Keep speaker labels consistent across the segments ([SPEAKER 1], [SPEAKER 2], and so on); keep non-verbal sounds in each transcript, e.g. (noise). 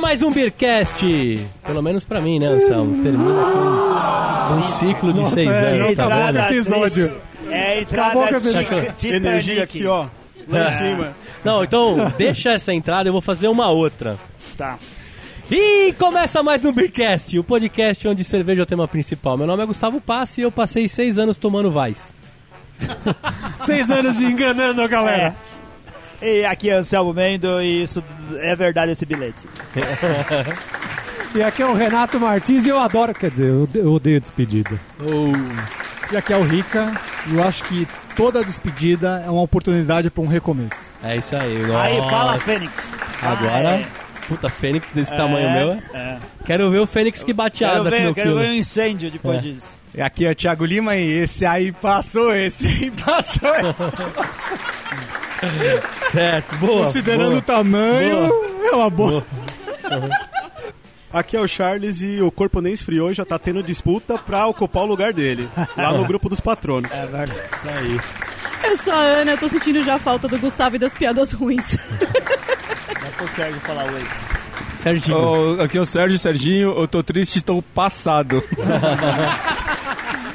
[SPEAKER 1] mais um Beercast. Pelo menos pra mim, né, Anselmo? Termina com um ciclo de
[SPEAKER 2] Nossa,
[SPEAKER 1] seis
[SPEAKER 2] é,
[SPEAKER 1] anos, tá
[SPEAKER 2] entrada
[SPEAKER 1] vendo? Tá
[SPEAKER 2] episódio.
[SPEAKER 3] triste. É a
[SPEAKER 2] Acabou com
[SPEAKER 3] entrada
[SPEAKER 2] a
[SPEAKER 3] de É.
[SPEAKER 2] energia.
[SPEAKER 3] de
[SPEAKER 4] Energia aqui, ó. Lá em cima.
[SPEAKER 1] Não, então deixa essa entrada, eu vou fazer uma outra.
[SPEAKER 3] Tá.
[SPEAKER 1] E começa mais um Beercast, o podcast onde cerveja é o tema principal. Meu nome é Gustavo Passi e eu passei seis anos tomando Vais.
[SPEAKER 2] Seis anos de enganando a
[SPEAKER 3] É.
[SPEAKER 2] galera.
[SPEAKER 3] E aqui é Anselmo Mendo e isso é verdade esse
[SPEAKER 1] (laughs)
[SPEAKER 3] bilhete.
[SPEAKER 2] E aqui é o Renato Martins e eu adoro, quer dizer, eu ode- eu odeio despedida.
[SPEAKER 5] E aqui é o Rica, e eu acho que toda despedida é uma oportunidade para um recomeço.
[SPEAKER 1] É isso aí.
[SPEAKER 3] Aí
[SPEAKER 1] nossa.
[SPEAKER 3] fala Fênix.
[SPEAKER 1] Agora,
[SPEAKER 3] Ah,
[SPEAKER 1] puta, Fênix desse
[SPEAKER 3] é.
[SPEAKER 1] tamanho
[SPEAKER 3] É,
[SPEAKER 1] meu.
[SPEAKER 3] é.
[SPEAKER 1] Quero ver o Fênix que bate
[SPEAKER 3] Quero,
[SPEAKER 1] asa aqui
[SPEAKER 3] ver,
[SPEAKER 1] no
[SPEAKER 3] quero
[SPEAKER 1] quilo.
[SPEAKER 3] ver um incêndio depois disso.
[SPEAKER 4] Aqui é o Thiago Lima e esse aí passou,
[SPEAKER 6] (laughs)
[SPEAKER 4] esse aí passou. Esse.
[SPEAKER 1] Certo, (laughs) boa.
[SPEAKER 5] Considerando o
[SPEAKER 1] boa.
[SPEAKER 5] tamanho, é uma boa.
[SPEAKER 4] Uhum. Aqui é o Charles e o corpo nem esfriou, já tá tendo disputa pra ocupar o lugar dele. Lá no grupo dos patronos.
[SPEAKER 1] É
[SPEAKER 7] Eu sou É a Ana, eu tô sentindo já a falta do Gustavo e das piadas ruins.
[SPEAKER 3] Não consegue falar oi.
[SPEAKER 1] Serginho.
[SPEAKER 8] Ô, aqui é o Sérgio Serginho, eu tô triste, estou passado.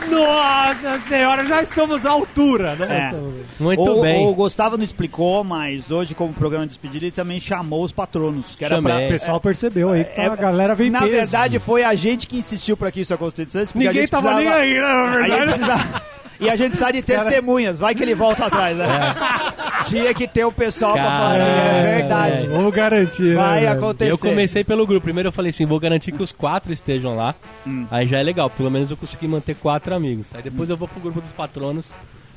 [SPEAKER 2] Nossa senhora, já estamos à altura, né?
[SPEAKER 3] É.
[SPEAKER 1] Muito
[SPEAKER 3] o,
[SPEAKER 1] bem.
[SPEAKER 3] o Gustavo não explicou, mas hoje, como programa de despedida, ele também chamou os patronos, que era
[SPEAKER 1] Chamei.
[SPEAKER 2] O pessoal percebeu aí que tá- a galera vem
[SPEAKER 3] pra... Então, É, Na
[SPEAKER 2] peso.
[SPEAKER 3] verdade, foi a gente que insistiu pra que isso acontecesse, porque a
[SPEAKER 2] ninguém
[SPEAKER 3] gente
[SPEAKER 2] tava nem
[SPEAKER 3] precisava-
[SPEAKER 2] aí, né, na
[SPEAKER 3] a gente
[SPEAKER 2] verdade.
[SPEAKER 3] precisava- E a gente precisava
[SPEAKER 2] (laughs)
[SPEAKER 3] de testemunhas, vai que ele volta atrás, né? Tinha que ter o pessoal pra falar assim, é
[SPEAKER 1] É. Cara,
[SPEAKER 3] verdade.
[SPEAKER 2] Vamos garantir, né?
[SPEAKER 3] Vai
[SPEAKER 2] velho?
[SPEAKER 3] acontecer.
[SPEAKER 1] Eu comecei pelo grupo. Primeiro eu falei assim, vou garantir que os quatro estejam lá.
[SPEAKER 3] Hum.
[SPEAKER 1] Aí já é legal, pelo menos eu consegui manter quatro amigos. Aí depois eu vou pro grupo dos patronos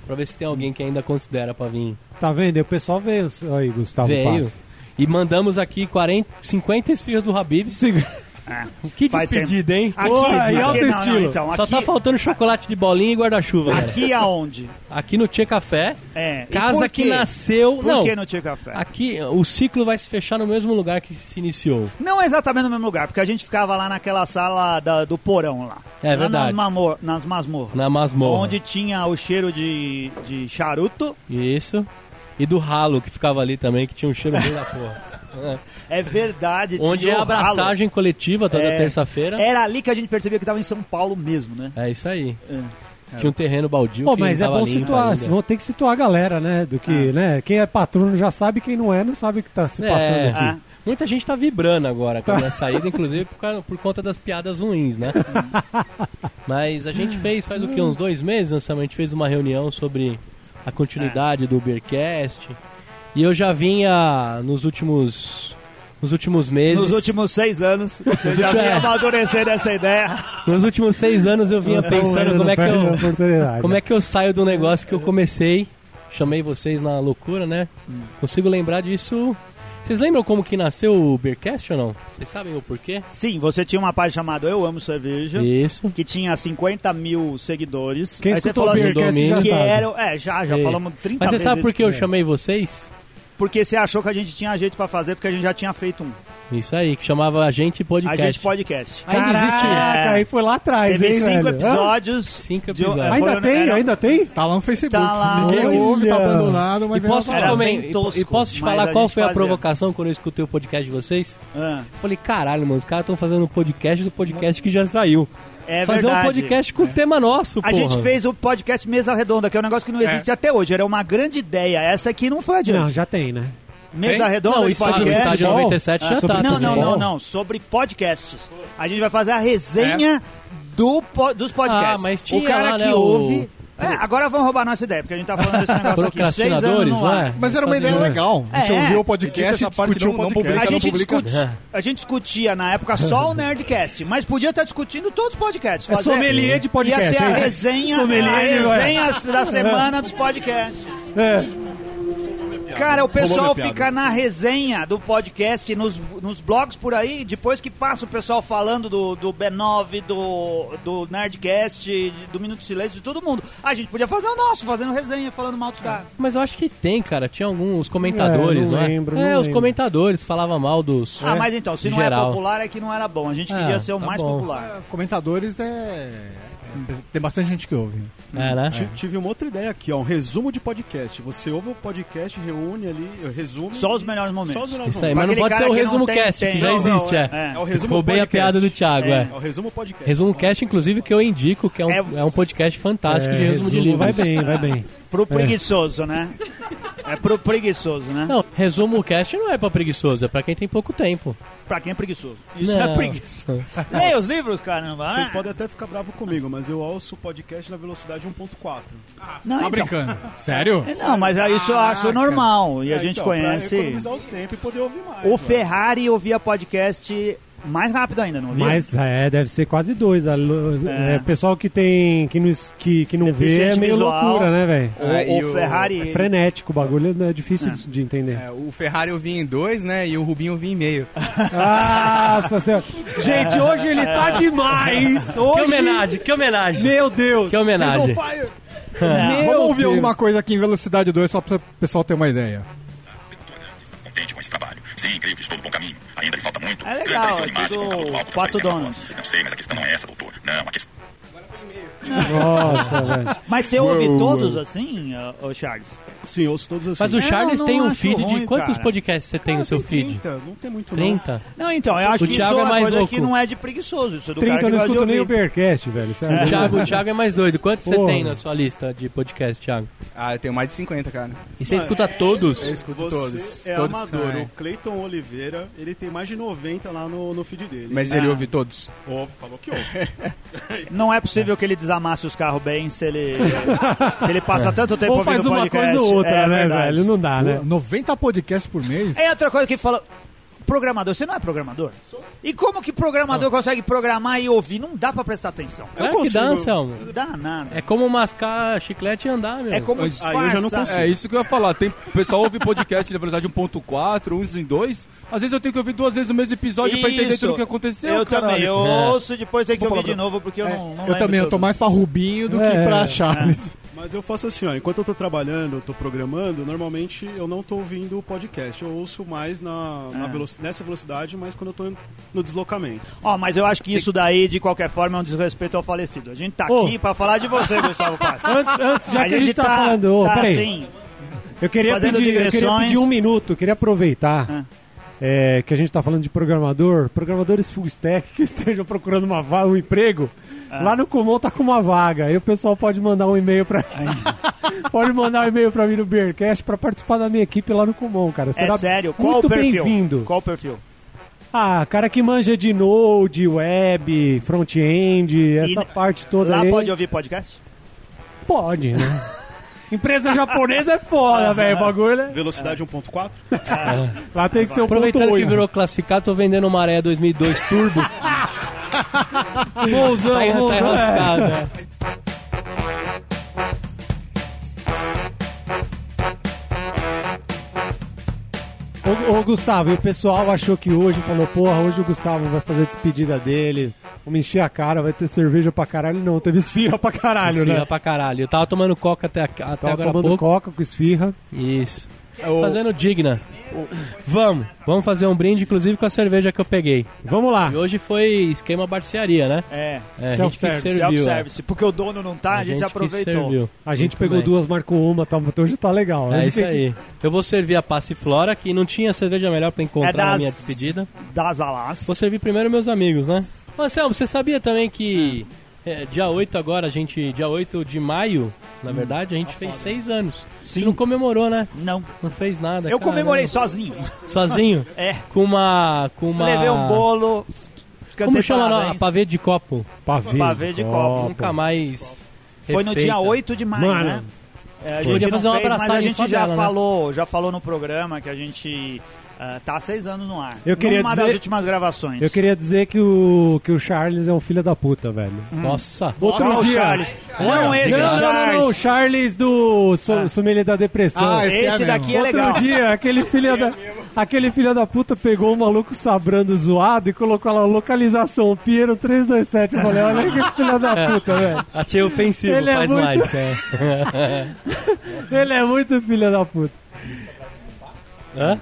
[SPEAKER 1] pra ver se tem alguém que ainda considera pra vir.
[SPEAKER 2] Tá vendo? O pessoal veio aí, Gustavo
[SPEAKER 1] Veio.
[SPEAKER 2] Passi.
[SPEAKER 1] E mandamos aqui 40, 50 esfirras do Habib. Que
[SPEAKER 3] Ah, Faz
[SPEAKER 1] despedida, hein?
[SPEAKER 3] Aqui,
[SPEAKER 1] Porra,
[SPEAKER 3] aqui,
[SPEAKER 1] aí, ó.
[SPEAKER 2] alto
[SPEAKER 3] não,
[SPEAKER 2] estilo.
[SPEAKER 3] Não, então,
[SPEAKER 1] Só
[SPEAKER 3] aqui,
[SPEAKER 1] tá faltando chocolate de bolinha e guarda-chuva, cara.
[SPEAKER 3] aqui aonde?
[SPEAKER 1] Aqui no Tchê Café,
[SPEAKER 3] É. e
[SPEAKER 1] casa
[SPEAKER 3] por
[SPEAKER 1] que
[SPEAKER 3] quê?
[SPEAKER 1] nasceu...
[SPEAKER 3] Por
[SPEAKER 1] não,
[SPEAKER 3] que não tinha café?
[SPEAKER 1] aqui o ciclo vai se fechar no mesmo lugar que se iniciou.
[SPEAKER 3] Não exatamente no mesmo lugar, porque a gente ficava lá naquela sala da- do porão lá.
[SPEAKER 1] É
[SPEAKER 3] Lá
[SPEAKER 1] verdade.
[SPEAKER 3] Nas, mamor, nas masmorras.
[SPEAKER 1] Na masmorra.
[SPEAKER 3] Onde tinha o cheiro de, de charuto.
[SPEAKER 1] Isso. E do ralo que ficava ali também, que tinha um cheiro bem da porra.
[SPEAKER 3] É verdade.
[SPEAKER 1] É. Onde
[SPEAKER 3] (laughs)
[SPEAKER 1] é
[SPEAKER 3] tinha
[SPEAKER 1] a
[SPEAKER 3] o ralo.
[SPEAKER 1] abraçagem coletiva toda
[SPEAKER 3] É.
[SPEAKER 1] terça-feira. É.
[SPEAKER 3] Era ali que a gente percebia que tava em São Paulo mesmo, né?
[SPEAKER 1] isso aí.
[SPEAKER 3] É.
[SPEAKER 1] Tinha um terreno baldio.
[SPEAKER 2] Pô,
[SPEAKER 1] que
[SPEAKER 2] mas é
[SPEAKER 1] tava
[SPEAKER 2] bom
[SPEAKER 1] limpo
[SPEAKER 2] situar,
[SPEAKER 1] ainda.
[SPEAKER 2] vão ter que situar a galera, né? Do que,
[SPEAKER 3] Ah.
[SPEAKER 2] né? Quem é patrono já sabe, quem não é, não sabe o que tá se passando
[SPEAKER 1] É.
[SPEAKER 2] aqui.
[SPEAKER 3] Ah,
[SPEAKER 1] Muita gente tá vibrando agora com a minha saída, inclusive por, causa- por conta das piadas
[SPEAKER 2] (laughs)
[SPEAKER 1] ruins, né? Mas a gente fez, faz o quê? Uns dois meses, Anselmo? A gente fez uma reunião sobre a
[SPEAKER 2] É.
[SPEAKER 1] continuidade do Ubercast. E eu já vinha nos últimos. Nos últimos meses.
[SPEAKER 3] nos últimos seis anos, você já
[SPEAKER 1] últimos-
[SPEAKER 3] vinha
[SPEAKER 1] é.
[SPEAKER 3] amadurecendo essa ideia.
[SPEAKER 1] Nos últimos seis anos eu vinha pensando como é que eu. Como é que eu saio do negócio que eu comecei? Chamei vocês na loucura, né? Consigo lembrar disso. Vocês lembram como que nasceu o Beercast ou não? Vocês sabem o porquê?
[SPEAKER 3] Sim, você tinha uma página chamada Eu Amo Cerveja.
[SPEAKER 1] Isso.
[SPEAKER 3] Que tinha 50 mil seguidores.
[SPEAKER 2] Quem
[SPEAKER 3] Aí você
[SPEAKER 2] escutou
[SPEAKER 3] falou
[SPEAKER 2] o
[SPEAKER 3] assim,
[SPEAKER 1] Beercast
[SPEAKER 2] já
[SPEAKER 3] que
[SPEAKER 2] sabe.
[SPEAKER 3] era, é, já, já
[SPEAKER 1] É.
[SPEAKER 3] falamos 30
[SPEAKER 1] Mas você
[SPEAKER 3] vezes
[SPEAKER 1] sabe por
[SPEAKER 3] isso.
[SPEAKER 1] que eu chamei vocês?
[SPEAKER 3] Porque você achou que a gente tinha jeito pra fazer, porque a gente já tinha feito um.
[SPEAKER 1] Isso aí, que chamava a gente podcast.
[SPEAKER 3] A gente podcast.
[SPEAKER 1] Ainda existe.
[SPEAKER 2] Caraca, aí foi lá atrás,
[SPEAKER 3] Teve
[SPEAKER 2] hein,
[SPEAKER 3] cinco
[SPEAKER 2] velho?
[SPEAKER 3] episódios.
[SPEAKER 1] Cinco
[SPEAKER 3] de-
[SPEAKER 1] episódios.
[SPEAKER 2] Hã?
[SPEAKER 3] é,
[SPEAKER 2] Ainda
[SPEAKER 3] foram-
[SPEAKER 2] tem,
[SPEAKER 3] era-
[SPEAKER 2] ainda tem?
[SPEAKER 5] Tá lá no Facebook.
[SPEAKER 3] Tá lá.
[SPEAKER 5] Ninguém
[SPEAKER 2] Olha.
[SPEAKER 5] ouve, tá abandonado,
[SPEAKER 1] E
[SPEAKER 5] mas
[SPEAKER 1] posso, te
[SPEAKER 5] ainda
[SPEAKER 3] Era
[SPEAKER 1] comen-
[SPEAKER 3] bem
[SPEAKER 1] e-
[SPEAKER 3] tosco,
[SPEAKER 1] e posso te
[SPEAKER 3] mas
[SPEAKER 1] falar
[SPEAKER 3] a
[SPEAKER 1] qual
[SPEAKER 3] gente
[SPEAKER 1] foi a
[SPEAKER 3] fazia.
[SPEAKER 1] provocação quando eu escutei o podcast de vocês?
[SPEAKER 3] Ah,
[SPEAKER 1] Eu falei, caralho, mano, os caras estão fazendo um podcast do podcast que já saiu.
[SPEAKER 3] é
[SPEAKER 1] Fazer
[SPEAKER 3] verdade.
[SPEAKER 1] um podcast com o tema nosso,
[SPEAKER 3] A
[SPEAKER 1] porra.
[SPEAKER 3] gente fez o podcast Mesa Redonda, que é um negócio que não existe até hoje. Era uma grande ideia. Essa aqui não foi adiante.
[SPEAKER 2] Não, já tem, né?
[SPEAKER 3] Mesa Redonda
[SPEAKER 1] Não, o
[SPEAKER 3] de
[SPEAKER 1] estádio, o
[SPEAKER 3] podcast.
[SPEAKER 1] estádio
[SPEAKER 2] futebol?
[SPEAKER 1] 97 já
[SPEAKER 3] Ah, não,
[SPEAKER 1] tá.
[SPEAKER 3] não,
[SPEAKER 1] futebol.
[SPEAKER 3] não, não. Sobre podcasts. A gente vai fazer a resenha do po- dos podcasts.
[SPEAKER 1] Ah, mas tinha
[SPEAKER 3] o cara
[SPEAKER 1] lá,
[SPEAKER 3] que
[SPEAKER 1] né, o-
[SPEAKER 3] ouve. É, agora vão roubar nossa ideia, porque a gente tá falando desse negócio aqui seis anos
[SPEAKER 1] Procrastinadores,
[SPEAKER 3] no
[SPEAKER 1] não
[SPEAKER 3] ar.
[SPEAKER 1] é?
[SPEAKER 5] Mas era uma ideia legal. A gente
[SPEAKER 3] É, é.
[SPEAKER 5] ouviu o podcast e
[SPEAKER 8] Essa parte
[SPEAKER 5] discutiu o
[SPEAKER 8] não- não
[SPEAKER 5] podcast.
[SPEAKER 3] A
[SPEAKER 8] Cara,
[SPEAKER 3] gente,
[SPEAKER 8] não publica.
[SPEAKER 3] discute, a gente discutia na época só o Nerdcast, mas podia estar discutindo todos os podcasts.
[SPEAKER 2] É sommelier de podcast,
[SPEAKER 3] Ia ser a
[SPEAKER 2] hein?
[SPEAKER 3] resenha,
[SPEAKER 2] Sommelier,
[SPEAKER 3] a
[SPEAKER 2] ele vai.
[SPEAKER 3] resenha da semana dos podcasts.
[SPEAKER 2] É.
[SPEAKER 3] Cara, o pessoal
[SPEAKER 8] Roubou minha
[SPEAKER 3] fica na resenha do podcast, nos, nos blogs por aí, depois que passa o pessoal falando do, do B9, do, do Nerdcast, do Minuto de Silêncio, de todo mundo. A gente podia fazer o nosso, fazendo resenha, falando mal dos caras.
[SPEAKER 1] Mas eu acho que tem, cara. Tinha alguns comentadores,
[SPEAKER 2] É,
[SPEAKER 1] não,
[SPEAKER 2] não
[SPEAKER 1] é?
[SPEAKER 2] lembro,
[SPEAKER 1] é,
[SPEAKER 2] não
[SPEAKER 1] os
[SPEAKER 2] lembro.
[SPEAKER 1] comentadores falavam mal dos.
[SPEAKER 3] Ah, mas então, se não
[SPEAKER 1] É. Geral.
[SPEAKER 3] é popular é que não era bom. A gente
[SPEAKER 1] Ah,
[SPEAKER 3] queria ser o
[SPEAKER 1] tá
[SPEAKER 3] mais
[SPEAKER 1] bom.
[SPEAKER 3] popular.
[SPEAKER 5] Comentadores é... Tem bastante gente que ouve.
[SPEAKER 1] É, né?
[SPEAKER 4] Ti- Tive uma outra ideia aqui, ó. Um resumo de podcast. Você ouve o podcast, reúne ali, resume.
[SPEAKER 3] Só os melhores momentos.
[SPEAKER 4] Só os melhores
[SPEAKER 1] Isso aí,
[SPEAKER 4] momentos.
[SPEAKER 1] mas não
[SPEAKER 3] aquele
[SPEAKER 1] pode ser
[SPEAKER 3] cara
[SPEAKER 1] o
[SPEAKER 3] que não
[SPEAKER 1] resumo
[SPEAKER 3] tem-
[SPEAKER 1] cast,
[SPEAKER 3] tem.
[SPEAKER 1] que já
[SPEAKER 3] Não, não,
[SPEAKER 1] existe, é.
[SPEAKER 3] é.
[SPEAKER 4] É o resumo
[SPEAKER 1] Roubei a
[SPEAKER 4] podcast.
[SPEAKER 1] piada do Thiago, é.
[SPEAKER 4] É o resumo podcast.
[SPEAKER 1] Resumo Cast, inclusive, que eu indico, que é um,
[SPEAKER 3] É-
[SPEAKER 1] é um podcast fantástico de
[SPEAKER 2] É,
[SPEAKER 1] resumo, de livros.
[SPEAKER 2] Vai bem, vai bem.
[SPEAKER 3] Pro preguiçoso, né? É pro (laughs) preguiçoso, né?
[SPEAKER 1] Não, resumo cast não é pra preguiçoso, é pra quem tem pouco tempo.
[SPEAKER 3] Pra quem é preguiçoso. Isso
[SPEAKER 1] Não.
[SPEAKER 3] é preguiça. (laughs) Leia os livros, caramba.
[SPEAKER 4] Vocês
[SPEAKER 3] ah.
[SPEAKER 4] podem até ficar bravo comigo, mas eu ouço o podcast na velocidade 1.4.
[SPEAKER 3] Não, então.
[SPEAKER 5] Tá
[SPEAKER 3] É,
[SPEAKER 5] brincando? Sério?
[SPEAKER 3] Não, mas aí isso eu acho
[SPEAKER 5] Caraca.
[SPEAKER 3] normal. E a
[SPEAKER 4] Ah, É,
[SPEAKER 3] gente
[SPEAKER 4] então,
[SPEAKER 3] conhece.
[SPEAKER 4] Pra economizar o tempo e poder ouvir mais. né?
[SPEAKER 3] O
[SPEAKER 4] ó.
[SPEAKER 3] Ferrari ouvia podcast mais rápido ainda, não ouvia?
[SPEAKER 2] Mas é, deve ser quase dois. a lo-
[SPEAKER 3] É.
[SPEAKER 2] é, pessoal que tem. que não, es- que, que não vê é
[SPEAKER 3] Deficiente
[SPEAKER 2] meio
[SPEAKER 3] visual.
[SPEAKER 2] loucura, né, velho?
[SPEAKER 3] O,
[SPEAKER 8] Ah, e
[SPEAKER 3] o
[SPEAKER 8] o-
[SPEAKER 3] Ferrari.
[SPEAKER 2] É frenético o bagulho, é difícil
[SPEAKER 3] É.
[SPEAKER 2] de, de entender.
[SPEAKER 8] É, o Ferrari eu vim em dois, né? E o Rubinho eu vim em meio.
[SPEAKER 2] Nossa
[SPEAKER 3] (laughs)
[SPEAKER 2] senhora. Gente, hoje ele
[SPEAKER 3] É.
[SPEAKER 2] tá demais!
[SPEAKER 1] É. Que é
[SPEAKER 2] Hoje...
[SPEAKER 1] homenagem, que homenagem.
[SPEAKER 2] Meu Deus!
[SPEAKER 1] Que homenagem. (laughs)
[SPEAKER 3] É.
[SPEAKER 5] Vamos
[SPEAKER 2] Meu
[SPEAKER 5] ouvir
[SPEAKER 2] Deus.
[SPEAKER 5] alguma coisa aqui em velocidade 2 só pra o pessoal ter uma ideia.
[SPEAKER 9] Contente com esse trabalho. Sim, creio que estou no bom caminho. Ainda lhe falta muito.
[SPEAKER 3] É legal,
[SPEAKER 9] Grande pressão
[SPEAKER 3] é
[SPEAKER 9] animais
[SPEAKER 3] tudo
[SPEAKER 9] com calor do alto das
[SPEAKER 3] Pato
[SPEAKER 9] pressões
[SPEAKER 3] Donald.
[SPEAKER 9] nas ruas. Não sei, mas a questão não é essa, doutor. Não, a questão...
[SPEAKER 2] Nossa, velho.
[SPEAKER 3] Mas você ouve todos assim, ô- ô Charles?
[SPEAKER 4] Sim, eu ouço todos assim.
[SPEAKER 1] Mas o
[SPEAKER 3] Não,
[SPEAKER 1] Charles
[SPEAKER 3] não
[SPEAKER 1] tem um
[SPEAKER 3] acho
[SPEAKER 1] feed de
[SPEAKER 3] ruim,
[SPEAKER 1] quantos
[SPEAKER 3] cara.
[SPEAKER 1] podcasts você tem no seu feed?
[SPEAKER 4] 30, não tem muito
[SPEAKER 1] 30?
[SPEAKER 3] Não, então, eu acho
[SPEAKER 1] O
[SPEAKER 3] que
[SPEAKER 1] Thiago
[SPEAKER 3] isso é
[SPEAKER 1] é
[SPEAKER 3] uma
[SPEAKER 1] mais
[SPEAKER 3] coisa
[SPEAKER 1] louco.
[SPEAKER 3] que não é de preguiçoso. Isso é do
[SPEAKER 2] 30
[SPEAKER 3] cara
[SPEAKER 2] então eu
[SPEAKER 3] que
[SPEAKER 2] não
[SPEAKER 3] gosta de
[SPEAKER 2] escuto nem o
[SPEAKER 3] ouvir.
[SPEAKER 2] Bearcast, velho. Isso é-
[SPEAKER 1] O Thiago, o Thiago é mais doido. Quantos você
[SPEAKER 2] Porra.
[SPEAKER 1] tem na sua lista de podcast, Thiago?
[SPEAKER 8] Ah, eu tenho mais de 50, cara.
[SPEAKER 1] E você escuta
[SPEAKER 2] é-
[SPEAKER 1] todos?
[SPEAKER 8] Eu escuto
[SPEAKER 4] Você
[SPEAKER 8] todos.
[SPEAKER 4] é
[SPEAKER 8] todos
[SPEAKER 4] amador.
[SPEAKER 8] que-
[SPEAKER 4] O Cleiton Oliveira, ele tem mais de 90 lá no, no feed dele.
[SPEAKER 8] Mas
[SPEAKER 3] Ah.
[SPEAKER 8] ele ouve todos.
[SPEAKER 4] Ouve, falou que ouve.
[SPEAKER 8] (laughs)
[SPEAKER 3] Não é possível que ele desamasse os carros bem se ele, se ele passa tanto tempo
[SPEAKER 2] É. Ou
[SPEAKER 3] ouvindo
[SPEAKER 2] faz uma
[SPEAKER 3] podcast.
[SPEAKER 2] coisa ou outra,
[SPEAKER 3] É
[SPEAKER 2] né,
[SPEAKER 3] verdade.
[SPEAKER 2] velho? Não dá, né?
[SPEAKER 5] 90 podcasts por mês?
[SPEAKER 3] É outra coisa que fala. Programador, você não é programador? E como que
[SPEAKER 5] Ah.
[SPEAKER 3] programador consegue programar e ouvir? Não dá pra prestar atenção.
[SPEAKER 1] Claro que dá, Anselmo.
[SPEAKER 3] Não dá nada.
[SPEAKER 1] É como mascar chiclete e andar, meu.
[SPEAKER 3] É (laughs) como
[SPEAKER 8] Aí
[SPEAKER 3] disfarça.
[SPEAKER 4] eu já não consigo.
[SPEAKER 8] É isso que eu ia falar. Tem, o pessoal ouve podcast na velocidade 1.4, uns em dois. Às vezes eu tenho que ouvir duas vezes o mesmo episódio pra entender
[SPEAKER 3] Isso.
[SPEAKER 8] tudo o que aconteceu.
[SPEAKER 3] Eu
[SPEAKER 8] caralho.
[SPEAKER 3] também, eu
[SPEAKER 1] É.
[SPEAKER 3] ouço, depois tem que ouvir de novo, porque eu
[SPEAKER 5] É,
[SPEAKER 3] não, não
[SPEAKER 5] eu
[SPEAKER 3] lembro
[SPEAKER 5] também, eu tô
[SPEAKER 3] sobre.
[SPEAKER 5] mais pra Rubinho do que
[SPEAKER 2] É.
[SPEAKER 5] pra né? Charles.
[SPEAKER 4] Mas eu faço assim, ó. Enquanto eu tô trabalhando, eu tô programando, normalmente eu não tô ouvindo o podcast. Eu ouço mais na, na
[SPEAKER 2] É.
[SPEAKER 3] Ah.
[SPEAKER 4] velo- nessa velocidade, mas quando eu tô no deslocamento.
[SPEAKER 3] Ó, mas eu acho que isso daí, de qualquer forma, é um desrespeito ao falecido. A gente tá
[SPEAKER 2] Ô.
[SPEAKER 3] aqui pra falar de você, Gustavo Paz.
[SPEAKER 2] Antes, antes, já que a gente tá, falando, ô,
[SPEAKER 3] tá
[SPEAKER 2] peraí.
[SPEAKER 3] assim,
[SPEAKER 2] Eu queria,
[SPEAKER 3] Fazendo
[SPEAKER 2] pedir, eu queria
[SPEAKER 3] digressões.
[SPEAKER 2] pedir um minuto, eu queria aproveitar
[SPEAKER 3] Ah.
[SPEAKER 2] é, que a gente está falando de programador, programadores full stack que (laughs) estejam procurando uma va- um emprego.
[SPEAKER 3] Ah.
[SPEAKER 2] Lá no Kumon tá com uma vaga. Aí o pessoal pode mandar um e-mail para (laughs) Pode mandar um e-mail para mim no Beercast para participar da minha equipe lá no Kumon, cara.
[SPEAKER 3] é
[SPEAKER 2] Será
[SPEAKER 3] sério, qual o
[SPEAKER 2] muito
[SPEAKER 3] perfil?
[SPEAKER 2] bem-vindo.
[SPEAKER 3] Qual o perfil?
[SPEAKER 2] Ah, cara que manja de Node, web, front-end, essa
[SPEAKER 3] E
[SPEAKER 2] parte toda
[SPEAKER 3] Lá
[SPEAKER 2] aí.
[SPEAKER 3] pode ouvir podcast?
[SPEAKER 2] Pode, né? Empresa japonesa é
[SPEAKER 4] (laughs)
[SPEAKER 2] foda, velho, o bagulho. né?
[SPEAKER 4] Velocidade 1.4?
[SPEAKER 2] (laughs) Lá tem que ser o ponto
[SPEAKER 1] Aproveitando que
[SPEAKER 2] 8.
[SPEAKER 1] virou classificado, tô vendendo uma Maré 2002 Turbo.
[SPEAKER 2] Bolsão,
[SPEAKER 1] tá, enra- tá
[SPEAKER 2] bolsão,
[SPEAKER 1] enrascado.
[SPEAKER 2] é.
[SPEAKER 1] né?
[SPEAKER 2] Ô, ô, Gustavo, e o pessoal achou que hoje, falou, porra, hoje o Gustavo vai fazer a despedida dele, vamos encher a cara, vai ter cerveja pra caralho. Não, teve esfirra pra caralho,
[SPEAKER 1] Esfirra
[SPEAKER 2] né?
[SPEAKER 1] pra caralho. Eu tava tomando coca até, aqui- até
[SPEAKER 2] Tava
[SPEAKER 1] agora há
[SPEAKER 2] tomando
[SPEAKER 1] pouco.
[SPEAKER 2] coca com esfirra.
[SPEAKER 1] Isso.
[SPEAKER 8] O-
[SPEAKER 1] Fazendo digna. Vamos. Vamos fazer um brinde, inclusive, com a cerveja que eu peguei.
[SPEAKER 2] Vamos lá.
[SPEAKER 1] E hoje foi esquema barcearia, né?
[SPEAKER 3] É,
[SPEAKER 1] É, a gente que
[SPEAKER 2] Self-service.
[SPEAKER 1] serviu, é.
[SPEAKER 3] self-service. Porque o dono não tá, a, gente,
[SPEAKER 1] que
[SPEAKER 3] aproveitou.
[SPEAKER 1] serviu.
[SPEAKER 2] A gente
[SPEAKER 1] Muito
[SPEAKER 2] pegou
[SPEAKER 1] bem.
[SPEAKER 2] duas, marcou uma, tá, então hoje tá legal.
[SPEAKER 1] É
[SPEAKER 2] Hoje
[SPEAKER 1] isso
[SPEAKER 2] tem que-
[SPEAKER 1] aí. Eu vou servir a Passiflora, que não tinha cerveja melhor pra encontrar
[SPEAKER 3] É das-
[SPEAKER 1] na minha despedida.
[SPEAKER 3] Das alas.
[SPEAKER 1] Vou servir primeiro meus amigos, né? Marcelo, você sabia também que é, dia 8 agora, a gente. Dia 8 de maio, na verdade, a gente fez seis anos. Você
[SPEAKER 3] Hum. Tá Sim.
[SPEAKER 1] não comemorou, né?
[SPEAKER 3] Não.
[SPEAKER 1] Não fez nada.
[SPEAKER 3] Eu
[SPEAKER 1] caramba.
[SPEAKER 3] comemorei sozinho.
[SPEAKER 1] Sozinho?
[SPEAKER 3] (laughs) É.
[SPEAKER 1] Com uma. Com uma.
[SPEAKER 3] Levei um bolo. cantei
[SPEAKER 1] Como chama lá?
[SPEAKER 3] parabéns.
[SPEAKER 1] Pavê de copo.
[SPEAKER 2] Pavê,
[SPEAKER 3] Pavê de copo.
[SPEAKER 2] copo.
[SPEAKER 1] Nunca mais.
[SPEAKER 3] Foi no
[SPEAKER 1] refeita.
[SPEAKER 3] dia 8 de maio,
[SPEAKER 2] Mano,
[SPEAKER 3] né? É, a
[SPEAKER 1] foi.
[SPEAKER 3] gente
[SPEAKER 1] Podia
[SPEAKER 3] não
[SPEAKER 1] fazer uma
[SPEAKER 3] fez, mas a
[SPEAKER 1] abraçagem
[SPEAKER 3] gente
[SPEAKER 1] só
[SPEAKER 3] já
[SPEAKER 1] dela, né?
[SPEAKER 3] falou, já falou no programa que a gente ah, tá há seis anos no ar.
[SPEAKER 2] Eu queria
[SPEAKER 3] Numa das
[SPEAKER 2] dizer-
[SPEAKER 3] últimas gravações.
[SPEAKER 2] Eu queria dizer que o, que o Charles é um filho da puta, velho.
[SPEAKER 1] Nossa.
[SPEAKER 3] Outro
[SPEAKER 2] Outro dia.
[SPEAKER 3] Hum. Charles. Não esse,
[SPEAKER 2] não, não, não,
[SPEAKER 3] Charles.
[SPEAKER 2] não, o Charles do so,
[SPEAKER 3] Ah.
[SPEAKER 2] Sommelier da Depressão.
[SPEAKER 5] Ah,
[SPEAKER 3] Esse,
[SPEAKER 5] Esse é
[SPEAKER 3] daqui é
[SPEAKER 5] mesmo.
[SPEAKER 2] Outro
[SPEAKER 3] legal.
[SPEAKER 2] dia, aquele filho, da, aquele filho da puta pegou o maluco sabrando zoado e colocou lá localização Piero 327. Eu falei, olha que filho da
[SPEAKER 1] (laughs)
[SPEAKER 2] puta, velho.
[SPEAKER 1] É. Achei ofensivo,
[SPEAKER 2] Ele é
[SPEAKER 1] faz
[SPEAKER 2] muito- (laughs)
[SPEAKER 1] mais. é.
[SPEAKER 2] Ele é muito filho da puta.
[SPEAKER 1] Hã?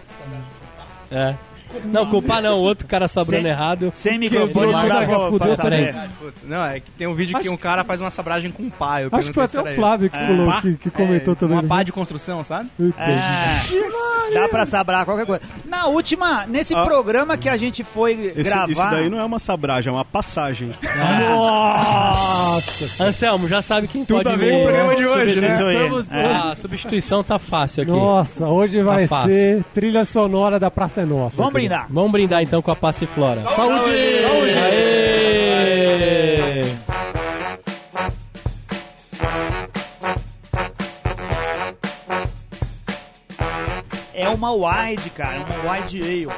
[SPEAKER 1] É. Não, culpar não, o outro cara sabrando
[SPEAKER 3] Sem-
[SPEAKER 1] errado.
[SPEAKER 3] Sem microfone
[SPEAKER 1] Marca
[SPEAKER 3] não dá pra-
[SPEAKER 1] fudeu
[SPEAKER 3] pra saber.
[SPEAKER 1] também.
[SPEAKER 10] Putz, não, é que tem um vídeo que
[SPEAKER 2] Acho-
[SPEAKER 10] um cara faz uma sabragem com um pá. Eu
[SPEAKER 2] Acho que foi
[SPEAKER 10] perguntei se
[SPEAKER 2] até
[SPEAKER 10] era
[SPEAKER 2] o Flávio que, colocou-
[SPEAKER 10] pá?
[SPEAKER 2] que, que
[SPEAKER 10] ele.
[SPEAKER 2] comentou
[SPEAKER 1] (laughs)
[SPEAKER 10] É,
[SPEAKER 2] também.
[SPEAKER 10] Uma pá de construção, sabe?
[SPEAKER 3] É, dá pra sabrar qualquer coisa. Na última, nesse programa que a gente foi
[SPEAKER 4] Ah. Esse-
[SPEAKER 3] gravar.
[SPEAKER 4] isso daí não é uma sabragem, é uma passagem.
[SPEAKER 2] É.
[SPEAKER 4] (laughs)
[SPEAKER 2] Nossa!
[SPEAKER 1] Anselmo, já sabe quem
[SPEAKER 10] Tudo
[SPEAKER 1] pode
[SPEAKER 10] a ver com o
[SPEAKER 1] vir.
[SPEAKER 10] programa de hoje, né?
[SPEAKER 3] Substituir.
[SPEAKER 10] Estamos-
[SPEAKER 3] É.
[SPEAKER 1] Ah, a substituição tá fácil aqui. Tá
[SPEAKER 2] Nossa, hoje vai
[SPEAKER 1] fácil.
[SPEAKER 2] ser trilha sonora da Praça é Nossa.
[SPEAKER 3] Vamos
[SPEAKER 2] querido.
[SPEAKER 3] brindar.
[SPEAKER 1] Vamos brindar então com a Passiflora.
[SPEAKER 5] Saúde!
[SPEAKER 2] É.
[SPEAKER 3] É uma wide, cara. É uma wide ale.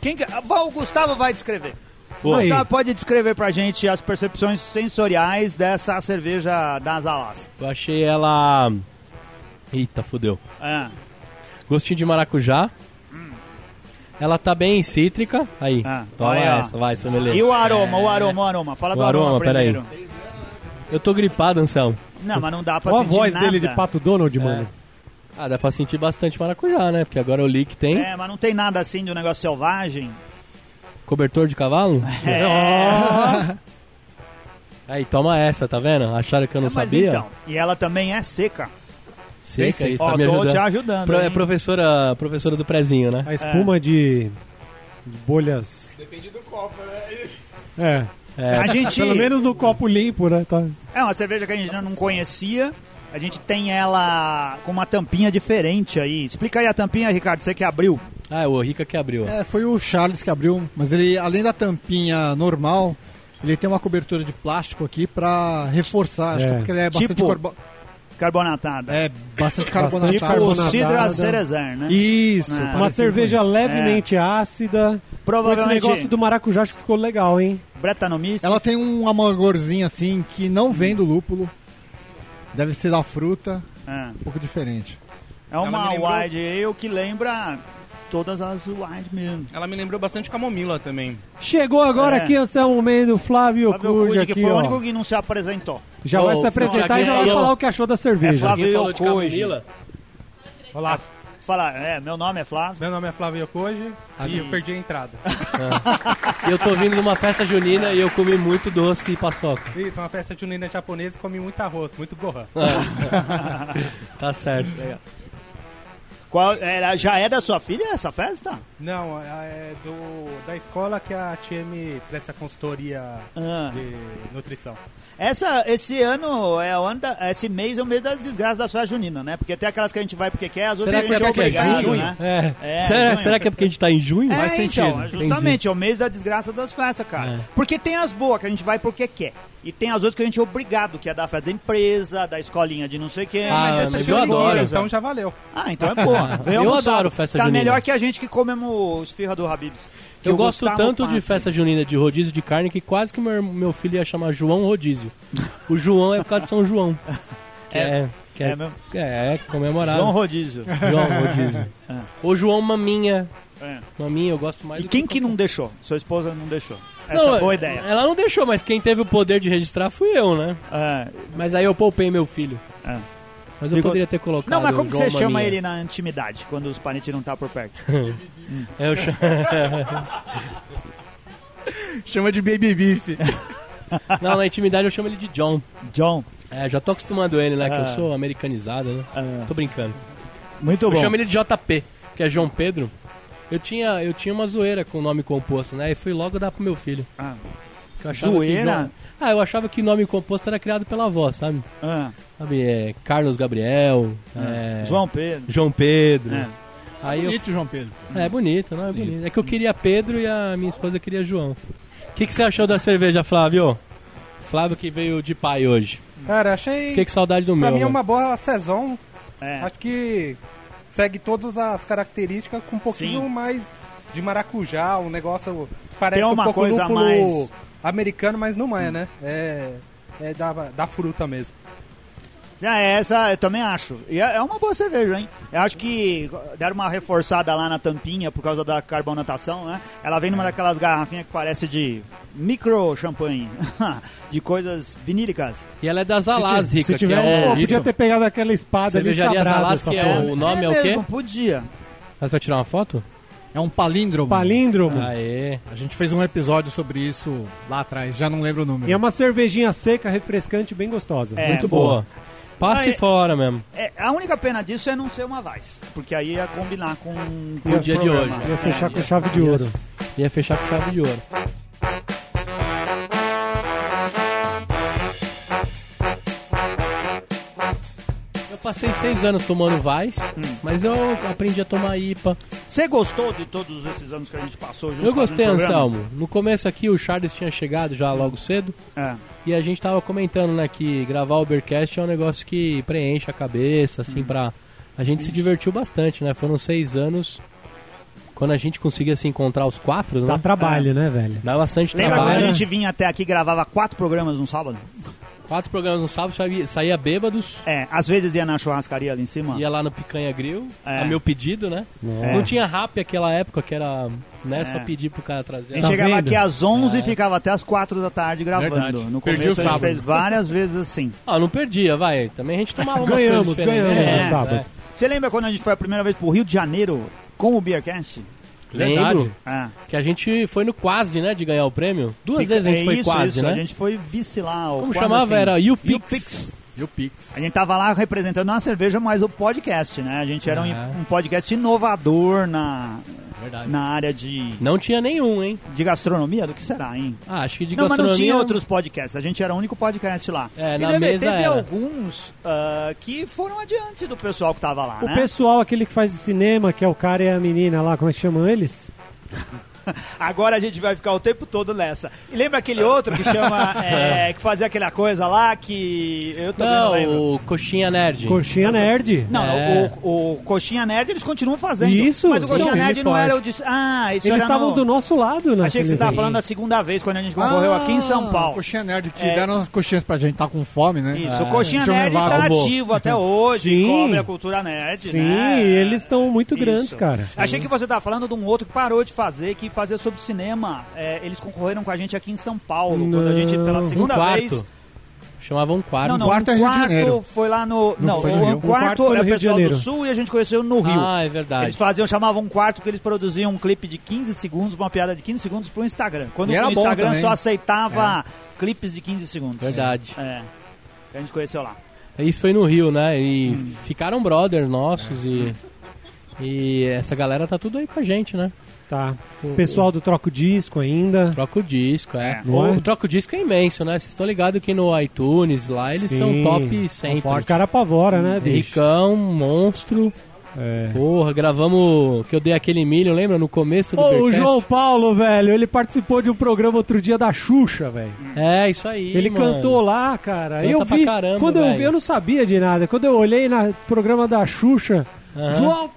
[SPEAKER 3] Quem que... ah, vai- O Gustavo vai descrever.
[SPEAKER 2] Boa.
[SPEAKER 3] Gustavo, Então, pode descrever pra gente as percepções sensoriais dessa cerveja das alas.
[SPEAKER 1] Eu achei ela. Eita, fudeu.
[SPEAKER 3] Ah, Hum.
[SPEAKER 1] Gostinho de maracujá. Ela tá bem cítrica. Aí,
[SPEAKER 3] Ah,
[SPEAKER 1] toma
[SPEAKER 3] olha, ó.
[SPEAKER 1] essa, vai, sommelier.
[SPEAKER 3] E o
[SPEAKER 2] É.
[SPEAKER 3] aroma, o aroma, o aroma. Fala do
[SPEAKER 1] O aroma,
[SPEAKER 3] aroma,
[SPEAKER 1] peraí.
[SPEAKER 3] primeiro.
[SPEAKER 1] Eu tô gripado, Anselmo. É.
[SPEAKER 3] Não, mas não dá Ah, pra
[SPEAKER 2] Olha a
[SPEAKER 3] sentir
[SPEAKER 2] voz
[SPEAKER 3] nada.
[SPEAKER 2] dele de Pato Donald, mano.
[SPEAKER 1] Ah, dá pra sentir bastante maracujá, né? Porque agora eu li que tem
[SPEAKER 3] É, mas não tem nada assim de um negócio selvagem.
[SPEAKER 1] cobertor
[SPEAKER 3] (laughs)
[SPEAKER 1] de cavalo.
[SPEAKER 3] É.
[SPEAKER 1] É. Aí, toma essa, tá vendo? Acharam que eu não
[SPEAKER 3] mas
[SPEAKER 1] sabia?
[SPEAKER 3] então. E ela também é seca.
[SPEAKER 1] Seca, aí,
[SPEAKER 3] Ó,
[SPEAKER 1] tá me
[SPEAKER 3] tô te
[SPEAKER 1] ajudando.
[SPEAKER 3] ajudando.
[SPEAKER 1] Pro- é
[SPEAKER 3] hein? É.
[SPEAKER 1] professora, professora do prezinho, né?
[SPEAKER 2] A espuma de bolhas.
[SPEAKER 10] Depende do copo, né?
[SPEAKER 2] É.
[SPEAKER 3] A gente...
[SPEAKER 2] Pelo menos no copo limpo, né? Tá.
[SPEAKER 3] É uma cerveja que a gente não conhecia. A gente tem ela com uma tampinha diferente aí. Explica aí a tampinha, Ricardo, você que abriu.
[SPEAKER 1] Ah, é o Rica que abriu. ó.
[SPEAKER 5] É, foi o Charles que abriu, mas ele, além da tampinha normal, ele tem uma cobertura de plástico aqui pra reforçar. Acho
[SPEAKER 2] É.
[SPEAKER 5] que porque ele é bastante,
[SPEAKER 3] Tipo-
[SPEAKER 5] carbo-
[SPEAKER 3] Carbonatada.
[SPEAKER 5] é, bastante
[SPEAKER 2] Bastante
[SPEAKER 5] carbonatado.
[SPEAKER 3] Tipo o
[SPEAKER 2] carbonatada.
[SPEAKER 3] Cidra Cerezer, né?
[SPEAKER 5] Isso.
[SPEAKER 3] É.
[SPEAKER 5] parecido
[SPEAKER 2] Uma
[SPEAKER 5] com
[SPEAKER 2] cerveja
[SPEAKER 5] isso.
[SPEAKER 2] levemente ácida. Com esse
[SPEAKER 3] Provavelmente
[SPEAKER 2] negócio do maracujá acho que ficou legal, hein?
[SPEAKER 3] Bretanomyces.
[SPEAKER 5] Ela tem um amargorzinho assim que não vem do lúpulo. Deve ser da fruta,
[SPEAKER 3] É,
[SPEAKER 5] um pouco diferente.
[SPEAKER 3] é uma
[SPEAKER 10] me lembrou-
[SPEAKER 3] wide ale que lembra todas as wide mesmo.
[SPEAKER 10] Ela me lembrou bastante camomila também.
[SPEAKER 2] Chegou agora
[SPEAKER 3] É.
[SPEAKER 2] aqui, Anselmo Mendo, Flávio
[SPEAKER 3] Flávio
[SPEAKER 2] Cude
[SPEAKER 3] Cude, que
[SPEAKER 2] aqui,
[SPEAKER 3] foi o
[SPEAKER 2] ó.
[SPEAKER 3] único que não se apresentou.
[SPEAKER 2] Já vai
[SPEAKER 1] Ô,
[SPEAKER 2] se apresentar
[SPEAKER 1] Flávio,
[SPEAKER 2] e já vai
[SPEAKER 1] falou-
[SPEAKER 2] falar o que achou da
[SPEAKER 3] É
[SPEAKER 2] cerveja.
[SPEAKER 3] Flávio.
[SPEAKER 1] Quem falou de
[SPEAKER 3] Cude.
[SPEAKER 1] camomila?
[SPEAKER 3] Fala, é, meu nome é Flávio.
[SPEAKER 10] Meu nome é Flávio Yokoji e eu perdi a entrada.
[SPEAKER 1] Ah. E eu tô vindo de uma festa junina e eu comi muito doce e paçoca.
[SPEAKER 10] (laughs) Isso, uma festa junina japonesa e comi muito arroz, muito gohan. É. (laughs)
[SPEAKER 1] Tá certo.
[SPEAKER 3] Qual, era, já é da sua filha essa festa?
[SPEAKER 10] Não, é do, da escola que a tia me presta consultoria
[SPEAKER 3] Ah.
[SPEAKER 10] de nutrição.
[SPEAKER 3] Essa, esse ano é o ano da, esse mês é o mês das desgraças da sua junina, né? Porque tem aquelas que a gente vai porque quer, as outras a
[SPEAKER 1] Será que é
[SPEAKER 3] gente é
[SPEAKER 1] porque é
[SPEAKER 3] obrigado,
[SPEAKER 1] junho?
[SPEAKER 3] né?
[SPEAKER 1] É.
[SPEAKER 3] É,
[SPEAKER 1] será,
[SPEAKER 3] junho.
[SPEAKER 1] será que é porque a gente tá em junho?
[SPEAKER 3] É,
[SPEAKER 1] Faz sentido.
[SPEAKER 3] então, justamente, é o mês da desgraça das festas, cara.
[SPEAKER 1] É.
[SPEAKER 3] Porque tem as boas que a gente vai porque quer. E tem as outras que a gente é obrigado, que é da festa da empresa, da escolinha de não sei quem.
[SPEAKER 1] Ah,
[SPEAKER 3] mas essa
[SPEAKER 1] mas
[SPEAKER 3] é
[SPEAKER 1] eu adoro.
[SPEAKER 3] Então...
[SPEAKER 10] Então já valeu.
[SPEAKER 3] Ah, então é
[SPEAKER 1] (laughs)
[SPEAKER 3] boa. Vem
[SPEAKER 1] Eu
[SPEAKER 3] almoçar.
[SPEAKER 1] adoro festa
[SPEAKER 3] Tá
[SPEAKER 1] junina.
[SPEAKER 3] melhor que a gente que comemos esfirra do Habibs. Que
[SPEAKER 1] Eu gosto
[SPEAKER 3] Gustavo
[SPEAKER 1] tanto de
[SPEAKER 3] Passi.
[SPEAKER 1] festa junina de rodízio de carne que quase que meu, meu filho ia chamar João Rodízio. O João é por causa de São João.
[SPEAKER 3] (laughs)
[SPEAKER 1] Que
[SPEAKER 3] É.
[SPEAKER 1] é, que é,
[SPEAKER 3] É mesmo?
[SPEAKER 1] é, é comemorado.
[SPEAKER 3] João
[SPEAKER 1] João,
[SPEAKER 3] Rodízio.
[SPEAKER 1] Rodízio.
[SPEAKER 3] (laughs) É.
[SPEAKER 1] Ou João Maminha.
[SPEAKER 3] É.
[SPEAKER 1] Maminha, eu gosto mais
[SPEAKER 3] E
[SPEAKER 1] do um.
[SPEAKER 3] quem que não deixou? Sua esposa não deixou. Essa é
[SPEAKER 1] Não,
[SPEAKER 3] boa ideia.
[SPEAKER 1] Ela não deixou, mas quem teve o poder de registrar fui eu, né?
[SPEAKER 3] É.
[SPEAKER 1] Mas aí eu poupei meu filho.
[SPEAKER 3] É.
[SPEAKER 1] Mas eu
[SPEAKER 3] Ficou-
[SPEAKER 1] poderia ter colocado.
[SPEAKER 3] Não, mas como que
[SPEAKER 1] João
[SPEAKER 3] você chama
[SPEAKER 1] Maminha.
[SPEAKER 3] ele na intimidade, quando os parentes não tá por
[SPEAKER 1] (laughs)
[SPEAKER 3] perto?
[SPEAKER 1] É, Eu cha-
[SPEAKER 3] (laughs)
[SPEAKER 10] Chama de baby beef.
[SPEAKER 1] (laughs) Não, na intimidade eu chamo ele de John.
[SPEAKER 3] John.
[SPEAKER 1] É, já tô acostumando ele, né? Que
[SPEAKER 3] Ah.
[SPEAKER 1] eu sou americanizado, né?
[SPEAKER 3] Ah.
[SPEAKER 1] Tô brincando.
[SPEAKER 3] Muito
[SPEAKER 1] Eu
[SPEAKER 3] bom.
[SPEAKER 1] chamo ele de JP, que é João Pedro. Eu tinha, eu tinha uma zoeira com o nome composto, né? E fui logo dar pro meu filho.
[SPEAKER 3] Ah.
[SPEAKER 1] Que eu achava
[SPEAKER 3] Zoeira?
[SPEAKER 1] que João- Ah, eu achava que nome composto era criado pela avó, sabe?
[SPEAKER 3] Ah,
[SPEAKER 1] Sabe, é Carlos Gabriel,
[SPEAKER 2] Ah.
[SPEAKER 1] é,
[SPEAKER 3] João Pedro.
[SPEAKER 1] João Pedro.
[SPEAKER 3] É.
[SPEAKER 1] Aí eu-
[SPEAKER 5] Bonito, João Pedro.
[SPEAKER 1] É bonito, não é bonito. É que eu queria Pedro e a minha esposa queria João. O que, que você achou da cerveja, Flávio? Flávio que veio de pai hoje.
[SPEAKER 6] Cara, achei.
[SPEAKER 1] Fiquei com saudade do
[SPEAKER 6] pra
[SPEAKER 1] meu. né?
[SPEAKER 6] mim é
[SPEAKER 1] mano.
[SPEAKER 6] uma boa saison.
[SPEAKER 3] É.
[SPEAKER 6] Acho que segue todas as características com um pouquinho
[SPEAKER 3] Sim.
[SPEAKER 6] mais de maracujá, um negócio que parece
[SPEAKER 3] Tem uma
[SPEAKER 6] um pouco
[SPEAKER 3] coisa a
[SPEAKER 6] lúpulo
[SPEAKER 3] mais.
[SPEAKER 6] americano, mas não é, né? É, é da, da fruta mesmo.
[SPEAKER 3] Ah, é, essa eu também acho. E é é uma boa cerveja, hein? Eu acho que deram uma reforçada lá na tampinha por causa da carbonatação, né? Ela
[SPEAKER 1] É.
[SPEAKER 3] vem numa daquelas garrafinhas que parece de micro champanhe, (laughs) de coisas vinílicas.
[SPEAKER 1] E ela é das Alás,
[SPEAKER 2] se, ti-
[SPEAKER 1] Rica.
[SPEAKER 2] se tiver,
[SPEAKER 1] que é
[SPEAKER 2] pô,
[SPEAKER 1] o...
[SPEAKER 2] podia ter pegado aquela espada ali
[SPEAKER 1] Cervejaria das
[SPEAKER 2] sabrada.
[SPEAKER 1] Alás,
[SPEAKER 2] essa
[SPEAKER 1] que é
[SPEAKER 2] porra.
[SPEAKER 1] o nome é, o quê?
[SPEAKER 3] mesmo, Podia.
[SPEAKER 1] Mas vai tirar uma foto?
[SPEAKER 5] É É um palíndromo.
[SPEAKER 2] Palíndromo.
[SPEAKER 1] Aê.
[SPEAKER 5] A gente fez um episódio sobre isso lá atrás, já não lembro o número.
[SPEAKER 2] E é uma cervejinha seca, refrescante, bem gostosa.
[SPEAKER 3] É,
[SPEAKER 2] Muito boa.
[SPEAKER 1] Boa. Passe
[SPEAKER 3] Ah, é-
[SPEAKER 1] fora mesmo.
[SPEAKER 3] É, a única pena disso é não ser uma Vice, porque aí ia combinar com, um com
[SPEAKER 1] Com o dia de
[SPEAKER 3] programa.
[SPEAKER 1] hoje.
[SPEAKER 2] Ia fechar
[SPEAKER 3] É,
[SPEAKER 2] com chave de ouro.
[SPEAKER 1] Ia fechar com chave de ouro. Eu passei seis anos tomando Vice,
[SPEAKER 3] Hum.
[SPEAKER 1] mas eu aprendi a tomar IPA.
[SPEAKER 3] Você gostou de todos esses anos que a gente passou junto
[SPEAKER 1] Eu gostei,
[SPEAKER 3] fazendo programa?
[SPEAKER 1] Anselmo. No começo aqui, o Charles tinha chegado já logo cedo.
[SPEAKER 3] É.
[SPEAKER 1] E a gente tava comentando, né, que gravar o Ubercast é um negócio que preenche a cabeça,
[SPEAKER 3] Hum.
[SPEAKER 1] assim, pra... A gente se divertiu bastante, né? Foram seis anos. Quando a gente conseguia se encontrar os quatro,
[SPEAKER 2] Dá
[SPEAKER 1] né?
[SPEAKER 2] trabalho, né, velho?
[SPEAKER 1] Dá bastante
[SPEAKER 3] Lembra
[SPEAKER 1] trabalho.
[SPEAKER 3] quando a gente vinha até aqui e gravava quatro programas no sábado?
[SPEAKER 1] Quatro programas no sábado, saía, saía bêbados,
[SPEAKER 3] É, às vezes ia na churrascaria ali em cima.
[SPEAKER 1] ia lá no Picanha Grill,
[SPEAKER 3] É.
[SPEAKER 1] a meu pedido, né?
[SPEAKER 3] É.
[SPEAKER 1] Não tinha rap naquela época, que era, né, só
[SPEAKER 3] É.
[SPEAKER 1] pedir pro cara
[SPEAKER 3] A
[SPEAKER 1] trazer.
[SPEAKER 3] gente
[SPEAKER 2] Tá
[SPEAKER 3] chegava
[SPEAKER 2] vendo?
[SPEAKER 3] aqui às 11 e
[SPEAKER 1] É.
[SPEAKER 3] ficava até às 4 da tarde gravando.
[SPEAKER 8] Verdade.
[SPEAKER 3] No
[SPEAKER 8] Perdi
[SPEAKER 3] começo
[SPEAKER 8] o
[SPEAKER 3] a gente
[SPEAKER 8] sábado.
[SPEAKER 3] fez várias vezes assim.
[SPEAKER 1] Ah, não perdia, vai. Também a gente tomava umas
[SPEAKER 2] Ganhamos,
[SPEAKER 1] coisas diferentes,
[SPEAKER 2] ganhamos
[SPEAKER 1] né?
[SPEAKER 3] no
[SPEAKER 1] É,
[SPEAKER 2] sábado.
[SPEAKER 1] é.
[SPEAKER 3] Você lembra quando a gente foi a primeira vez pro Rio de Janeiro com o Beercast?
[SPEAKER 1] Lembro
[SPEAKER 3] Ah,
[SPEAKER 1] que a gente foi no quase, né, de ganhar o prêmio. Duas
[SPEAKER 3] fica-
[SPEAKER 1] vezes a gente
[SPEAKER 3] é
[SPEAKER 1] foi
[SPEAKER 3] isso,
[SPEAKER 1] quase,
[SPEAKER 3] isso,
[SPEAKER 1] né?
[SPEAKER 3] A gente foi vice lá. ou
[SPEAKER 1] Como
[SPEAKER 3] quase
[SPEAKER 1] chamava?
[SPEAKER 3] assim.
[SPEAKER 1] Era YouPix.
[SPEAKER 8] E o Pix.
[SPEAKER 3] A gente tava lá representando uma cerveja, mas o podcast, né? A gente era um-
[SPEAKER 1] Ah.
[SPEAKER 3] um, podcast inovador na,
[SPEAKER 1] Verdade.
[SPEAKER 3] na área de,
[SPEAKER 1] Não tinha nenhum, hein?
[SPEAKER 3] de gastronomia. Do que será, hein?
[SPEAKER 1] Ah, acho que de
[SPEAKER 3] Não, mas não
[SPEAKER 1] gastronomia...
[SPEAKER 3] tinha outros podcasts. A gente era o único podcast lá.
[SPEAKER 1] É,
[SPEAKER 3] e
[SPEAKER 1] na
[SPEAKER 3] teve,
[SPEAKER 1] mesa
[SPEAKER 3] teve
[SPEAKER 1] era.
[SPEAKER 3] alguns ah, que foram adiante do pessoal que tava lá,
[SPEAKER 2] O
[SPEAKER 3] né?
[SPEAKER 2] pessoal, aquele que faz cinema, que é o cara e a menina lá, como é que chamam eles?
[SPEAKER 3] Agora a gente vai ficar o tempo todo nessa. E lembra aquele outro que
[SPEAKER 1] (laughs)
[SPEAKER 3] chama... é, que fazia aquela coisa lá que... Eu também não, lembro.
[SPEAKER 1] Não, o Coxinha Nerd.
[SPEAKER 2] Coxinha Nerd.
[SPEAKER 3] Não,
[SPEAKER 1] É.
[SPEAKER 3] o, o Coxinha Nerd eles continuam fazendo.
[SPEAKER 2] Isso,
[SPEAKER 3] Mas o Coxinha
[SPEAKER 2] não, ele
[SPEAKER 3] Nerd não
[SPEAKER 2] faz.
[SPEAKER 3] era o... De... Ah, isso
[SPEAKER 2] Eles
[SPEAKER 3] era
[SPEAKER 2] estavam
[SPEAKER 3] no...
[SPEAKER 2] do nosso lado, né?
[SPEAKER 3] Achei que você estava falando da segunda vez, quando a gente concorreu aqui em São Paulo.
[SPEAKER 5] Coxinha Nerd, que
[SPEAKER 3] É.
[SPEAKER 5] deram as coxinhas pra gente, tá com fome, né?
[SPEAKER 3] Isso,
[SPEAKER 1] Ah.
[SPEAKER 3] o Coxinha
[SPEAKER 5] Deixa eu
[SPEAKER 3] Nerd
[SPEAKER 5] levar,
[SPEAKER 3] está
[SPEAKER 5] roubou.
[SPEAKER 3] ativo até hoje,
[SPEAKER 2] Sim.
[SPEAKER 3] cobre a cultura nerd,
[SPEAKER 2] Sim,
[SPEAKER 3] né?
[SPEAKER 2] eles estão muito
[SPEAKER 3] Isso.
[SPEAKER 2] grandes, cara.
[SPEAKER 3] Achei que você tava falando de um outro que parou de fazer, que fazia sobre cinema. É, eles concorreram com a gente aqui em São Paulo, quando a gente, pela
[SPEAKER 2] Não.
[SPEAKER 1] Um
[SPEAKER 3] segunda
[SPEAKER 1] quarto.
[SPEAKER 3] vez.
[SPEAKER 1] Chamava um quarto.
[SPEAKER 3] Não, não, um
[SPEAKER 5] quarto é Rio de
[SPEAKER 3] quarto
[SPEAKER 5] Janeiro.
[SPEAKER 3] foi lá no. Não,
[SPEAKER 5] foi no
[SPEAKER 3] o
[SPEAKER 5] Rio.
[SPEAKER 3] um
[SPEAKER 2] Um quarto
[SPEAKER 3] quarto
[SPEAKER 2] foi no
[SPEAKER 3] é o
[SPEAKER 2] Rio de
[SPEAKER 3] pessoal do
[SPEAKER 2] Janeiro.
[SPEAKER 3] Sul e a gente conheceu no Rio.
[SPEAKER 1] Ah, é verdade.
[SPEAKER 3] Eles faziam, chamavam um quarto porque eles produziam um clipe de 15 segundos, uma piada de 15 segundos pro Instagram. Quando
[SPEAKER 5] E era
[SPEAKER 3] o
[SPEAKER 5] bom
[SPEAKER 3] Instagram
[SPEAKER 5] também.
[SPEAKER 3] só aceitava clipes de 15 segundos.
[SPEAKER 1] Verdade.
[SPEAKER 3] É. Que a gente conheceu lá.
[SPEAKER 1] É, Isso foi no Rio, né? E ficaram brothers nossos e... E essa galera tá tudo aí com a gente, né?
[SPEAKER 2] Tá. Pessoal do Troco Disco ainda.
[SPEAKER 1] Troca o disco, é.
[SPEAKER 3] É.
[SPEAKER 2] Não é?
[SPEAKER 1] O troca o disco é imenso, né? Vocês estão ligados que no iTunes lá eles
[SPEAKER 2] Sim.
[SPEAKER 1] são top 100.
[SPEAKER 2] Os caras apavoram, né, bicho?
[SPEAKER 1] Ricão, monstro.
[SPEAKER 2] É.
[SPEAKER 1] Porra, gravamos que eu dei aquele milho, lembra? No começo do
[SPEAKER 2] Ô, o
[SPEAKER 1] Beercast?
[SPEAKER 2] João Paulo, velho, ele participou de um programa outro dia da Xuxa, velho.
[SPEAKER 1] É, isso aí.
[SPEAKER 2] Ele
[SPEAKER 1] mano.
[SPEAKER 2] cantou lá, cara.
[SPEAKER 1] Canta
[SPEAKER 2] eu
[SPEAKER 1] Então tá pra
[SPEAKER 2] vi.
[SPEAKER 1] caramba,
[SPEAKER 2] quando eu vi,
[SPEAKER 1] velho.
[SPEAKER 2] eu não sabia de nada. Quando eu olhei no programa da Xuxa,
[SPEAKER 1] Aham.
[SPEAKER 2] João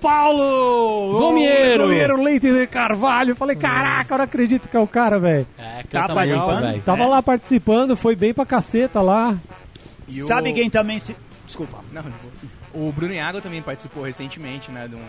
[SPEAKER 2] Paulo!
[SPEAKER 1] Gomiero!
[SPEAKER 2] Ô, Gomiero Leite de Carvalho. Eu Falei, caraca, eu não acredito que é o cara, velho.
[SPEAKER 1] É, canta
[SPEAKER 3] Tá participando?
[SPEAKER 1] muito, velho.
[SPEAKER 2] Tava
[SPEAKER 3] É.
[SPEAKER 2] lá participando, foi bem pra caceta lá.
[SPEAKER 6] E o-
[SPEAKER 3] Sabe quem também se. Desculpa.
[SPEAKER 6] (laughs) Não, de boa. o Bruno Iago também participou recentemente, né, de um,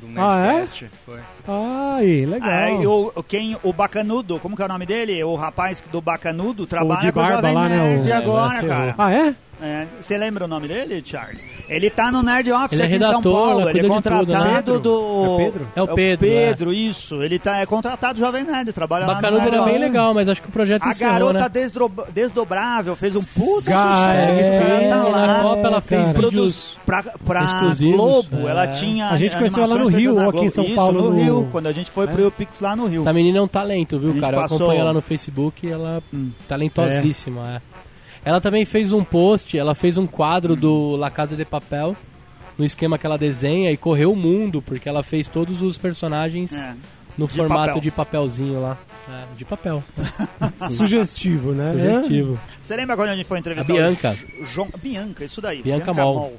[SPEAKER 6] de um
[SPEAKER 2] Ah, é?
[SPEAKER 6] Nerdcast. Foi.
[SPEAKER 2] Ai, legal.
[SPEAKER 3] É, e o, o- quem, o Bacanudo, como que é o nome dele? O rapaz do Bacanudo trabalha
[SPEAKER 2] de
[SPEAKER 3] com o
[SPEAKER 2] barba
[SPEAKER 3] Jovem
[SPEAKER 2] lá, né,
[SPEAKER 3] Nerd
[SPEAKER 2] o-
[SPEAKER 3] agora,
[SPEAKER 1] É,
[SPEAKER 3] cara.
[SPEAKER 2] Ah, é?
[SPEAKER 3] É, Você lembra o nome dele, Charles? Ele tá no Nerd Office
[SPEAKER 1] Ele é
[SPEAKER 3] aqui em São
[SPEAKER 1] redator,
[SPEAKER 3] Paulo.
[SPEAKER 1] né,
[SPEAKER 3] Ele
[SPEAKER 1] cuida
[SPEAKER 3] é
[SPEAKER 1] de tudo, né?
[SPEAKER 3] contratado
[SPEAKER 1] Pedro?
[SPEAKER 3] do.
[SPEAKER 2] É Pedro?
[SPEAKER 1] É o Pedro,
[SPEAKER 3] Pedro, isso. Ele tá, é contratado do Jovem Nerd, trabalha lá
[SPEAKER 1] Bacanudo
[SPEAKER 3] no Nerd
[SPEAKER 1] era bem
[SPEAKER 3] Office.
[SPEAKER 1] legal, mas acho que o projeto
[SPEAKER 3] A
[SPEAKER 1] encerrou,
[SPEAKER 3] garota
[SPEAKER 1] né?
[SPEAKER 3] desdro- desdobrável fez um puta
[SPEAKER 2] Cara,
[SPEAKER 3] sucesso. Ela
[SPEAKER 2] é,
[SPEAKER 3] tá
[SPEAKER 1] na
[SPEAKER 3] lá.
[SPEAKER 1] Copa ela fez
[SPEAKER 2] cara.
[SPEAKER 1] vídeos...
[SPEAKER 3] Produz pra, pra
[SPEAKER 1] exclusivos,
[SPEAKER 3] Globo,
[SPEAKER 1] é.
[SPEAKER 3] ela tinha.
[SPEAKER 2] A gente conheceu ela no
[SPEAKER 3] animações
[SPEAKER 2] Rio,
[SPEAKER 3] feitas na
[SPEAKER 2] aqui em São
[SPEAKER 3] Globo.
[SPEAKER 2] Paulo,
[SPEAKER 3] Isso,
[SPEAKER 2] no-
[SPEAKER 3] no Rio, quando a gente foi pro Eupix lá no Rio.
[SPEAKER 1] É.
[SPEAKER 3] (laughs)
[SPEAKER 1] Essa menina é um talento,
[SPEAKER 3] A
[SPEAKER 1] viu,
[SPEAKER 3] gente
[SPEAKER 1] cara? Eu
[SPEAKER 3] passou- um-
[SPEAKER 1] acompanho ela no Facebook e ela
[SPEAKER 3] Hum.
[SPEAKER 1] talentosíssima. é. Ela também fez um post, ela fez um quadro do La Casa de Papel, no esquema que ela desenha, e correu o mundo, porque ela fez todos os personagens
[SPEAKER 3] É.
[SPEAKER 1] no
[SPEAKER 3] De
[SPEAKER 1] formato
[SPEAKER 3] papel.
[SPEAKER 1] de papelzinho lá. É, de papel.
[SPEAKER 2] (laughs) Sugestivo, né?
[SPEAKER 1] Sugestivo.
[SPEAKER 3] Você lembra quando a gente foi entrevistar
[SPEAKER 1] A Bianca.
[SPEAKER 3] o João, Bianca, isso daí.
[SPEAKER 1] Bianca Mol.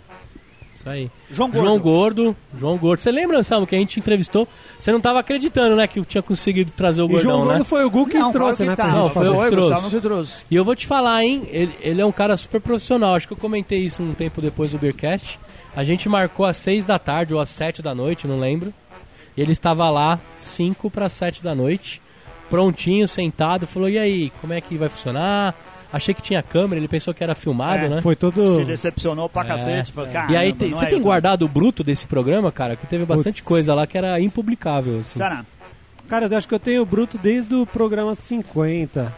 [SPEAKER 1] Isso aí.
[SPEAKER 3] João Gordo.
[SPEAKER 1] João Gordo, João Gordo. Você lembra, Anselmo, que a gente entrevistou? Você não tava acreditando, né, que eu tinha conseguido trazer o
[SPEAKER 2] E João
[SPEAKER 1] gordão, né?
[SPEAKER 2] Gordo foi o Gu que
[SPEAKER 3] Não,
[SPEAKER 2] trouxe,
[SPEAKER 3] claro
[SPEAKER 2] né?
[SPEAKER 3] que tá.
[SPEAKER 2] pra gente
[SPEAKER 1] Não, foi
[SPEAKER 2] fazer.
[SPEAKER 1] eu que
[SPEAKER 3] Oi,
[SPEAKER 1] trouxe.
[SPEAKER 3] Gustavo, que trouxe.
[SPEAKER 1] E eu vou te falar, hein? Ele, ele é um cara super profissional. Acho que eu comentei isso um tempo depois do Beercast. A gente marcou às 6 da tarde ou às 7 da noite, não lembro. E ele estava lá, 5 para 7 da noite, prontinho, sentado. Falou: E aí, como é que vai funcionar? Achei que tinha câmera, ele pensou que era filmado,
[SPEAKER 3] É,
[SPEAKER 1] né? É.
[SPEAKER 2] Foi todo.
[SPEAKER 3] Se decepcionou pra cacete. falou,
[SPEAKER 1] E
[SPEAKER 3] "Caramba,
[SPEAKER 1] aí, tem- um
[SPEAKER 3] não
[SPEAKER 1] você
[SPEAKER 3] é
[SPEAKER 1] tem
[SPEAKER 3] eu".
[SPEAKER 1] guardado o bruto desse programa, cara? Que teve bastante
[SPEAKER 2] Putz.
[SPEAKER 1] coisa lá que era impublicável, assim.
[SPEAKER 3] Será?
[SPEAKER 2] Cara, eu acho que eu tenho bruto desde o programa 50.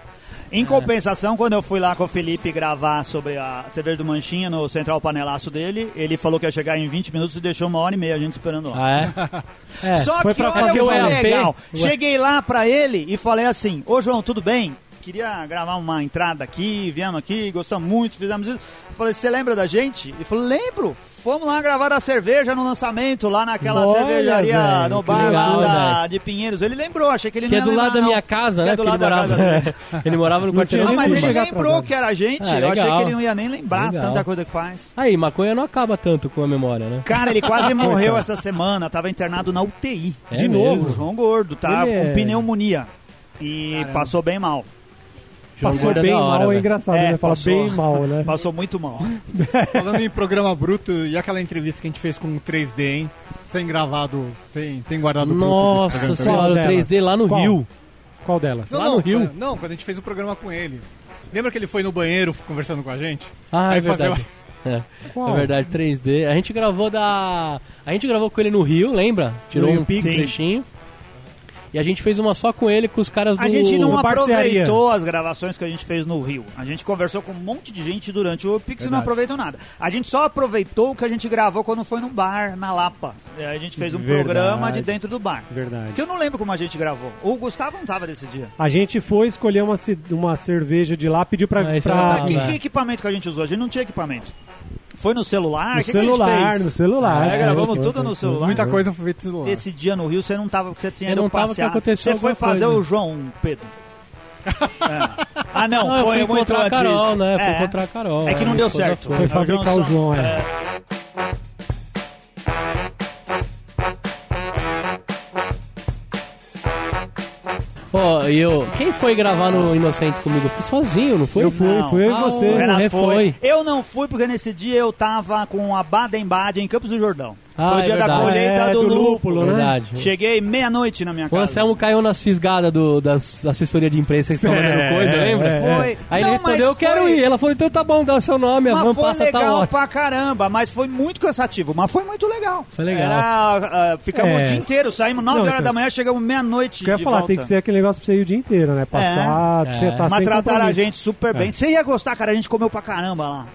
[SPEAKER 3] Em compensação, quando eu fui lá com o Felipe gravar sobre a cerveja do Manchinha no Central Panelaço dele, ele falou que ia chegar em 20 minutos e deixou uma hora e meia a gente esperando lá.
[SPEAKER 1] Ah,
[SPEAKER 2] é?
[SPEAKER 3] (laughs)
[SPEAKER 2] É,
[SPEAKER 3] Só
[SPEAKER 2] foi
[SPEAKER 3] que
[SPEAKER 2] pra
[SPEAKER 3] olha
[SPEAKER 2] fazer
[SPEAKER 3] o
[SPEAKER 2] o EAP.
[SPEAKER 3] legal.
[SPEAKER 2] Ué.
[SPEAKER 3] Cheguei lá pra ele e falei assim, ô João, tudo bem? Queria gravar uma entrada aqui, viemos aqui, gostamos muito, fizemos isso. Eu falei, você lembra da gente? Ele falou, lembro. Fomos lá gravar a cerveja no lançamento, lá naquela
[SPEAKER 1] Olha,
[SPEAKER 3] cervejaria,
[SPEAKER 1] velho,
[SPEAKER 3] no
[SPEAKER 1] que
[SPEAKER 3] bar
[SPEAKER 1] legal,
[SPEAKER 3] lá da- de Pinheiros. Ele lembrou, achei que ele
[SPEAKER 1] Que
[SPEAKER 3] não
[SPEAKER 1] é
[SPEAKER 3] ia
[SPEAKER 1] do lado
[SPEAKER 3] lembrar,
[SPEAKER 1] da
[SPEAKER 3] não.
[SPEAKER 1] minha casa,
[SPEAKER 3] Que
[SPEAKER 1] né?
[SPEAKER 3] é do
[SPEAKER 1] Porque ele
[SPEAKER 3] lado da
[SPEAKER 1] morava,
[SPEAKER 3] casa dele.
[SPEAKER 1] (laughs) ele morava no quarteirão
[SPEAKER 3] Ah,
[SPEAKER 1] de
[SPEAKER 3] mas ele
[SPEAKER 1] cima.
[SPEAKER 3] lembrou que era a gente.
[SPEAKER 1] assim, Ah,
[SPEAKER 3] eu achei
[SPEAKER 1] legal.
[SPEAKER 3] que ele não ia nem lembrar
[SPEAKER 1] Legal.
[SPEAKER 3] tanta coisa que faz.
[SPEAKER 1] Aí, maconha não acaba tanto com a memória, né? Então,
[SPEAKER 3] Cara, ele
[SPEAKER 1] (laughs)
[SPEAKER 3] quase morreu essa semana. Tava internado na UTI.
[SPEAKER 1] É De mesmo? novo?
[SPEAKER 3] João Gordo, tá?
[SPEAKER 2] Ele
[SPEAKER 3] com
[SPEAKER 2] é-
[SPEAKER 3] pneumonia. E passou bem mal.
[SPEAKER 2] Passou
[SPEAKER 1] Gordo é
[SPEAKER 2] bem
[SPEAKER 1] da hora,
[SPEAKER 2] mal, é
[SPEAKER 1] velho.
[SPEAKER 2] engraçado,
[SPEAKER 3] É,
[SPEAKER 2] né? Fala
[SPEAKER 3] passou.
[SPEAKER 2] bem mal, né?
[SPEAKER 3] (laughs) Passou muito mal.
[SPEAKER 5] (laughs) Falando em programa bruto e aquela entrevista que a gente fez com o 3D, hein? Tem gravado, tem, tem guardado bruto desse
[SPEAKER 1] Nossa
[SPEAKER 5] programa também?
[SPEAKER 1] senhora, o
[SPEAKER 2] Qual
[SPEAKER 1] 3D lá no
[SPEAKER 2] delas?
[SPEAKER 1] Rio.
[SPEAKER 2] Qual delas?
[SPEAKER 5] Não,
[SPEAKER 1] Lá
[SPEAKER 5] não,
[SPEAKER 1] no Rio?
[SPEAKER 5] quando- Não, quando a gente fez o programa com ele. Lembra que ele foi no banheiro conversando com a gente?
[SPEAKER 1] Ah, é
[SPEAKER 5] Aí fazia-
[SPEAKER 1] verdade. É. É verdade, 3D. A gente gravou da. A gente gravou com ele no Rio, lembra? Tirou
[SPEAKER 2] No
[SPEAKER 1] um
[SPEAKER 2] Pix.
[SPEAKER 1] trechinho. E a gente fez uma só com ele, com os caras do.
[SPEAKER 3] A gente não
[SPEAKER 2] do parcearia.
[SPEAKER 3] aproveitou as gravações que a gente fez no Rio. A gente conversou com um monte de gente durante o Pix e não aproveitou nada. A gente só aproveitou o que a gente gravou quando foi num bar, na Lapa. É, A gente fez um
[SPEAKER 2] Verdade.
[SPEAKER 3] programa de dentro do bar.
[SPEAKER 2] Verdade.
[SPEAKER 3] É. Que eu não lembro como a gente gravou. O Gustavo não tava nesse dia.
[SPEAKER 2] A gente foi escolher uma, ci- uma cerveja de lá, pediu pra.
[SPEAKER 1] Ah, isso
[SPEAKER 2] pra-
[SPEAKER 1] é
[SPEAKER 3] Tá, que,
[SPEAKER 1] velho.
[SPEAKER 3] que equipamento que a gente usou? A gente não tinha equipamento. Foi no celular?
[SPEAKER 2] no
[SPEAKER 3] O que que a gente
[SPEAKER 2] celular,
[SPEAKER 3] fez?
[SPEAKER 2] no celular.
[SPEAKER 3] É, gravamos tudo no celular. Uhum.
[SPEAKER 5] Muita coisa foi feita do lado.
[SPEAKER 3] Esse dia no Rio você não tava, porque você tinha
[SPEAKER 1] Eu
[SPEAKER 3] ido
[SPEAKER 1] não tava,
[SPEAKER 3] passear.
[SPEAKER 1] porque aconteceu
[SPEAKER 3] você foi
[SPEAKER 1] alguma
[SPEAKER 3] fazer
[SPEAKER 1] coisa.
[SPEAKER 3] o João, Pedro. É. Ah, não,
[SPEAKER 1] Não, eu
[SPEAKER 3] foi
[SPEAKER 1] fui
[SPEAKER 3] muito
[SPEAKER 1] encontrar a
[SPEAKER 3] antes.
[SPEAKER 1] Carol, né? Fui
[SPEAKER 3] É.
[SPEAKER 1] encontrar a Carol.
[SPEAKER 3] É que não
[SPEAKER 1] né?
[SPEAKER 3] deu
[SPEAKER 1] Esposa
[SPEAKER 3] certo.
[SPEAKER 1] foi.
[SPEAKER 2] Foi fabricar o João, é.
[SPEAKER 1] Ó, e eu. Quem foi gravar no Inocente comigo? Eu fui sozinho, não foi?
[SPEAKER 2] Eu fui,
[SPEAKER 3] Não.
[SPEAKER 2] fui eu e
[SPEAKER 1] Ah,
[SPEAKER 2] você.
[SPEAKER 1] o
[SPEAKER 3] Renato
[SPEAKER 1] Renan
[SPEAKER 3] foi.
[SPEAKER 1] foi.
[SPEAKER 3] Eu não fui porque nesse dia eu tava com a Baden-Baden em Campos do Jordão.
[SPEAKER 1] Ah,
[SPEAKER 3] foi o
[SPEAKER 1] é
[SPEAKER 3] dia da
[SPEAKER 1] verdade.
[SPEAKER 3] colheita
[SPEAKER 2] É,
[SPEAKER 3] do,
[SPEAKER 2] do
[SPEAKER 3] lúpulo,
[SPEAKER 2] lúpulo, né?
[SPEAKER 1] Verdade.
[SPEAKER 3] Cheguei meia-noite na minha
[SPEAKER 1] O
[SPEAKER 3] casa.
[SPEAKER 1] Anselmo caiu nas fisgadas do, das- da assessoria de imprensa que
[SPEAKER 2] É,
[SPEAKER 1] estão mandando coisa, lembra?
[SPEAKER 3] Foi.
[SPEAKER 1] Aí ele
[SPEAKER 3] Não,
[SPEAKER 1] respondeu, eu
[SPEAKER 3] mas
[SPEAKER 1] quero
[SPEAKER 3] foi-
[SPEAKER 1] ir. Ela falou, então tá bom, dá o seu nome, a van
[SPEAKER 3] Mas foi
[SPEAKER 1] passa tá
[SPEAKER 2] tá
[SPEAKER 1] tal
[SPEAKER 3] legal
[SPEAKER 1] hora.
[SPEAKER 3] pra caramba, mas foi muito cansativo, mas foi muito legal.
[SPEAKER 1] Foi legal.
[SPEAKER 3] Era, ah, ficamos
[SPEAKER 2] É.
[SPEAKER 3] o dia inteiro, saímos 9
[SPEAKER 2] Não,
[SPEAKER 3] horas
[SPEAKER 2] então,
[SPEAKER 3] da manhã, chegamos meia-noite.
[SPEAKER 2] Que eu ia
[SPEAKER 3] de
[SPEAKER 2] falar,
[SPEAKER 3] volta.
[SPEAKER 2] tem que ser aquele negócio pra você ir o dia inteiro, né? Passar,
[SPEAKER 1] É.
[SPEAKER 2] você tá
[SPEAKER 3] Mas
[SPEAKER 2] sem
[SPEAKER 3] trataram a
[SPEAKER 2] compromisso. É.
[SPEAKER 3] gente super bem. Você ia gostar, cara, a gente comeu pra caramba lá.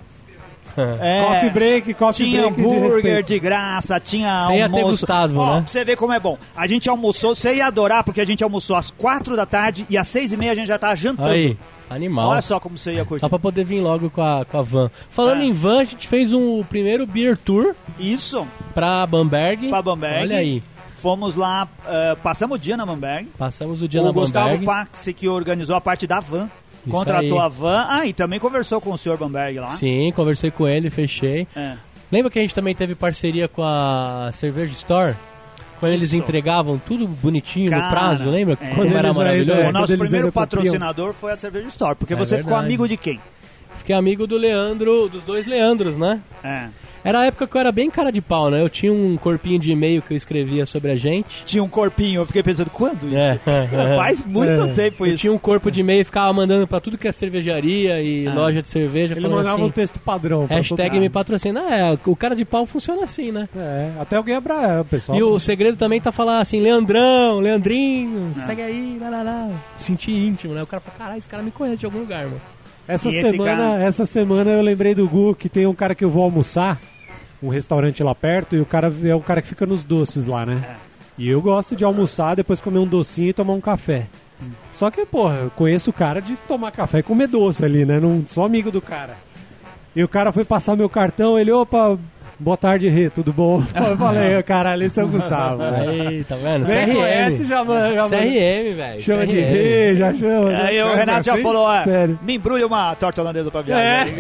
[SPEAKER 3] É.
[SPEAKER 2] Coffee break, coffee
[SPEAKER 3] Tinha
[SPEAKER 2] break de
[SPEAKER 3] hambúrguer
[SPEAKER 2] respeito.
[SPEAKER 3] de, graça, tinha
[SPEAKER 1] Você ia
[SPEAKER 3] almoço.
[SPEAKER 1] ter gostado,
[SPEAKER 3] Ó,
[SPEAKER 1] né?
[SPEAKER 3] Pra você ver como é bom. A gente almoçou, você ia adorar, porque a gente almoçou às 4 da tarde e às 6 e meia a gente já tava jantando.
[SPEAKER 1] Aí, animal.
[SPEAKER 3] Olha só como você ia curtir.
[SPEAKER 1] Só pra poder vir logo com a, com a van. Falando
[SPEAKER 3] É.
[SPEAKER 1] em van, a gente fez um o primeiro beer tour
[SPEAKER 3] Isso,
[SPEAKER 1] pra Bamberg.
[SPEAKER 3] pra Bamberg.
[SPEAKER 1] Olha aí.
[SPEAKER 3] Fomos lá, eh, passamos o dia na Bamberg.
[SPEAKER 1] Passamos o dia
[SPEAKER 3] o
[SPEAKER 1] na
[SPEAKER 3] Gustavo
[SPEAKER 1] Bamberg.
[SPEAKER 3] Paxi, que organizou a parte da van,
[SPEAKER 1] Isso
[SPEAKER 3] contratou
[SPEAKER 1] aí.
[SPEAKER 3] a van. Ah, e também conversou com o senhor Bamberg lá.
[SPEAKER 1] Sim, Tipo, conversei com ele, fechei.
[SPEAKER 3] É.
[SPEAKER 1] Lembra que a gente também teve parceria com a Cerveja Store? Quando eles
[SPEAKER 3] Isso.
[SPEAKER 1] entregavam tudo bonitinho
[SPEAKER 3] Cara,
[SPEAKER 1] no prazo, lembra?
[SPEAKER 3] é.
[SPEAKER 1] Como era
[SPEAKER 2] Eles aí,
[SPEAKER 1] maravilhoso?
[SPEAKER 2] né?
[SPEAKER 3] o
[SPEAKER 2] quando
[SPEAKER 3] nosso
[SPEAKER 2] eles
[SPEAKER 3] primeiro
[SPEAKER 2] ainda cumpriam.
[SPEAKER 3] patrocinador foi a Cerveja Store, Ah, porque
[SPEAKER 1] É
[SPEAKER 3] você ficou
[SPEAKER 1] verdade.
[SPEAKER 3] amigo de quem?
[SPEAKER 1] Fiquei amigo do Leandro, dos dois Leandros, né?
[SPEAKER 3] É.
[SPEAKER 1] Era a época que eu era bem cara de pau, né? Eu tinha um corpinho de e-mail que eu escrevia sobre a gente.
[SPEAKER 3] Tinha um corpinho, eu fiquei pensando, quando isso?
[SPEAKER 1] É. (laughs)
[SPEAKER 3] Faz muito tempo
[SPEAKER 1] Eu
[SPEAKER 3] isso.
[SPEAKER 1] tinha um corpo de e-mail e ficava mandando pra tudo que é cervejaria e
[SPEAKER 3] Ah.
[SPEAKER 1] loja de cerveja,
[SPEAKER 2] Ele
[SPEAKER 1] falando
[SPEAKER 2] mandava
[SPEAKER 1] assim,
[SPEAKER 2] um texto padrão. pra todo
[SPEAKER 1] hashtag
[SPEAKER 2] mundo.
[SPEAKER 1] me patrocina. Ah, É, o cara de pau funciona assim, né?
[SPEAKER 2] É, até alguém abra o pessoal.
[SPEAKER 1] E o segredo também tá falar assim, Leandrão, Leandrinho, É.
[SPEAKER 3] Ah.
[SPEAKER 1] segue aí, lá, lá, lá. Sentir íntimo, né? O cara fala, caralho, esse cara me conhece de algum lugar, mano.
[SPEAKER 2] Essa
[SPEAKER 3] E esse
[SPEAKER 2] semana,
[SPEAKER 3] cara-
[SPEAKER 2] essa semana eu lembrei do Gu que tem um cara que eu vou almoçar, um restaurante lá perto, e o cara é o cara que fica nos doces lá, né?
[SPEAKER 3] É.
[SPEAKER 2] E eu gosto de almoçar, depois comer um docinho e tomar um café.
[SPEAKER 3] Hum.
[SPEAKER 2] Só que, porra, eu conheço o cara de tomar café e comer doce ali, né? Não sou amigo do cara. E o cara foi passar meu cartão, ele, opa, boa tarde, Rê, tudo bom? (laughs) Eu falei, caralho, esse é o Gustavo.
[SPEAKER 1] Aí, tá vendo?
[SPEAKER 2] Nem
[SPEAKER 3] é
[SPEAKER 2] conhece,
[SPEAKER 1] CRM.
[SPEAKER 2] já manda. já manda-
[SPEAKER 1] CRM, velho.
[SPEAKER 2] Chama de
[SPEAKER 1] CRM.
[SPEAKER 2] Rê, já chama. né?
[SPEAKER 3] Aí o
[SPEAKER 5] Sério,
[SPEAKER 3] Renato já
[SPEAKER 5] assim?
[SPEAKER 3] falou, ó,
[SPEAKER 2] Sério. É.
[SPEAKER 3] me embrulha uma torta holandesa pra viagem.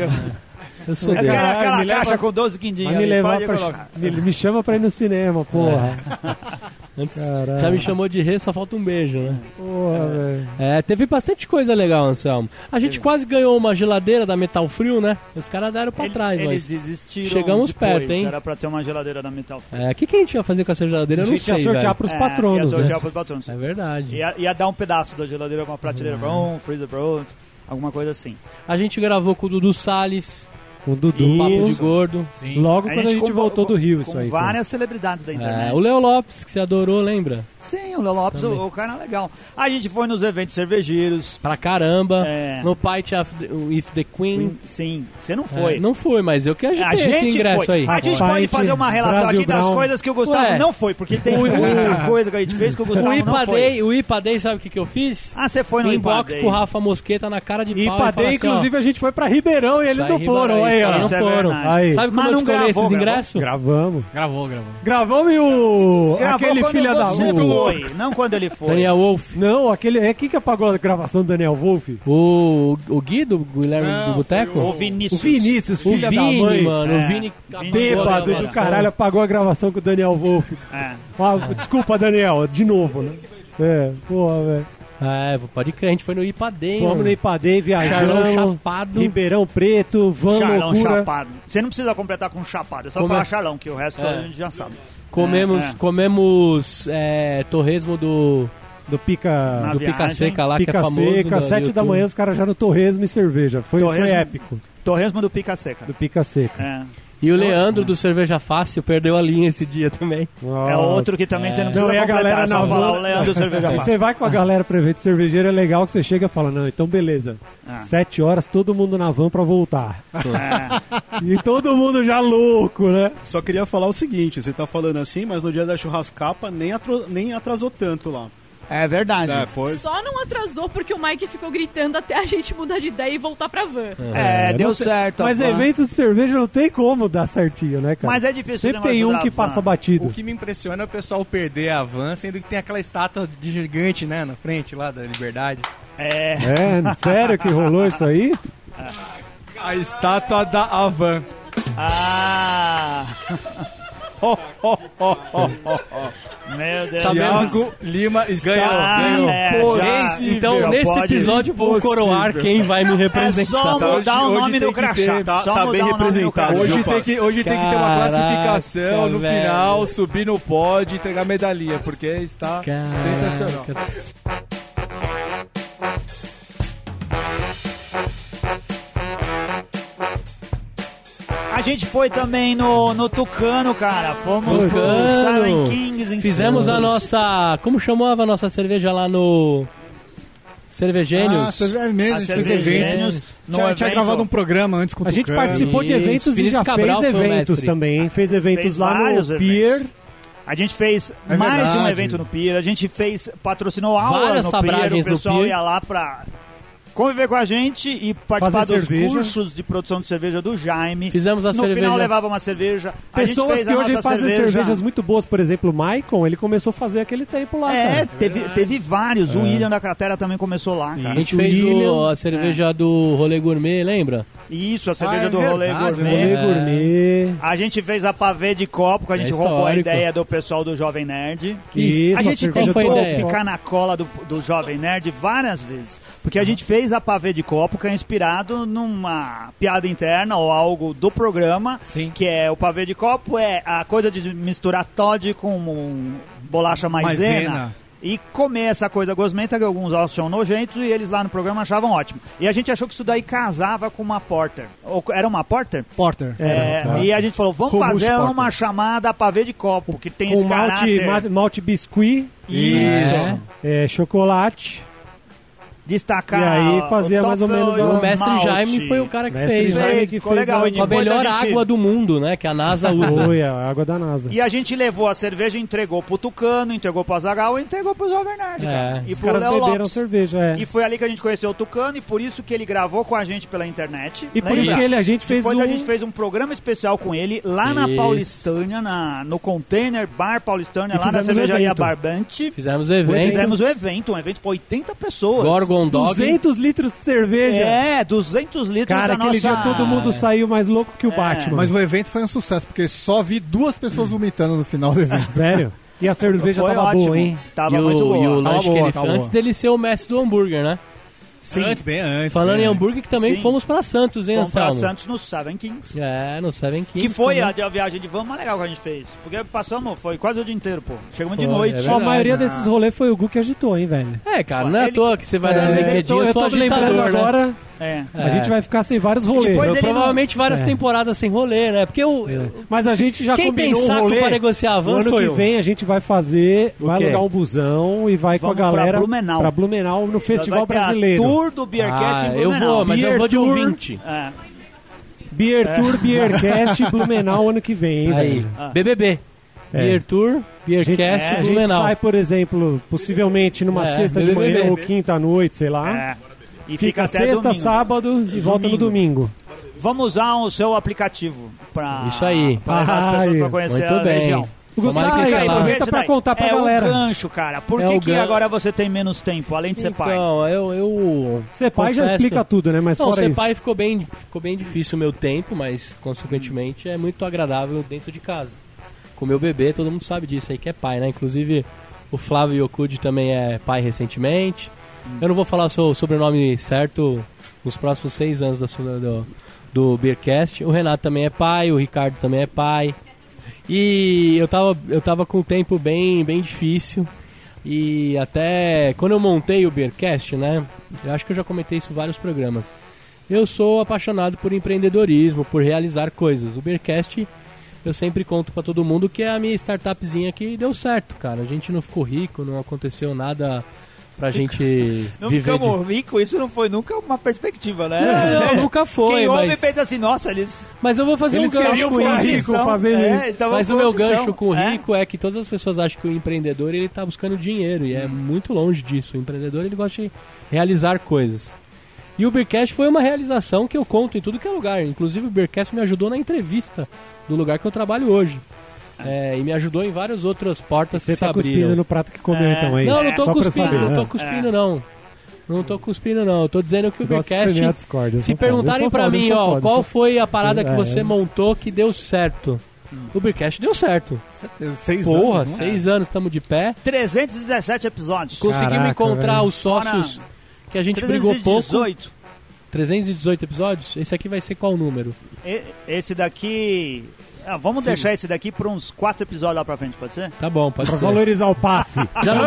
[SPEAKER 1] Eu sou
[SPEAKER 3] Aquela,
[SPEAKER 1] dele.
[SPEAKER 2] Caralho,
[SPEAKER 3] aquela
[SPEAKER 2] me leva-
[SPEAKER 3] caixa com 12 quindinhos
[SPEAKER 2] Mas me,
[SPEAKER 3] ali,
[SPEAKER 2] levar
[SPEAKER 3] pode
[SPEAKER 2] pra,
[SPEAKER 3] colocar. É.
[SPEAKER 2] me, me chama pra ir no cinema, porra. (laughs)
[SPEAKER 1] Antes,
[SPEAKER 2] Caralho.
[SPEAKER 1] já me chamou de rei, só falta um beijo, né?
[SPEAKER 2] Porra, velho.
[SPEAKER 1] É, teve bastante coisa legal, Anselmo. A gente quase ganhou uma geladeira da Metal Frio, né? Os caras deram pra
[SPEAKER 3] Ele-
[SPEAKER 1] trás,
[SPEAKER 3] Eles
[SPEAKER 1] mas...
[SPEAKER 3] desistiram
[SPEAKER 1] chegamos
[SPEAKER 3] depois,
[SPEAKER 1] perto, hein?
[SPEAKER 3] Era pra ter uma geladeira na Metal Free.
[SPEAKER 1] É, o que, que a gente ia fazer com essa geladeira?
[SPEAKER 2] A
[SPEAKER 1] Eu não
[SPEAKER 2] gente
[SPEAKER 1] sei,
[SPEAKER 2] ia sortear
[SPEAKER 1] velho.
[SPEAKER 2] pros
[SPEAKER 3] É,
[SPEAKER 2] patronos.
[SPEAKER 3] Ia sortear
[SPEAKER 2] né?
[SPEAKER 3] pros patronos.
[SPEAKER 1] É verdade. É
[SPEAKER 3] Ia, ia dar um pedaço da geladeira pra uma prateleira pra um, freezer pra outro, alguma coisa assim.
[SPEAKER 1] A gente gravou com o Dudu Salles,
[SPEAKER 2] Com o Dudu.
[SPEAKER 1] Papo de gordo. Sim.
[SPEAKER 2] Logo quando a gente
[SPEAKER 3] convo-
[SPEAKER 2] voltou do Rio, isso
[SPEAKER 3] com
[SPEAKER 2] aí. foi.
[SPEAKER 3] várias celebridades da internet.
[SPEAKER 1] É, o Léo Lopes, que você adorou, lembra?
[SPEAKER 3] Sim, o Léo Lopes, o,
[SPEAKER 1] Também.
[SPEAKER 3] o cara é legal. A gente foi nos eventos cervejeiros.
[SPEAKER 1] Pra caramba.
[SPEAKER 3] É.
[SPEAKER 1] No Fight of the- If the Queen.
[SPEAKER 3] Sim, você não foi.
[SPEAKER 1] É, não foi, mas eu que agitei
[SPEAKER 3] A
[SPEAKER 1] esse
[SPEAKER 3] gente
[SPEAKER 1] ingresso
[SPEAKER 3] foi.
[SPEAKER 1] aí.
[SPEAKER 3] A gente pode fazer uma relação
[SPEAKER 2] Brasil
[SPEAKER 3] aqui das
[SPEAKER 2] Brown.
[SPEAKER 3] coisas que o Gustavo
[SPEAKER 1] Ué.
[SPEAKER 3] não foi, porque tem
[SPEAKER 1] Ui, ui.
[SPEAKER 3] muita coisa que a gente fez que o Gustavo
[SPEAKER 1] O
[SPEAKER 3] não
[SPEAKER 1] IPA,
[SPEAKER 3] foi.
[SPEAKER 1] Day, o IPA Day, sabe o que, que eu fiz?
[SPEAKER 3] Ah, você foi no
[SPEAKER 1] Inbox
[SPEAKER 3] Ipadei.
[SPEAKER 1] pro Rafa Mosqueta na cara de pau. assim,
[SPEAKER 2] E
[SPEAKER 3] assim,
[SPEAKER 2] Padê, inclusive, a gente foi pra Ribeirão e eles
[SPEAKER 1] Isso aí,
[SPEAKER 2] não foram.
[SPEAKER 1] Ribeirão,
[SPEAKER 2] Aí, ó.
[SPEAKER 1] isso
[SPEAKER 3] é
[SPEAKER 1] não foram.
[SPEAKER 3] verdade.
[SPEAKER 2] Aí.
[SPEAKER 1] Sabe como
[SPEAKER 3] Mas
[SPEAKER 1] eu
[SPEAKER 3] não
[SPEAKER 1] escolhi
[SPEAKER 3] gravou,
[SPEAKER 1] esses
[SPEAKER 3] gravou.
[SPEAKER 1] ingressos?
[SPEAKER 2] Gravamos.
[SPEAKER 5] Gravou, gravou.
[SPEAKER 2] Gravamos e o.
[SPEAKER 3] Gravou
[SPEAKER 2] aquele
[SPEAKER 3] quando
[SPEAKER 2] filho da
[SPEAKER 3] você
[SPEAKER 2] U.
[SPEAKER 3] foi, não quando ele foi.
[SPEAKER 1] Daniel Wolf.
[SPEAKER 2] é. Não, aquele. É quem que apagou a gravação do Daniel Wolff?
[SPEAKER 1] O, o Guido, o Guilherme
[SPEAKER 5] Não,
[SPEAKER 1] do Boteco?
[SPEAKER 3] O
[SPEAKER 1] O,
[SPEAKER 2] O
[SPEAKER 3] Vinícius.
[SPEAKER 2] Vinícius, filho da
[SPEAKER 1] Vini,
[SPEAKER 2] mãe.
[SPEAKER 1] mano.
[SPEAKER 3] É.
[SPEAKER 1] O Vini acabou a
[SPEAKER 2] Bêbado do
[SPEAKER 1] gravação.
[SPEAKER 2] caralho, apagou a gravação com o Daniel Wolff.
[SPEAKER 3] É.
[SPEAKER 2] Ah, desculpa, Daniel, de novo, né? É, porra, velho.
[SPEAKER 1] É, pode crer, a gente foi no IPA Day.
[SPEAKER 2] Fomos no
[SPEAKER 1] mano.
[SPEAKER 2] Ipadei,
[SPEAKER 1] Charlão
[SPEAKER 2] viajamos.
[SPEAKER 1] Chapado.
[SPEAKER 2] Ribeirão Preto, Van
[SPEAKER 3] Charlão
[SPEAKER 2] Loucura.
[SPEAKER 3] chapado. Você não precisa completar com chapado, é só
[SPEAKER 1] Como
[SPEAKER 3] falar
[SPEAKER 1] é?
[SPEAKER 3] charlão, que o resto
[SPEAKER 1] É.
[SPEAKER 3] a gente já sabe.
[SPEAKER 1] Comemos,
[SPEAKER 3] É, é.
[SPEAKER 1] comemos é, torresmo do,
[SPEAKER 2] Do Pica.
[SPEAKER 3] Na
[SPEAKER 1] do
[SPEAKER 3] viagem.
[SPEAKER 1] Pica Seca lá, que é
[SPEAKER 2] Pica
[SPEAKER 1] famoso.
[SPEAKER 2] Seca,
[SPEAKER 1] do-
[SPEAKER 2] sete
[SPEAKER 1] do
[SPEAKER 2] da
[SPEAKER 1] YouTube.
[SPEAKER 2] manhã, os caras já no Torresmo e cerveja. Foi, foi
[SPEAKER 3] Torresmo-
[SPEAKER 2] épico,
[SPEAKER 3] Torresmo do Pica Seca.
[SPEAKER 2] do Pica Seca.
[SPEAKER 3] É.
[SPEAKER 1] E o Leandro do Cerveja Fácil perdeu a linha esse dia também.
[SPEAKER 3] É outro que também você não precisa
[SPEAKER 2] Não, e a
[SPEAKER 3] completar,
[SPEAKER 2] galera
[SPEAKER 3] é só
[SPEAKER 2] na
[SPEAKER 3] falar
[SPEAKER 2] rua-
[SPEAKER 3] o Leandro Cerveja
[SPEAKER 2] Aí você
[SPEAKER 3] Fácil.
[SPEAKER 2] vai com a galera pra evento cervejeiro, é legal que você chega e fala, não, então beleza.
[SPEAKER 3] Ah.
[SPEAKER 2] Sete horas, todo mundo na van pra voltar.
[SPEAKER 3] É.
[SPEAKER 2] E todo mundo já louco, né?
[SPEAKER 4] Só queria falar o seguinte, você tá falando assim, mas no dia da churrascapa nem, atro- nem atrasou tanto lá.
[SPEAKER 3] É verdade.
[SPEAKER 4] É, foi...
[SPEAKER 7] Só não atrasou porque o Mike ficou gritando até a gente mudar de ideia e voltar pra van.
[SPEAKER 3] É, deu
[SPEAKER 2] não tem-
[SPEAKER 3] certo.
[SPEAKER 2] Mas
[SPEAKER 3] a van.
[SPEAKER 2] eventos de cerveja não tem como dar certinho, né, cara?
[SPEAKER 3] Mas é difícil.
[SPEAKER 2] Sempre
[SPEAKER 3] o negócio
[SPEAKER 2] tem um
[SPEAKER 3] da
[SPEAKER 2] que
[SPEAKER 3] van.
[SPEAKER 2] passa batido.
[SPEAKER 6] O que me impressiona é o pessoal perder a van, sendo que tem aquela estátua de gigante, né, na frente lá da Liberdade.
[SPEAKER 3] É.
[SPEAKER 2] É, sério que rolou isso aí?
[SPEAKER 8] A estátua da Avan.
[SPEAKER 3] Ah, É,
[SPEAKER 8] Ho, ho, ho, ho, ho.
[SPEAKER 3] meu Deus.
[SPEAKER 8] Thiago Lima está
[SPEAKER 3] Ah, é, já-
[SPEAKER 8] Esse-
[SPEAKER 1] Então,
[SPEAKER 3] Meu,
[SPEAKER 1] nesse
[SPEAKER 3] pode-
[SPEAKER 1] episódio, vou
[SPEAKER 8] Impossível.
[SPEAKER 1] coroar quem vai me
[SPEAKER 3] É só
[SPEAKER 1] representar.
[SPEAKER 3] mudar o
[SPEAKER 8] hoje
[SPEAKER 3] nome
[SPEAKER 8] tem
[SPEAKER 3] do
[SPEAKER 8] que
[SPEAKER 3] crachá.
[SPEAKER 8] ter-
[SPEAKER 4] tá-
[SPEAKER 3] Só
[SPEAKER 4] tá
[SPEAKER 3] mudar
[SPEAKER 4] bem
[SPEAKER 3] o nome do
[SPEAKER 4] representado,
[SPEAKER 3] crachá.
[SPEAKER 4] viu,
[SPEAKER 8] Hoje, tem
[SPEAKER 4] Caraca,
[SPEAKER 8] que, hoje tem que ter uma classificação no
[SPEAKER 1] velho.
[SPEAKER 8] final, subir no pod e entregar medalha, porque está sensacional.
[SPEAKER 3] A gente foi também no, no Tucano, cara. Fomos no pro
[SPEAKER 1] Tucano.
[SPEAKER 3] Silent Kings em
[SPEAKER 1] Fizemos a
[SPEAKER 3] Santos.
[SPEAKER 1] nossa. Como chamava a nossa cerveja lá no.
[SPEAKER 5] Ah,
[SPEAKER 1] Cervegênios?
[SPEAKER 5] cerve- é mesmo, a gente fez
[SPEAKER 1] cerveja,
[SPEAKER 5] evento.
[SPEAKER 1] né?
[SPEAKER 3] Gênios no
[SPEAKER 5] Tinha, tinha
[SPEAKER 3] evento.
[SPEAKER 5] gravado um programa antes com o
[SPEAKER 2] A gente
[SPEAKER 5] Tucano.
[SPEAKER 2] participou de
[SPEAKER 1] Isso,
[SPEAKER 2] eventos e
[SPEAKER 1] Feliz
[SPEAKER 2] já
[SPEAKER 1] Cabral
[SPEAKER 2] fez
[SPEAKER 1] foi o
[SPEAKER 2] eventos
[SPEAKER 1] mestre.
[SPEAKER 2] também. hein? Fez eventos
[SPEAKER 3] Fez
[SPEAKER 2] lá
[SPEAKER 3] vários
[SPEAKER 2] no
[SPEAKER 3] eventos.
[SPEAKER 2] Pier.
[SPEAKER 3] A gente fez
[SPEAKER 5] É
[SPEAKER 3] mais de um
[SPEAKER 5] verdade.
[SPEAKER 3] evento no Pier. A gente fez patrocinou aula
[SPEAKER 1] Várias
[SPEAKER 3] no Pier. O
[SPEAKER 1] sabragens no
[SPEAKER 3] pessoal
[SPEAKER 1] Pier.
[SPEAKER 3] ia lá pra conviver com a gente e participar
[SPEAKER 2] Fazer
[SPEAKER 3] dos
[SPEAKER 2] cerveja.
[SPEAKER 3] cursos de produção de cerveja do Jaime.
[SPEAKER 1] Fizemos a
[SPEAKER 3] no
[SPEAKER 1] cerveja.
[SPEAKER 3] final levava uma cerveja. A gente
[SPEAKER 2] Pessoas
[SPEAKER 3] fez
[SPEAKER 2] que
[SPEAKER 3] a
[SPEAKER 2] hoje
[SPEAKER 3] nossa
[SPEAKER 2] fazem
[SPEAKER 3] cerveja.
[SPEAKER 2] cervejas muito boas, por exemplo, o Maicon, ele começou a fazer aquele tempo lá,
[SPEAKER 3] É,
[SPEAKER 2] cara.
[SPEAKER 3] teve, teve vários. Um O William da Cratera também começou lá,
[SPEAKER 1] A
[SPEAKER 3] cara. É.
[SPEAKER 1] gente fez o,
[SPEAKER 2] É. William.
[SPEAKER 1] a cerveja do Rolê Gourmet, lembra?
[SPEAKER 3] Isso, a cerveja
[SPEAKER 5] Ah, é
[SPEAKER 3] do Rolê
[SPEAKER 5] verdade,
[SPEAKER 3] Gourmet.
[SPEAKER 2] Rolê
[SPEAKER 1] É.
[SPEAKER 2] gourmet.
[SPEAKER 3] A gente fez a pavê de copo, que a
[SPEAKER 1] É
[SPEAKER 3] gente roubou a
[SPEAKER 1] histórico.
[SPEAKER 3] ideia do pessoal do Jovem Nerd.
[SPEAKER 2] Isso,
[SPEAKER 3] a gente
[SPEAKER 2] cerveja
[SPEAKER 1] qual foi a
[SPEAKER 3] tentou
[SPEAKER 1] ideia?
[SPEAKER 3] ficar na cola do, do Jovem Nerd várias vezes. Porque a gente fez a pavê de copo, que é inspirado numa piada interna ou algo do programa.
[SPEAKER 5] Sim.
[SPEAKER 3] Que é o pavê de copo, é a coisa de misturar Todd com um bolacha maisena.
[SPEAKER 5] Maisena.
[SPEAKER 3] E comer essa coisa gosmenta que alguns acham nojentos e eles lá no programa achavam ótimo. E a gente achou que isso daí casava com uma porter. Ou, era uma porter?
[SPEAKER 5] Porter.
[SPEAKER 3] É,
[SPEAKER 5] Tá.
[SPEAKER 3] E a gente falou, vamos
[SPEAKER 5] Rumo
[SPEAKER 3] fazer
[SPEAKER 5] Sport.
[SPEAKER 3] uma chamada pavê de copo, que tem
[SPEAKER 2] Com
[SPEAKER 3] esse
[SPEAKER 2] malte,
[SPEAKER 3] caráter
[SPEAKER 2] ma- malte biscuit,
[SPEAKER 5] Isso.
[SPEAKER 2] é, chocolate.
[SPEAKER 3] destacar.
[SPEAKER 2] E aí fazia
[SPEAKER 3] o
[SPEAKER 2] mais ou
[SPEAKER 3] toffee
[SPEAKER 2] menos
[SPEAKER 3] e
[SPEAKER 2] a-
[SPEAKER 1] O mestre
[SPEAKER 3] malte.
[SPEAKER 1] Jaime foi o cara que
[SPEAKER 2] Mestre
[SPEAKER 1] fez.
[SPEAKER 2] Jaime
[SPEAKER 1] né?
[SPEAKER 2] que
[SPEAKER 3] ficou
[SPEAKER 2] fez
[SPEAKER 3] legal, hein,
[SPEAKER 2] a-
[SPEAKER 1] Com a
[SPEAKER 3] Depois
[SPEAKER 1] melhor
[SPEAKER 3] a gente-
[SPEAKER 1] água do mundo, né? Que
[SPEAKER 2] (laughs)
[SPEAKER 1] a NASA usa.
[SPEAKER 2] Foi a água da NASA.
[SPEAKER 3] E a gente levou a cerveja, entregou pro Tucano, entregou pro Azagal e entregou pro Jovem Nerd, cara.
[SPEAKER 1] É,
[SPEAKER 3] E
[SPEAKER 2] Os
[SPEAKER 3] pro
[SPEAKER 2] caras
[SPEAKER 3] Léo
[SPEAKER 2] beberam
[SPEAKER 3] Lopes.
[SPEAKER 2] cerveja, é.
[SPEAKER 3] E foi ali que a gente conheceu o Tucano e por isso que ele gravou com a gente pela internet.
[SPEAKER 2] E por
[SPEAKER 3] Lembra?
[SPEAKER 2] isso que ele, a gente fez
[SPEAKER 3] Depois
[SPEAKER 2] um...
[SPEAKER 3] a gente fez um programa especial com ele lá na
[SPEAKER 1] Isso.
[SPEAKER 3] Paulistânia, na, no container Bar Paulistânia,
[SPEAKER 2] E
[SPEAKER 3] lá na
[SPEAKER 2] fizemos um
[SPEAKER 3] cervejaria
[SPEAKER 2] evento.
[SPEAKER 3] Barbante.
[SPEAKER 1] Fizemos o evento.
[SPEAKER 3] Fizemos um evento, um evento pra 80 pessoas.
[SPEAKER 1] Gorgon Dog.
[SPEAKER 2] 200 litros de cerveja.
[SPEAKER 3] É, 200 litros
[SPEAKER 2] Cara,
[SPEAKER 3] da nossa...
[SPEAKER 2] aquele dia todo mundo saiu mais louco que o
[SPEAKER 3] Ah. É.
[SPEAKER 2] Batman. Hum.
[SPEAKER 5] Mas o evento foi um sucesso, porque só vi duas pessoas vomitando no final do evento.
[SPEAKER 2] (laughs) Sério? E a cerveja
[SPEAKER 3] Foi
[SPEAKER 2] tava
[SPEAKER 3] ótimo.
[SPEAKER 2] boa, hein?
[SPEAKER 3] Tava
[SPEAKER 1] e o,
[SPEAKER 3] muito boa.
[SPEAKER 1] e o
[SPEAKER 5] Tava
[SPEAKER 1] lanche
[SPEAKER 5] boa,
[SPEAKER 1] que ele
[SPEAKER 5] tava
[SPEAKER 1] antes
[SPEAKER 5] boa.
[SPEAKER 1] dele ser o mestre do hambúrguer, né?
[SPEAKER 3] Sim,
[SPEAKER 5] Antes, bem antes.
[SPEAKER 1] Falando
[SPEAKER 5] bem
[SPEAKER 1] em
[SPEAKER 5] antes.
[SPEAKER 1] hambúrguer, que também
[SPEAKER 3] Sim.
[SPEAKER 1] fomos pra Santos, hein,
[SPEAKER 3] fomos pra
[SPEAKER 1] Anselmo?
[SPEAKER 3] Santos no Seven Kings.
[SPEAKER 1] É, no Seven
[SPEAKER 3] Que
[SPEAKER 1] Kings.
[SPEAKER 3] foi a,
[SPEAKER 1] também.
[SPEAKER 3] a viagem de van mais legal que a gente fez. Porque passamos, foi quase o dia inteiro, pô. Chegamos de
[SPEAKER 1] Foi,
[SPEAKER 3] noite.
[SPEAKER 1] é
[SPEAKER 2] Ó, a
[SPEAKER 1] verdade.
[SPEAKER 2] maioria desses rolês foi o Gu que agitou, hein, velho?
[SPEAKER 1] É, cara, não é à
[SPEAKER 3] Ele-
[SPEAKER 1] toa que você vai
[SPEAKER 2] É,
[SPEAKER 1] dar
[SPEAKER 2] eu tô-
[SPEAKER 1] LinkedIn, eu
[SPEAKER 2] eu tô
[SPEAKER 1] sou
[SPEAKER 2] me lembrando
[SPEAKER 1] agitador, né?
[SPEAKER 2] agora
[SPEAKER 3] É.
[SPEAKER 2] A gente vai ficar sem vários rolês.
[SPEAKER 1] Eu, provavelmente várias
[SPEAKER 2] É.
[SPEAKER 1] temporadas sem rolê, né? Porque eu, eu-
[SPEAKER 2] Mas a gente já
[SPEAKER 1] Quem tem
[SPEAKER 2] combinou um
[SPEAKER 1] saco
[SPEAKER 2] rolê.
[SPEAKER 1] pra negociar a van
[SPEAKER 2] O ano
[SPEAKER 1] sou
[SPEAKER 2] que
[SPEAKER 1] eu.
[SPEAKER 2] vem a gente vai fazer, vai
[SPEAKER 1] quê?
[SPEAKER 2] alugar um busão e vai com a
[SPEAKER 3] Vamos pra
[SPEAKER 2] galera
[SPEAKER 3] Blumenau.
[SPEAKER 2] pra Blumenau no
[SPEAKER 3] Vai
[SPEAKER 2] Festival
[SPEAKER 3] ter a
[SPEAKER 2] Brasileiro.
[SPEAKER 3] Tour do Beercast
[SPEAKER 1] Ah,
[SPEAKER 3] em
[SPEAKER 1] eu
[SPEAKER 3] Blumenau.
[SPEAKER 1] vou, mas eu
[SPEAKER 2] Beer
[SPEAKER 1] vou de
[SPEAKER 2] tour.
[SPEAKER 1] ouvinte.
[SPEAKER 3] É.
[SPEAKER 2] Beer Tour,
[SPEAKER 3] (laughs)
[SPEAKER 2] Beercast e Blumenau ano que vem, hein,
[SPEAKER 1] Aí,
[SPEAKER 2] velho?
[SPEAKER 3] Ah.
[SPEAKER 1] BBB.
[SPEAKER 2] É.
[SPEAKER 1] Beer Tour,
[SPEAKER 2] A gente, é,
[SPEAKER 1] Beercast,
[SPEAKER 2] a gente
[SPEAKER 1] Blumenau.
[SPEAKER 2] sai, por exemplo, possivelmente numa
[SPEAKER 1] É,
[SPEAKER 2] sexta de
[SPEAKER 1] BBB.
[SPEAKER 2] manhã ou quinta à noite, sei lá.
[SPEAKER 3] É. E
[SPEAKER 2] Fica,
[SPEAKER 3] fica, até
[SPEAKER 2] sexta,
[SPEAKER 3] domingo.
[SPEAKER 2] sábado e volta no domingo.
[SPEAKER 3] Vamos usar o seu aplicativo para
[SPEAKER 1] Isso aí.
[SPEAKER 3] Ah, as
[SPEAKER 2] Ai,
[SPEAKER 3] pessoas pra conhecer
[SPEAKER 1] muito
[SPEAKER 3] a
[SPEAKER 1] bem.
[SPEAKER 3] região.
[SPEAKER 2] O
[SPEAKER 1] Tomara
[SPEAKER 2] Gustavo
[SPEAKER 1] que
[SPEAKER 2] aí,
[SPEAKER 1] fica lá.
[SPEAKER 2] aproveita
[SPEAKER 3] Esse
[SPEAKER 2] pra
[SPEAKER 3] daí.
[SPEAKER 2] contar pra
[SPEAKER 3] é
[SPEAKER 2] galera.
[SPEAKER 3] o gancho, cara. Por
[SPEAKER 1] É
[SPEAKER 3] que,
[SPEAKER 1] o
[SPEAKER 3] que
[SPEAKER 1] gancho.
[SPEAKER 3] agora você tem menos tempo, além de ser pai?
[SPEAKER 1] Então, eu... eu
[SPEAKER 2] Ser pai já
[SPEAKER 1] confesso-
[SPEAKER 2] explica tudo, né? Mas
[SPEAKER 1] Não,
[SPEAKER 2] fora
[SPEAKER 1] ser
[SPEAKER 2] isso.
[SPEAKER 1] pai ficou bem, ficou bem difícil o meu tempo, mas consequentemente é muito agradável dentro de casa. Com meu bebê, todo mundo sabe disso aí que é pai, né? Inclusive o Flávio Yokudi também é pai recentemente. Eu não vou falar so- o sobrenome certo nos próximos seis anos da su- do, do Beercast. O Renato também é pai, o Ricardo também é pai. E eu tava, eu tava com um tempo bem, bem difícil. E até quando eu montei o Beercast, né? Eu acho que eu já comentei isso em vários programas. Eu sou apaixonado por empreendedorismo, por realizar coisas. O Beercast eu sempre conto pra todo mundo que é a minha startupzinha que deu certo, cara. A gente não ficou rico, não aconteceu nada pra gente
[SPEAKER 3] (laughs) Não
[SPEAKER 1] viver de...
[SPEAKER 3] ficamos ricos, isso não foi nunca uma perspectiva, né?
[SPEAKER 1] Não, não, nunca foi,
[SPEAKER 3] Quem ouve
[SPEAKER 1] mas,
[SPEAKER 3] pensa assim, nossa, eles...
[SPEAKER 1] mas eu vou fazer um
[SPEAKER 2] Eles
[SPEAKER 1] gancho
[SPEAKER 2] queriam
[SPEAKER 1] com
[SPEAKER 2] ficar
[SPEAKER 1] isso.
[SPEAKER 2] ricos. rico fazendo
[SPEAKER 3] É,
[SPEAKER 2] isso.
[SPEAKER 3] então
[SPEAKER 1] Mas o
[SPEAKER 3] vamos
[SPEAKER 1] meu
[SPEAKER 3] por opção.
[SPEAKER 1] gancho com o
[SPEAKER 3] É?
[SPEAKER 1] rico é? que todas as pessoas acham que o empreendedor ele tá buscando dinheiro e é
[SPEAKER 3] Uhum.
[SPEAKER 1] muito longe disso. O empreendedor ele gosta de realizar coisas. E o Beercast foi uma realização que eu conto em tudo que é lugar. Inclusive o Beercast me ajudou na entrevista do lugar que eu trabalho hoje.
[SPEAKER 3] Ah.
[SPEAKER 1] É, e me ajudou em várias outras portas
[SPEAKER 2] Você
[SPEAKER 1] que se
[SPEAKER 2] tá
[SPEAKER 1] abriram.
[SPEAKER 2] cuspindo no prato que comeu,
[SPEAKER 3] É.
[SPEAKER 2] então, é isso.
[SPEAKER 1] Não, não tô
[SPEAKER 2] Só pra eu
[SPEAKER 1] cuspindo,
[SPEAKER 2] saber,
[SPEAKER 1] não
[SPEAKER 2] né?
[SPEAKER 1] tô cuspindo não. Não tô cuspindo não. Eu tô dizendo que o
[SPEAKER 2] Eu gosto de semear
[SPEAKER 1] Beercast
[SPEAKER 2] discórdia, eu
[SPEAKER 1] se
[SPEAKER 2] sou foda, eu
[SPEAKER 1] perguntarem
[SPEAKER 2] sou
[SPEAKER 1] pra
[SPEAKER 2] foda, eu
[SPEAKER 1] mim,
[SPEAKER 2] sou
[SPEAKER 1] ó,
[SPEAKER 2] foda, eu
[SPEAKER 1] qual
[SPEAKER 2] sou-
[SPEAKER 1] foi a parada que
[SPEAKER 2] É,
[SPEAKER 1] você
[SPEAKER 2] é.
[SPEAKER 1] montou que deu certo? O Beercast deu certo.
[SPEAKER 5] Seis
[SPEAKER 1] Porra,
[SPEAKER 5] anos, né?
[SPEAKER 3] é?
[SPEAKER 1] seis anos estamos de pé.
[SPEAKER 3] 317 episódios.
[SPEAKER 1] Conseguimos
[SPEAKER 2] Caraca,
[SPEAKER 1] encontrar
[SPEAKER 2] velho.
[SPEAKER 1] os sócios que a gente brigou pouco.
[SPEAKER 3] 318.
[SPEAKER 1] 318 episódios? Esse aqui vai ser qual número?
[SPEAKER 3] E- Esse daqui... Ah, vamos deixar esse daqui por uns quatro episódios lá pra frente, pode ser?
[SPEAKER 1] Tá bom, pode ser.
[SPEAKER 2] Valorizar o passe.
[SPEAKER 1] (laughs) Já não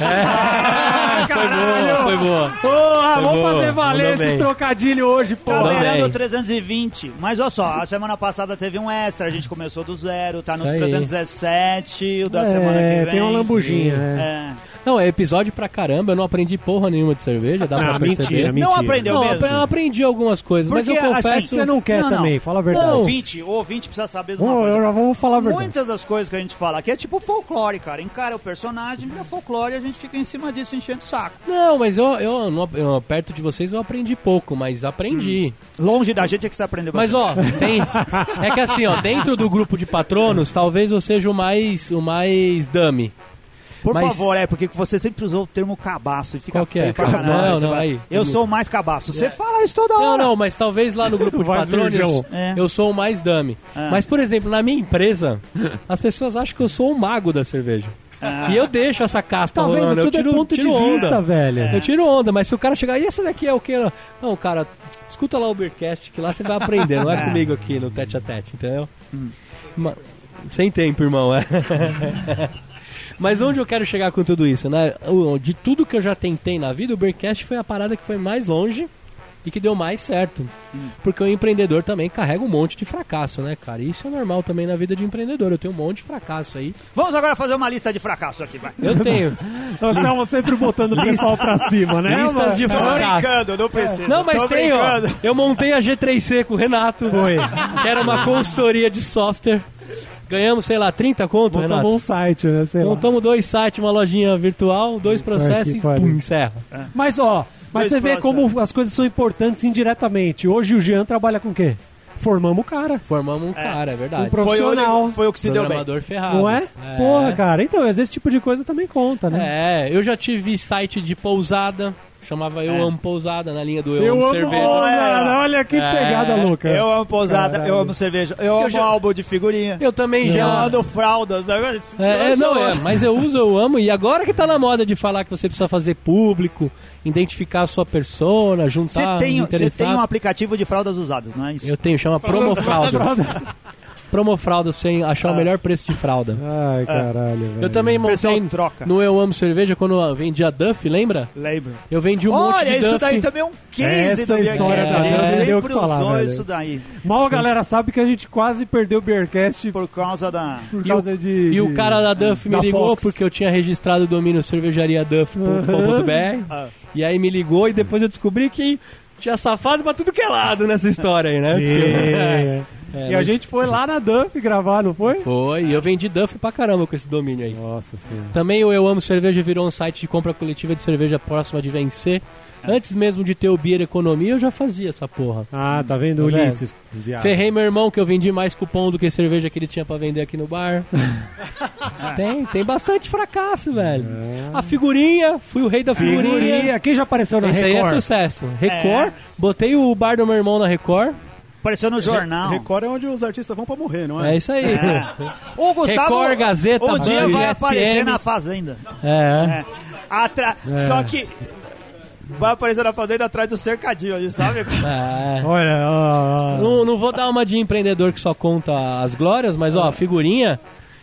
[SPEAKER 3] Ah,
[SPEAKER 1] é, foi boa, foi boa.
[SPEAKER 2] Porra,
[SPEAKER 1] Foi
[SPEAKER 2] vamos
[SPEAKER 1] boa,
[SPEAKER 2] fazer valer
[SPEAKER 1] mandou
[SPEAKER 2] esse
[SPEAKER 1] bem.
[SPEAKER 2] trocadilho hoje,
[SPEAKER 3] Tá
[SPEAKER 1] Mandou
[SPEAKER 2] porra.
[SPEAKER 1] bem.
[SPEAKER 3] Beirando o 320. Mas olha só, a semana passada teve um extra, a gente começou do zero, tá no
[SPEAKER 1] Isso aí.
[SPEAKER 3] 317, o da
[SPEAKER 2] É,
[SPEAKER 3] semana que vem.
[SPEAKER 2] tem uma lambujinha. é.
[SPEAKER 3] É.
[SPEAKER 1] Não, é episódio pra caramba, eu não aprendi porra nenhuma de cerveja, dá pra
[SPEAKER 2] Ah,
[SPEAKER 1] perceber.
[SPEAKER 2] mentira, mentira.
[SPEAKER 3] Não aprendeu
[SPEAKER 1] Não,
[SPEAKER 3] mesmo.
[SPEAKER 1] eu aprendi algumas coisas, mas eu
[SPEAKER 3] Porque, assim,
[SPEAKER 1] confesso...
[SPEAKER 2] Você não quer
[SPEAKER 3] Não, não.
[SPEAKER 2] também, fala a verdade.
[SPEAKER 3] O ouvinte, o ouvinte precisa saber de uma
[SPEAKER 2] Vamos,
[SPEAKER 3] coisa.
[SPEAKER 2] eu já vou falar a verdade.
[SPEAKER 3] Muitas das coisas que a gente fala aqui é tipo folclore, cara. Encara o personagem, vira folclore e a gente fica em cima disso enchendo o saco.
[SPEAKER 1] Não, mas eu, eu, não- eu- perto de vocês eu aprendi pouco, mas aprendi.
[SPEAKER 3] Longe da gente é que você aprendeu
[SPEAKER 1] Mas
[SPEAKER 3] bastante. (laughs)
[SPEAKER 1] ó, tem. É que assim, ó, dentro do grupo de patronos, talvez eu seja o mais o mais dummy.
[SPEAKER 3] Por
[SPEAKER 1] mas-
[SPEAKER 3] favor, é, porque você sempre usou o termo cabaço e fica
[SPEAKER 1] Qual que é?
[SPEAKER 3] feio pra caralho.
[SPEAKER 1] Não,
[SPEAKER 3] Você
[SPEAKER 1] não,
[SPEAKER 3] fala,
[SPEAKER 1] aí.
[SPEAKER 3] Eu sou o mais cabaço. Você fala isso toda
[SPEAKER 1] Não,
[SPEAKER 3] hora.
[SPEAKER 1] não, mas talvez lá no
[SPEAKER 3] (laughs)
[SPEAKER 1] grupo de
[SPEAKER 2] Vai,
[SPEAKER 1] patronos
[SPEAKER 2] virgão.
[SPEAKER 3] É.
[SPEAKER 1] eu sou o mais dummy.
[SPEAKER 3] Ah.
[SPEAKER 1] Mas por exemplo, na
[SPEAKER 3] (laughs)
[SPEAKER 1] minha empresa, as pessoas acham que eu sou o mago da cerveja.
[SPEAKER 3] Ah.
[SPEAKER 1] E eu deixo essa casca
[SPEAKER 2] Tá vendo?
[SPEAKER 1] rolando, eu
[SPEAKER 2] Tudo
[SPEAKER 1] tiro,
[SPEAKER 2] é ponto
[SPEAKER 1] tiro
[SPEAKER 2] de
[SPEAKER 1] onda.
[SPEAKER 2] vista, velho.
[SPEAKER 1] Eu tiro onda, mas se o cara chegar, e essa daqui é o que? Não, cara, escuta lá o Ubercast, que lá você vai aprender,
[SPEAKER 3] (laughs) Ah.
[SPEAKER 1] não é comigo aqui no tete a tete, entendeu?
[SPEAKER 3] Hum.
[SPEAKER 1] Ma- Sem tempo, irmão, é. (laughs) Mas onde eu quero chegar com tudo isso, né? O- De tudo que eu já tentei na vida, o Ubercast foi a parada que foi mais longe e que deu mais certo.
[SPEAKER 3] Hum.
[SPEAKER 1] Porque o empreendedor também carrega um monte de fracasso, né, cara? E isso é normal também na vida de empreendedor. Eu tenho um monte de fracasso aí.
[SPEAKER 3] Vamos agora fazer uma lista de fracasso aqui, vai.
[SPEAKER 1] Eu tenho.
[SPEAKER 2] Nós estamos sempre botando o pessoal pra cima, né?
[SPEAKER 1] listas
[SPEAKER 2] mano?
[SPEAKER 1] de fracasso.
[SPEAKER 3] não precisa.
[SPEAKER 1] Não, mas
[SPEAKER 3] Tô
[SPEAKER 1] tem, ó.
[SPEAKER 3] brincando.
[SPEAKER 1] Eu montei a G3C com o Renato,
[SPEAKER 2] Foi.
[SPEAKER 1] que era uma consultoria de software. Ganhamos, sei lá, 30
[SPEAKER 2] Montou
[SPEAKER 1] conto,
[SPEAKER 2] um
[SPEAKER 1] Renato.
[SPEAKER 2] bom site, né? Sei lá.
[SPEAKER 1] Montamos dois sites, uma lojinha virtual, dois processos e
[SPEAKER 2] pariu.
[SPEAKER 1] pum, encerra.
[SPEAKER 2] Mas, ó, mas
[SPEAKER 3] É. Dois
[SPEAKER 2] você vê
[SPEAKER 3] processos.
[SPEAKER 2] como as coisas são importantes indiretamente. Hoje o Jean trabalha com o quê? Formamos o cara.
[SPEAKER 1] Formamos um cara, é verdade.
[SPEAKER 2] Um profissional.
[SPEAKER 3] Foi, o- foi o que se deu bem.
[SPEAKER 1] Programador ferrado.
[SPEAKER 2] Não é?
[SPEAKER 1] É.
[SPEAKER 2] Porra, cara. Então, às vezes esse tipo de coisa também conta, né?
[SPEAKER 1] É, eu já tive site de pousada, chamava Eu
[SPEAKER 3] É.
[SPEAKER 1] Amo Pousada, na linha do Eu,
[SPEAKER 2] Eu
[SPEAKER 1] Amo
[SPEAKER 2] amo
[SPEAKER 1] Cerveja.
[SPEAKER 2] Olha, olha que
[SPEAKER 1] É.
[SPEAKER 2] pegada louca.
[SPEAKER 3] Eu amo pousada,
[SPEAKER 2] Caralho.
[SPEAKER 3] eu amo cerveja, eu amo
[SPEAKER 1] já-
[SPEAKER 3] álbum de figurinha.
[SPEAKER 1] Eu também
[SPEAKER 3] Eu
[SPEAKER 1] já...
[SPEAKER 3] ando fraldas. né? agora-
[SPEAKER 1] É, é,
[SPEAKER 3] eu sou-
[SPEAKER 1] não, é, mas eu uso, eu amo. E agora que tá na moda de falar que você precisa fazer público, identificar a sua persona,
[SPEAKER 3] Você tem,
[SPEAKER 1] juntar os
[SPEAKER 3] você tem um
[SPEAKER 1] interessados.
[SPEAKER 3] aplicativo de fraldas usadas, não é isso?
[SPEAKER 1] Eu tenho, chama Promofraldas. Promofralda pra você achar
[SPEAKER 3] Ah.
[SPEAKER 1] o melhor preço de fralda.
[SPEAKER 3] É.
[SPEAKER 2] Ai, caralho, velho.
[SPEAKER 1] Eu também montei no Eu Amo Cerveja quando eu vendia Duff, lembra?
[SPEAKER 3] Lembro.
[SPEAKER 1] Eu vendi um monte de
[SPEAKER 3] Olha, isso
[SPEAKER 1] Duff.
[SPEAKER 3] daí também é um case
[SPEAKER 2] Essa
[SPEAKER 3] do
[SPEAKER 2] história
[SPEAKER 3] Beercast.
[SPEAKER 2] da
[SPEAKER 3] Ele
[SPEAKER 2] Dani deu o que
[SPEAKER 3] sempre
[SPEAKER 2] falar,
[SPEAKER 3] usou
[SPEAKER 2] velho.
[SPEAKER 3] isso daí.
[SPEAKER 2] Mal a galera sabe que a gente quase perdeu o Beercast
[SPEAKER 3] Por causa da...
[SPEAKER 2] por causa de,
[SPEAKER 1] E o
[SPEAKER 2] de-
[SPEAKER 1] cara da Duff me
[SPEAKER 2] da
[SPEAKER 1] ligou
[SPEAKER 2] Fox.
[SPEAKER 1] porque eu tinha registrado o domínio
[SPEAKER 2] (laughs)
[SPEAKER 1] cervejariaduff.com.br.
[SPEAKER 3] Ah.
[SPEAKER 1] E aí me ligou e depois eu descobri que tinha safado pra tudo que é lado nessa história aí, né?
[SPEAKER 2] É.
[SPEAKER 1] (laughs) É,
[SPEAKER 2] E a
[SPEAKER 1] mas
[SPEAKER 2] gente foi lá na Duff gravar, não foi?
[SPEAKER 1] Foi, e eu vendi Duff pra caramba com esse domínio aí.
[SPEAKER 2] Nossa senhora.
[SPEAKER 1] Também o Eu Amo Cerveja virou um site de compra coletiva de cerveja próxima de vencer.
[SPEAKER 2] É.
[SPEAKER 1] Antes mesmo de ter o Beer Economia, eu já fazia essa porra.
[SPEAKER 2] Ah, tá vendo,
[SPEAKER 1] Tá vendo?
[SPEAKER 2] Ulisses? Viado.
[SPEAKER 1] Ferrei meu irmão que eu vendi mais cupom do que cerveja que ele tinha pra vender aqui
[SPEAKER 2] (laughs)
[SPEAKER 1] no bar. (laughs) tem, tem bastante fracasso, velho. A figurinha, fui o rei da figurinha.
[SPEAKER 2] É. Figurinha. Quem já apareceu na
[SPEAKER 1] Esse aí é
[SPEAKER 2] Record?
[SPEAKER 1] sucesso. Record, botei o bar do meu irmão na Record.
[SPEAKER 3] Apareceu no jornal.
[SPEAKER 4] Record é onde os artistas vão pra morrer, não é?
[SPEAKER 1] É isso aí.
[SPEAKER 3] O Gustavo...
[SPEAKER 1] Record, Gazeta,
[SPEAKER 3] Um dia
[SPEAKER 1] Band,
[SPEAKER 3] vai aparecer
[SPEAKER 1] ESPN.
[SPEAKER 3] na Fazenda.
[SPEAKER 1] É.
[SPEAKER 3] Atra... Só que... Vai aparecer na Fazenda atrás do cercadinho ali, sabe?
[SPEAKER 1] (laughs) É.
[SPEAKER 2] Olha, ó, ó.
[SPEAKER 1] Não, não vou dar uma de empreendedor que só conta as glórias, mas ó, a figurinha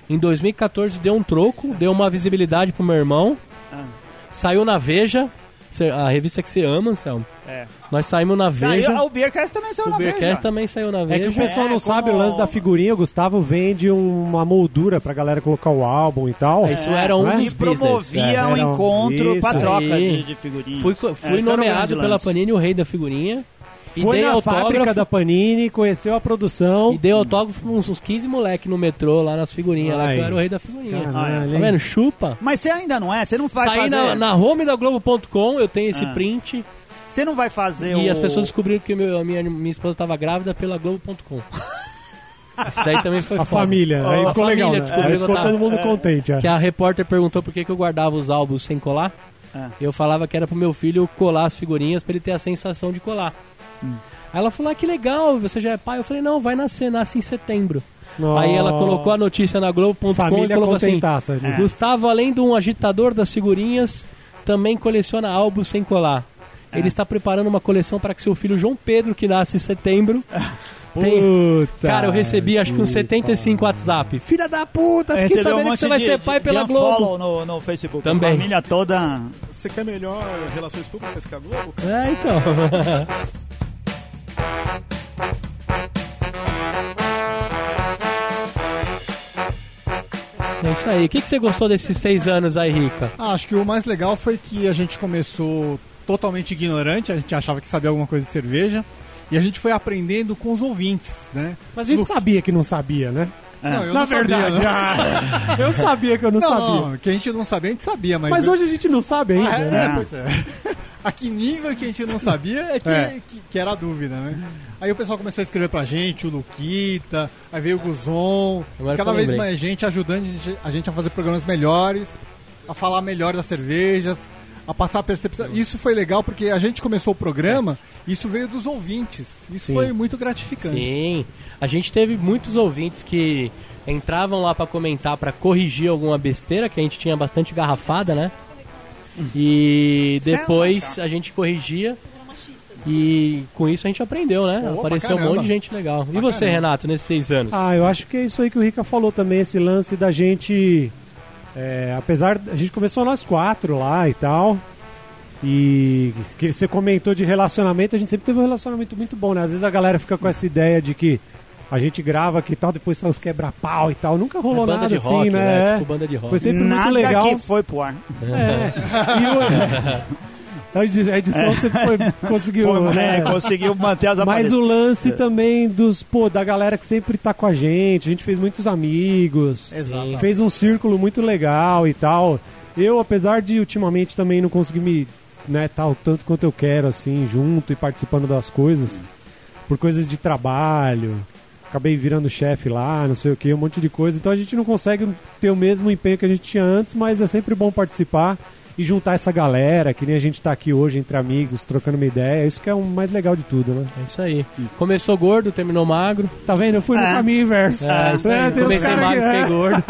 [SPEAKER 1] em 2014 deu um troco, deu uma visibilidade pro meu irmão.
[SPEAKER 3] Ah.
[SPEAKER 1] Saiu na Veja, cê- a revista que você ama, Anselmo.
[SPEAKER 3] É.
[SPEAKER 1] Nós saímos na
[SPEAKER 3] Saiu-
[SPEAKER 1] Veja.
[SPEAKER 3] ah, o Beercast também saiu
[SPEAKER 1] o
[SPEAKER 3] na Veja.
[SPEAKER 1] Beercast também saiu na
[SPEAKER 2] É
[SPEAKER 1] Veja.
[SPEAKER 2] que o pessoal
[SPEAKER 3] É,
[SPEAKER 2] não
[SPEAKER 3] como-
[SPEAKER 2] sabe o lance da figurinha. O Gustavo vende uma moldura pra galera colocar o álbum e tal.
[SPEAKER 1] Isso era um
[SPEAKER 2] não é?
[SPEAKER 1] dos
[SPEAKER 3] E promovia
[SPEAKER 2] É,
[SPEAKER 3] um
[SPEAKER 2] era um-
[SPEAKER 3] encontro pra
[SPEAKER 2] isso
[SPEAKER 3] troca
[SPEAKER 1] aí.
[SPEAKER 3] de, de figurinhas.
[SPEAKER 1] Fui, co-
[SPEAKER 3] Esse
[SPEAKER 1] fui
[SPEAKER 3] era o grande
[SPEAKER 1] nomeado pela
[SPEAKER 3] lance.
[SPEAKER 1] Panini o rei da figurinha.
[SPEAKER 2] Foi
[SPEAKER 1] e dei
[SPEAKER 2] na
[SPEAKER 1] autógrafo,
[SPEAKER 2] fábrica da Panini, conheceu a produção.
[SPEAKER 1] E dei autógrafo pra uns, uns 15 moleque no metrô, lá nas figurinhas, lá que
[SPEAKER 2] Ai.
[SPEAKER 1] eu era o rei da figurinha.
[SPEAKER 2] Caralho,
[SPEAKER 1] tá
[SPEAKER 2] hein?
[SPEAKER 1] vendo? Chupa.
[SPEAKER 3] Mas você ainda não é? Você não vai
[SPEAKER 1] Saí na,
[SPEAKER 3] fazer...
[SPEAKER 1] na home da Globo.com, eu tenho esse
[SPEAKER 3] Ah.
[SPEAKER 1] print.
[SPEAKER 3] Você não vai fazer
[SPEAKER 1] E
[SPEAKER 3] o...
[SPEAKER 1] as pessoas descobriram que meu- a minha, minha esposa estava grávida pela Globo.com. Isso daí também
[SPEAKER 2] (laughs)
[SPEAKER 1] foi
[SPEAKER 2] A
[SPEAKER 1] foda.
[SPEAKER 2] família. Aí
[SPEAKER 1] a
[SPEAKER 2] ficou
[SPEAKER 1] família
[SPEAKER 2] legal, né?
[SPEAKER 1] descobriu
[SPEAKER 2] Aí
[SPEAKER 1] que
[SPEAKER 2] ficou
[SPEAKER 1] eu
[SPEAKER 2] todo
[SPEAKER 1] tava-
[SPEAKER 2] mundo contente. é.
[SPEAKER 1] Que a repórter perguntou por que, que eu guardava os álbuns sem colar.
[SPEAKER 3] Ah.
[SPEAKER 1] Eu falava que era pro meu filho colar as figurinhas pra ele ter a sensação de colar.
[SPEAKER 3] Hum.
[SPEAKER 1] Aí ela falou: ah, que legal, você já é pai? Eu falei: não, vai nascer, nasce em setembro.
[SPEAKER 2] Nossa.
[SPEAKER 1] Aí ela colocou a notícia na Globo.com e
[SPEAKER 2] Família
[SPEAKER 1] colocou assim:
[SPEAKER 2] contentaça.
[SPEAKER 1] É. Gustavo, além de um agitador das figurinhas, também coleciona álbuns sem colar. Ele está preparando uma coleção para que seu filho João Pedro, que nasce em setembro. tem-
[SPEAKER 2] Puta.
[SPEAKER 1] Cara, eu recebi acho que uns
[SPEAKER 2] que
[SPEAKER 1] 75 WhatsApp. Filha da puta, fiquei
[SPEAKER 3] Recebeu
[SPEAKER 1] sabendo
[SPEAKER 3] um
[SPEAKER 1] que você
[SPEAKER 3] monte
[SPEAKER 1] vai
[SPEAKER 3] de-
[SPEAKER 1] ser pai
[SPEAKER 3] de
[SPEAKER 1] pela Globo.
[SPEAKER 3] unfollow No, no Facebook.
[SPEAKER 1] Também.
[SPEAKER 3] A família toda...
[SPEAKER 4] Você quer melhor relações públicas que a Globo?
[SPEAKER 1] É, então. (laughs) É isso aí. O que, que você gostou desses seis anos aí, Rica?
[SPEAKER 5] Ah, acho que o mais legal foi que a gente começou totalmente ignorante, a gente achava que sabia alguma coisa de cerveja. E a gente foi aprendendo com os ouvintes, né?
[SPEAKER 2] Mas a gente
[SPEAKER 5] No-
[SPEAKER 2] sabia que não sabia, né?
[SPEAKER 5] Não, eu
[SPEAKER 2] Na
[SPEAKER 5] não sabia,
[SPEAKER 2] verdade,
[SPEAKER 5] né?
[SPEAKER 2] ah, (laughs) eu sabia que eu não,
[SPEAKER 5] não,
[SPEAKER 2] sabia.
[SPEAKER 5] não, que a gente não sabia, a gente sabia, mas.
[SPEAKER 2] Mas hoje a gente não sabe ainda.
[SPEAKER 5] É,
[SPEAKER 2] né?
[SPEAKER 5] né, pois é. (laughs) A que nível que a gente não sabia é que,
[SPEAKER 2] É.
[SPEAKER 5] que, que era a dúvida, né? Aí o pessoal começou a escrever pra gente, o Luquita, aí veio o Guzon,
[SPEAKER 1] Agora que
[SPEAKER 5] cada
[SPEAKER 1] eu
[SPEAKER 5] vez
[SPEAKER 1] lembrei.
[SPEAKER 5] mais gente ajudando a gente- a gente a fazer programas melhores, a falar melhor das cervejas, a passar a percepção. Isso foi legal porque a gente começou o programa, isso veio dos ouvintes. Isso
[SPEAKER 1] É. Sim.
[SPEAKER 5] foi muito gratificante.
[SPEAKER 1] Sim. A gente teve muitos ouvintes que entravam lá pra comentar, pra corrigir alguma besteira, que a gente tinha bastante garrafada, né? E
[SPEAKER 3] Isso é
[SPEAKER 1] depois
[SPEAKER 3] machado.
[SPEAKER 1] a gente corrigia. E com isso a gente aprendeu, né?
[SPEAKER 5] Pô, pra
[SPEAKER 1] Apareceu um
[SPEAKER 5] caramba.
[SPEAKER 1] monte de gente legal. E
[SPEAKER 5] Pra
[SPEAKER 1] você,
[SPEAKER 5] caramba.
[SPEAKER 1] Renato, nesses seis anos?
[SPEAKER 2] Ah, eu acho que é isso aí que o Rica falou também, esse lance da gente. é, apesar. A gente começou nós quatro lá e tal. E que você comentou de relacionamento, a gente sempre teve um relacionamento muito bom, né? Às vezes a galera fica com essa ideia de que a gente grava aqui e tal, depois são os quebra-pau e tal. Nunca rolou
[SPEAKER 1] É banda
[SPEAKER 2] nada
[SPEAKER 1] de
[SPEAKER 2] assim,
[SPEAKER 1] rock,
[SPEAKER 2] né?
[SPEAKER 1] né?
[SPEAKER 2] É.
[SPEAKER 1] Tipo banda de rock.
[SPEAKER 2] Foi sempre
[SPEAKER 3] Nada
[SPEAKER 2] muito legal.
[SPEAKER 3] que foi pro ar.
[SPEAKER 1] É.
[SPEAKER 3] (laughs)
[SPEAKER 2] E o- A edi- a edição sempre foi, conseguiu.
[SPEAKER 3] É. Foi,
[SPEAKER 2] né?
[SPEAKER 3] né, Conseguiu manter as
[SPEAKER 2] Mas
[SPEAKER 3] aparências. É.
[SPEAKER 2] o lance também dos, pô, da galera que sempre tá com a gente, a gente fez muitos amigos,
[SPEAKER 5] Exato.
[SPEAKER 2] fez um círculo muito legal e tal. Eu, apesar de ultimamente também não conseguir me, né, tal tanto quanto eu quero, assim, junto e participando das coisas, por coisas de trabalho, acabei virando chefe lá, não sei o que, um monte de coisa. Então a gente não consegue ter o mesmo empenho que a gente tinha antes, mas é sempre bom participar e juntar essa galera, que nem a gente tá aqui hoje entre amigos, trocando uma ideia. Isso que é o mais legal de tudo, né?
[SPEAKER 1] É isso aí. Começou gordo, terminou magro.
[SPEAKER 2] Tá vendo? Eu fui
[SPEAKER 3] É.
[SPEAKER 2] no caminho inverso.
[SPEAKER 1] É, isso aí.
[SPEAKER 2] tem uns
[SPEAKER 1] Comecei
[SPEAKER 2] cara (laughs)
[SPEAKER 1] magro,
[SPEAKER 2] que- é.
[SPEAKER 1] fiquei gordo.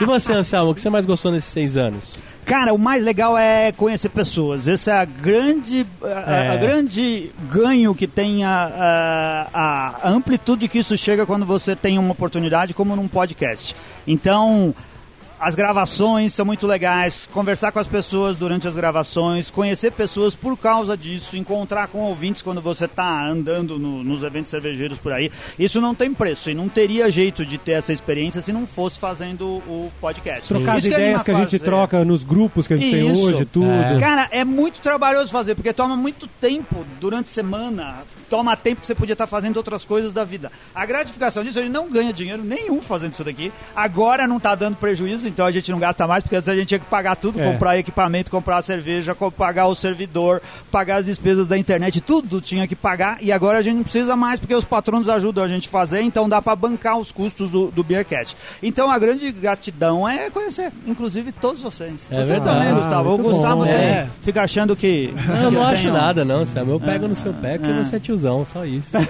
[SPEAKER 1] E você, Anselmo, o que você mais gostou nesses seis anos?
[SPEAKER 3] Cara, o mais legal é conhecer pessoas. Esse é a grande, a, a-
[SPEAKER 2] É.
[SPEAKER 3] a grande ganho que tem a, a, a amplitude que isso chega quando você tem uma oportunidade, como num podcast. Então, as gravações são muito legais, conversar com as pessoas durante as gravações, conhecer pessoas por causa disso, encontrar com ouvintes quando você está andando no- nos eventos cervejeiros por aí. Isso não tem preço e não teria jeito de ter essa experiência se não fosse fazendo o podcast.
[SPEAKER 2] Trocar as
[SPEAKER 1] é
[SPEAKER 3] Isso
[SPEAKER 2] ideias
[SPEAKER 3] anima
[SPEAKER 2] que a gente
[SPEAKER 3] fazer.
[SPEAKER 2] troca nos grupos que a gente tem
[SPEAKER 3] Isso.
[SPEAKER 2] hoje, tudo.
[SPEAKER 3] Cara, é muito trabalhoso fazer, porque toma muito tempo durante a semana. Toma tempo que você podia estar fazendo outras coisas da vida. A gratificação disso, a gente não ganha dinheiro nenhum fazendo isso daqui. Agora não tá dando prejuízo, então a gente não gasta mais, porque antes a gente tinha que pagar tudo,
[SPEAKER 2] É.
[SPEAKER 3] comprar equipamento, comprar a cerveja, co- pagar o servidor, pagar as despesas da internet, tudo tinha que pagar. E agora a gente não precisa mais, porque os patronos ajudam a gente a fazer, então dá para bancar os custos do, do Beercast. Então a grande gratidão é conhecer, inclusive todos vocês.
[SPEAKER 1] É
[SPEAKER 3] Você
[SPEAKER 1] verdade.
[SPEAKER 3] também, Gustavo. O
[SPEAKER 1] Muito
[SPEAKER 3] Gustavo
[SPEAKER 1] bom.
[SPEAKER 3] tem-
[SPEAKER 1] É.
[SPEAKER 3] fica achando que.
[SPEAKER 1] Não, eu
[SPEAKER 3] que
[SPEAKER 1] não acho
[SPEAKER 3] tenho-
[SPEAKER 1] nada, não, Sam. Eu pego no seu pé porque
[SPEAKER 3] Ah.
[SPEAKER 1] você é tiozão, só isso. É.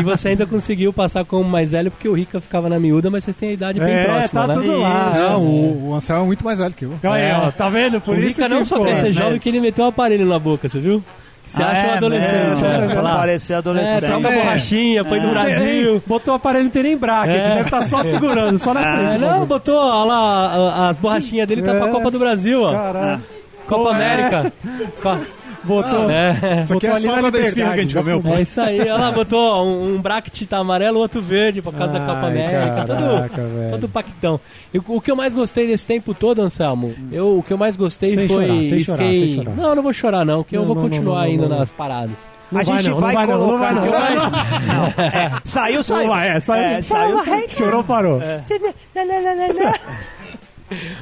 [SPEAKER 1] e você ainda conseguiu passar como mais velho porque o Rica ficava na miúda, mas vocês têm a idade bem
[SPEAKER 2] É,
[SPEAKER 1] próxima,
[SPEAKER 2] tá
[SPEAKER 1] né? É.
[SPEAKER 2] tudo lá.
[SPEAKER 5] Não, o, o Anselmo é muito mais velho que eu.
[SPEAKER 2] Olha aí, ó, tá vendo? Por
[SPEAKER 1] o
[SPEAKER 2] isso
[SPEAKER 1] Rica
[SPEAKER 2] que
[SPEAKER 1] não só quer
[SPEAKER 2] pô,
[SPEAKER 1] ser
[SPEAKER 2] mas-
[SPEAKER 1] jovem que ele meteu um aparelho na boca, você viu? Que Você
[SPEAKER 3] Ah,
[SPEAKER 1] acha um
[SPEAKER 3] é,
[SPEAKER 1] adolescente,
[SPEAKER 3] mesmo,
[SPEAKER 1] né?
[SPEAKER 3] pra
[SPEAKER 1] Falar,
[SPEAKER 3] parecer
[SPEAKER 1] É,
[SPEAKER 3] adolescente.
[SPEAKER 1] troca
[SPEAKER 5] É.
[SPEAKER 1] borrachinha, põe do
[SPEAKER 2] Não tem-
[SPEAKER 1] Brasil.
[SPEAKER 2] (laughs) Botou o aparelho não tem nem bracket,
[SPEAKER 1] (laughs) É.
[SPEAKER 2] deve estar tá só segurando, só na
[SPEAKER 1] É,
[SPEAKER 2] frente.
[SPEAKER 1] não, botou ó lá, a- as borrachinhas dele tá pra
[SPEAKER 2] É.
[SPEAKER 1] Copa do Brasil, ó. É. Ah.
[SPEAKER 2] Caralho. é.
[SPEAKER 1] Copa América. Co-
[SPEAKER 2] Botou.
[SPEAKER 1] É.
[SPEAKER 5] Isso aqui é
[SPEAKER 2] Botou
[SPEAKER 5] a
[SPEAKER 2] ali
[SPEAKER 5] sobra
[SPEAKER 2] na
[SPEAKER 5] da
[SPEAKER 2] liberdade,
[SPEAKER 5] esfirra que a gente
[SPEAKER 2] já
[SPEAKER 5] comeu.
[SPEAKER 1] É isso aí, olha lá, (laughs) botou um, um bracket tá amarelo, outro verde por causa da Copa
[SPEAKER 2] Ai,
[SPEAKER 1] América,
[SPEAKER 2] caraca,
[SPEAKER 1] todo,
[SPEAKER 2] velho.
[SPEAKER 1] todo pactão. E o que eu mais gostei desse tempo todo, Anselmo, eu, o que eu mais gostei
[SPEAKER 2] Sem
[SPEAKER 1] foi.
[SPEAKER 2] chorar, sem chorar,
[SPEAKER 1] fiquei-
[SPEAKER 2] sem chorar.
[SPEAKER 1] Não, eu não vou chorar não, que eu
[SPEAKER 2] Não,
[SPEAKER 1] vou
[SPEAKER 2] não, não,
[SPEAKER 1] continuar
[SPEAKER 2] não,
[SPEAKER 1] indo
[SPEAKER 2] não.
[SPEAKER 1] nas paradas.
[SPEAKER 2] Não
[SPEAKER 3] A
[SPEAKER 2] vai
[SPEAKER 3] gente
[SPEAKER 2] não, não
[SPEAKER 3] vai
[SPEAKER 2] vai não, não vai
[SPEAKER 3] colocar.
[SPEAKER 2] não.
[SPEAKER 3] É, Saiu, saiu.
[SPEAKER 2] Vai, é, saiu.
[SPEAKER 3] É, saiu, saiu.
[SPEAKER 2] Chorou, parou.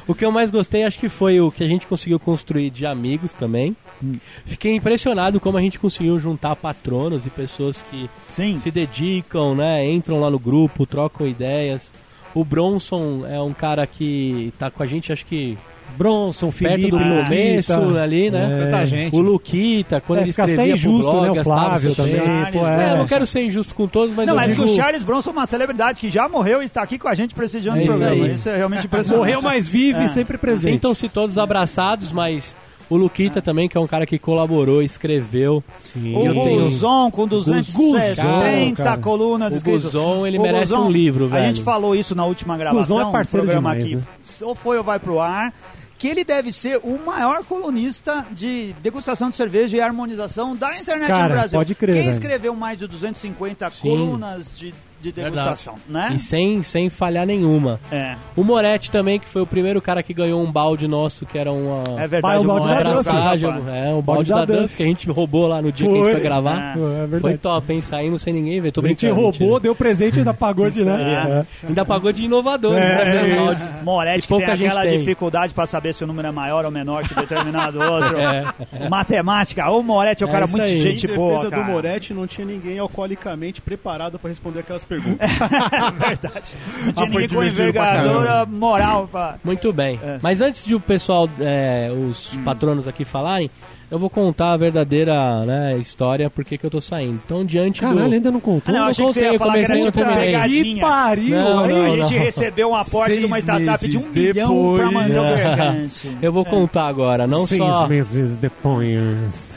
[SPEAKER 1] O que eu mais gostei acho que foi o que a gente conseguiu construir de amigos também.
[SPEAKER 2] Hum.
[SPEAKER 1] Fiquei impressionado como a gente conseguiu juntar patronos e pessoas que
[SPEAKER 3] Sim.
[SPEAKER 1] se dedicam, né? Entram lá no grupo, trocam ideias. O Bronson é um cara que tá com a gente, acho que
[SPEAKER 2] Bronson, Felipe,
[SPEAKER 1] perto do
[SPEAKER 2] Luquita.
[SPEAKER 1] começo ali, né?
[SPEAKER 5] Tanta gente.
[SPEAKER 1] O Luquita, quando
[SPEAKER 2] É,
[SPEAKER 1] ele
[SPEAKER 2] fica até
[SPEAKER 1] escrevia pro
[SPEAKER 2] injusto,
[SPEAKER 1] blog,
[SPEAKER 2] né? O
[SPEAKER 1] gastava
[SPEAKER 2] Flávio
[SPEAKER 1] seu
[SPEAKER 2] também,
[SPEAKER 1] tempo.
[SPEAKER 2] pô,
[SPEAKER 1] É,
[SPEAKER 2] é.
[SPEAKER 1] eu não quero ser injusto com todos, mas
[SPEAKER 3] Não,
[SPEAKER 1] eu
[SPEAKER 3] mas
[SPEAKER 1] digo...
[SPEAKER 3] que o Charles Bronson é uma celebridade que já morreu e está aqui com a gente prestigiando
[SPEAKER 1] É
[SPEAKER 3] o
[SPEAKER 1] isso
[SPEAKER 3] programa.
[SPEAKER 1] aí.
[SPEAKER 3] Isso é realmente impressionante.
[SPEAKER 2] Morreu, mas vive
[SPEAKER 3] É.
[SPEAKER 2] sempre presente.
[SPEAKER 1] Sintam-se todos abraçados, mas o Luquita também, que é um cara que colaborou, escreveu.
[SPEAKER 2] Sim.
[SPEAKER 3] O
[SPEAKER 1] Eu tenho-
[SPEAKER 3] Guzon com 270
[SPEAKER 2] Guzon, cara.
[SPEAKER 3] colunas
[SPEAKER 1] O
[SPEAKER 3] escritas.
[SPEAKER 1] Guzon, ele
[SPEAKER 3] O
[SPEAKER 1] merece
[SPEAKER 3] Guzon,
[SPEAKER 1] um livro, velho.
[SPEAKER 3] A gente falou isso na última gravação.
[SPEAKER 2] Guzon é parceiro
[SPEAKER 3] um programa
[SPEAKER 2] demais,
[SPEAKER 1] né?
[SPEAKER 3] aqui. Ou foi ou vai pro ar. Que ele deve ser o maior colunista de degustação de cerveja e harmonização da internet
[SPEAKER 2] Cara,
[SPEAKER 3] no Brasil.
[SPEAKER 2] pode crer,
[SPEAKER 3] Quem
[SPEAKER 2] velho.
[SPEAKER 3] escreveu mais de 250
[SPEAKER 1] Sim.
[SPEAKER 3] colunas de, de degustação, né?
[SPEAKER 1] E sem, sem falhar nenhuma.
[SPEAKER 3] É,
[SPEAKER 1] O Moretti também, que foi o primeiro cara que ganhou um balde nosso, que era uma...
[SPEAKER 3] é verdade.
[SPEAKER 2] Vai, o balde
[SPEAKER 1] uma
[SPEAKER 2] da Duff,
[SPEAKER 1] abraçagem,
[SPEAKER 3] rapaz.
[SPEAKER 1] é, um balde
[SPEAKER 2] Balde da
[SPEAKER 1] da Duff,
[SPEAKER 2] Duff.
[SPEAKER 1] que a gente roubou lá no dia que a gente
[SPEAKER 2] Foi.
[SPEAKER 1] foi gravar.
[SPEAKER 3] Ah.
[SPEAKER 2] Pô, É
[SPEAKER 1] Foi
[SPEAKER 2] verdade.
[SPEAKER 1] top, hein? Saímos sem ninguém ver. Tô
[SPEAKER 2] A gente
[SPEAKER 1] brincando.
[SPEAKER 2] roubou,
[SPEAKER 1] mentira.
[SPEAKER 2] deu presente e ainda pagou de nada. É.
[SPEAKER 1] Ainda pagou de inovadores,
[SPEAKER 2] É,
[SPEAKER 1] né?
[SPEAKER 2] é
[SPEAKER 1] Esses
[SPEAKER 2] isso.
[SPEAKER 1] baldes.
[SPEAKER 3] Moretti
[SPEAKER 1] E
[SPEAKER 3] um que tem
[SPEAKER 1] pouca gente
[SPEAKER 3] aquela
[SPEAKER 1] tem.
[SPEAKER 3] dificuldade pra saber se o número é maior ou menor que determinado outro.
[SPEAKER 1] (laughs) É.
[SPEAKER 3] Matemática. O Moretti é um
[SPEAKER 1] É
[SPEAKER 3] cara
[SPEAKER 1] isso
[SPEAKER 3] muito
[SPEAKER 1] aí.
[SPEAKER 4] Em
[SPEAKER 3] gente
[SPEAKER 4] defesa
[SPEAKER 3] boa,
[SPEAKER 4] do
[SPEAKER 3] cara.
[SPEAKER 4] Moretti, não tinha ninguém alcoolicamente preparado pra responder aquelas
[SPEAKER 3] (laughs)
[SPEAKER 4] perguntas.
[SPEAKER 3] É Verdade. Não tinha
[SPEAKER 5] Ah, foi
[SPEAKER 3] ninguém com
[SPEAKER 5] divertido pra
[SPEAKER 3] envergadura moral pra...
[SPEAKER 1] Muito bem.
[SPEAKER 3] É.
[SPEAKER 1] Mas antes de o pessoal, é, os
[SPEAKER 3] Hum.
[SPEAKER 1] patronos aqui falarem, eu vou contar a verdadeira né, história por que que eu tô saindo. Então, diante
[SPEAKER 2] Caralho,
[SPEAKER 1] do...
[SPEAKER 2] ainda não
[SPEAKER 3] Ah,
[SPEAKER 2] contou.
[SPEAKER 3] não,
[SPEAKER 1] eu
[SPEAKER 3] achei que você
[SPEAKER 1] contei,
[SPEAKER 3] ia
[SPEAKER 1] eu
[SPEAKER 3] falar que era
[SPEAKER 1] comecei, eu
[SPEAKER 3] tipo uma
[SPEAKER 1] terminei.
[SPEAKER 2] Que
[SPEAKER 3] pegadinha.
[SPEAKER 2] pariu,
[SPEAKER 1] Não,
[SPEAKER 2] aí.
[SPEAKER 1] não,
[SPEAKER 3] a gente
[SPEAKER 1] não.
[SPEAKER 3] recebeu um aporte de uma
[SPEAKER 6] Seis
[SPEAKER 3] startup de um
[SPEAKER 6] meses
[SPEAKER 3] bilhão pra É. manter o
[SPEAKER 6] depois.
[SPEAKER 2] né?
[SPEAKER 3] berrante.
[SPEAKER 1] Eu vou contar agora, não
[SPEAKER 2] Seis
[SPEAKER 1] só,
[SPEAKER 2] meses depois.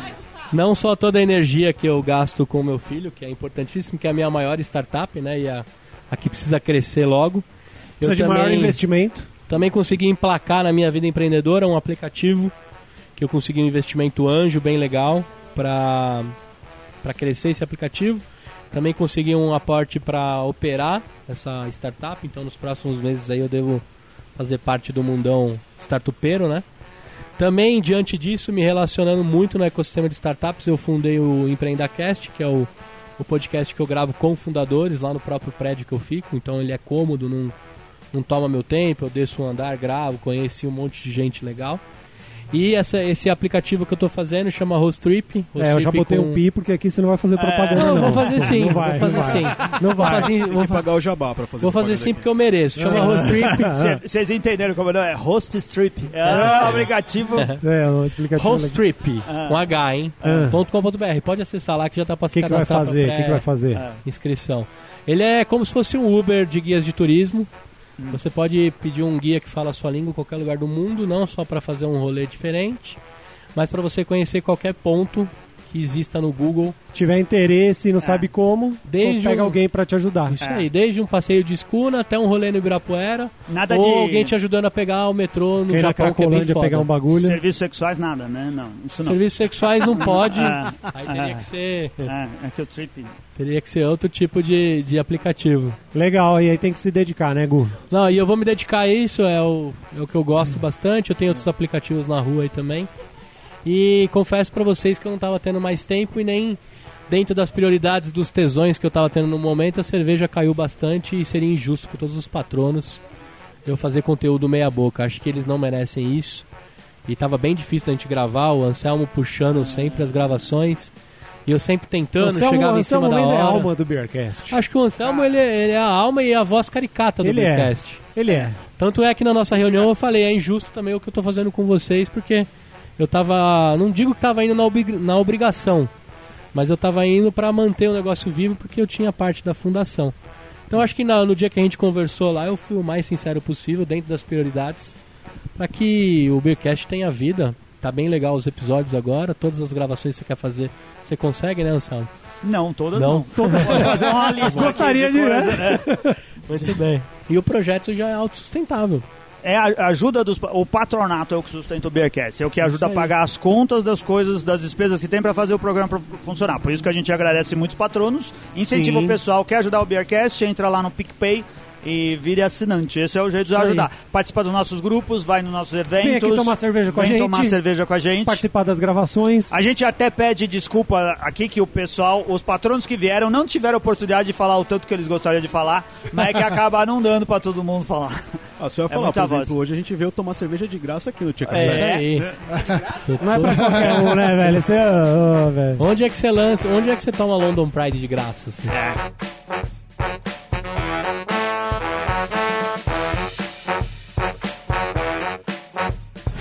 [SPEAKER 1] não só toda a energia que eu gasto com o meu filho, que é importantíssimo, que é a minha maior startup, né? E a, a que precisa crescer logo. Eu
[SPEAKER 2] Precisa de maior
[SPEAKER 1] também-
[SPEAKER 2] investimento.
[SPEAKER 1] Também consegui emplacar na minha vida empreendedora um aplicativo que eu consegui um investimento anjo bem legal para para crescer esse aplicativo. Também consegui um aporte para operar essa startup, então nos próximos meses aí eu devo fazer parte do mundão startupeiro, né? Também diante disso, me relacionando muito no ecossistema de startups, eu fundei o EmpreendaCast, que é o, o podcast que eu gravo com fundadores lá no próprio prédio que eu fico, então ele é cômodo, não, não toma meu tempo, eu desço um andar, gravo, conheci um monte de gente legal. E essa- esse aplicativo que eu tô fazendo chama Host Trip.
[SPEAKER 2] É, eu já botei um pi porque aqui você não vai
[SPEAKER 3] É.
[SPEAKER 2] fazer propaganda.
[SPEAKER 1] Não,
[SPEAKER 2] Não,
[SPEAKER 1] vou fazer sim,
[SPEAKER 2] Não vai,
[SPEAKER 1] vou
[SPEAKER 2] não
[SPEAKER 1] fazer
[SPEAKER 2] vai.
[SPEAKER 1] sim.
[SPEAKER 2] Não
[SPEAKER 1] Vou
[SPEAKER 2] vai.
[SPEAKER 1] fazer,
[SPEAKER 4] É. Tem
[SPEAKER 1] vou,
[SPEAKER 4] que
[SPEAKER 1] fa-
[SPEAKER 4] pagar o jabá pra fazer
[SPEAKER 1] vou fazer sim porque eu mereço. Chama Host
[SPEAKER 2] (laughs)
[SPEAKER 1] Trip.
[SPEAKER 2] Ah.
[SPEAKER 3] Cê- Vocês entenderam como não é? Host Strip. É um aplicativo...
[SPEAKER 2] É, um explicativo.
[SPEAKER 1] Host
[SPEAKER 2] legal.
[SPEAKER 1] Trip,
[SPEAKER 3] Ah.
[SPEAKER 1] com H, hein?
[SPEAKER 2] Ah.
[SPEAKER 1] Ponto .com.br. Pode acessar lá que já tá pra
[SPEAKER 2] O
[SPEAKER 1] se
[SPEAKER 2] que, que vai
[SPEAKER 1] cadastrar pra
[SPEAKER 3] Ah.
[SPEAKER 2] fazer? O que, que vai fazer?
[SPEAKER 1] pré- inscrição. Ele é como se fosse um Uber de guias de turismo.
[SPEAKER 3] Hum.
[SPEAKER 1] Você pode pedir um guia que fala a sua língua em qualquer lugar do mundo, não só para fazer um rolê diferente, mas para você conhecer qualquer ponto que exista no Google.
[SPEAKER 2] Se tiver interesse e não
[SPEAKER 3] É.
[SPEAKER 2] sabe como,
[SPEAKER 1] Desde
[SPEAKER 2] pega
[SPEAKER 1] um-
[SPEAKER 2] alguém pra te ajudar.
[SPEAKER 3] Ah.
[SPEAKER 1] Isso aí, desde um passeio de escuna até um rolê no Ibirapuera.
[SPEAKER 3] Nada
[SPEAKER 1] ou
[SPEAKER 3] de-
[SPEAKER 1] alguém te ajudando a pegar o metrô no
[SPEAKER 2] Quem na
[SPEAKER 1] Japão, que é bem
[SPEAKER 2] Cracolândia
[SPEAKER 1] foda.
[SPEAKER 2] pegar um bagulho.
[SPEAKER 3] Serviços sexuais, nada, né? Não, isso não.
[SPEAKER 1] Serviços sexuais
[SPEAKER 3] (laughs)
[SPEAKER 1] não pode.
[SPEAKER 3] Ah,
[SPEAKER 1] aí teria
[SPEAKER 3] ah.
[SPEAKER 1] que ser.
[SPEAKER 3] É, é que o trip.
[SPEAKER 1] Teria que ser outro tipo de, de aplicativo.
[SPEAKER 2] Legal, e aí tem que se dedicar, né, Gu?
[SPEAKER 1] Não, e eu vou me dedicar a isso, é o, é o que eu gosto bastante. Eu tenho outros aplicativos na rua aí também. E confesso pra vocês que eu não tava tendo mais tempo e nem dentro das prioridades dos tesões que eu tava tendo no momento, a cerveja caiu bastante e seria injusto com todos os patronos eu fazer conteúdo meia boca. Acho que eles não merecem isso. E tava bem difícil da gente gravar, o Anselmo puxando sempre as gravações. E eu sempre tentando,
[SPEAKER 2] Anselmo-
[SPEAKER 1] chegava em
[SPEAKER 2] Anselmo
[SPEAKER 1] cima da
[SPEAKER 2] Mendes
[SPEAKER 1] hora.
[SPEAKER 2] é a alma do Beercast.
[SPEAKER 1] Acho que o Anselmo ele, ele é a alma e a voz caricata do
[SPEAKER 2] Ele é.
[SPEAKER 1] podcast.
[SPEAKER 2] Ele é.
[SPEAKER 1] Tanto é que na nossa reunião eu falei, é injusto também o que eu tô fazendo com vocês, porque eu tava. Não digo que tava indo na, obri- na obrigação, mas eu tava indo pra manter o negócio vivo porque eu tinha parte da fundação. Então acho que na- no dia que a gente conversou lá, eu fui o mais sincero possível, dentro das prioridades, para que o Beercast tenha vida. Tá bem legal os episódios agora, todas as gravações que você quer fazer, você consegue, né, Anselmo?
[SPEAKER 3] Não, toda
[SPEAKER 1] Não.
[SPEAKER 3] não. Toda
[SPEAKER 1] (laughs)
[SPEAKER 3] Posso fazer uma lista. aqui
[SPEAKER 2] Gostaria de-
[SPEAKER 3] coisas, né?
[SPEAKER 1] Muito bem. E o projeto já é autossustentável.
[SPEAKER 3] É a a ajuda dos. pa- O patronato é o que sustenta o Beercast. É o que ajuda a
[SPEAKER 1] aí.
[SPEAKER 3] pagar as contas das coisas, das despesas que tem para fazer o programa pro- funcionar. Por isso que a gente agradece muitos patronos, incentiva
[SPEAKER 1] Sim.
[SPEAKER 3] o pessoal. Quer ajudar o Beercast? Entra lá no PicPay e vire assinante. Esse é o jeito de ajudar. Participa dos nossos grupos, vai nos nossos eventos.
[SPEAKER 2] Vem aqui tomar cerveja com a
[SPEAKER 3] vem
[SPEAKER 2] gente.
[SPEAKER 3] tomar cerveja com a gente.
[SPEAKER 2] Participar das gravações.
[SPEAKER 3] A gente até pede desculpa aqui que o pessoal, os patronos que vieram, não tiveram oportunidade de falar o tanto que eles gostariam de falar, mas
[SPEAKER 4] (laughs)
[SPEAKER 3] é que acaba não dando para todo mundo falar.
[SPEAKER 4] Ah, você vai
[SPEAKER 3] É
[SPEAKER 4] falar, por
[SPEAKER 3] muita
[SPEAKER 4] exemplo,
[SPEAKER 3] voz.
[SPEAKER 4] hoje a gente veio tomar cerveja de graça aqui no Né? Tia
[SPEAKER 3] É.
[SPEAKER 4] Café.
[SPEAKER 2] Não é pra qualquer um, né, velho? Você, ô, velho.
[SPEAKER 1] Onde é que você lança? Onde é que você toma London Pride de graça? assim?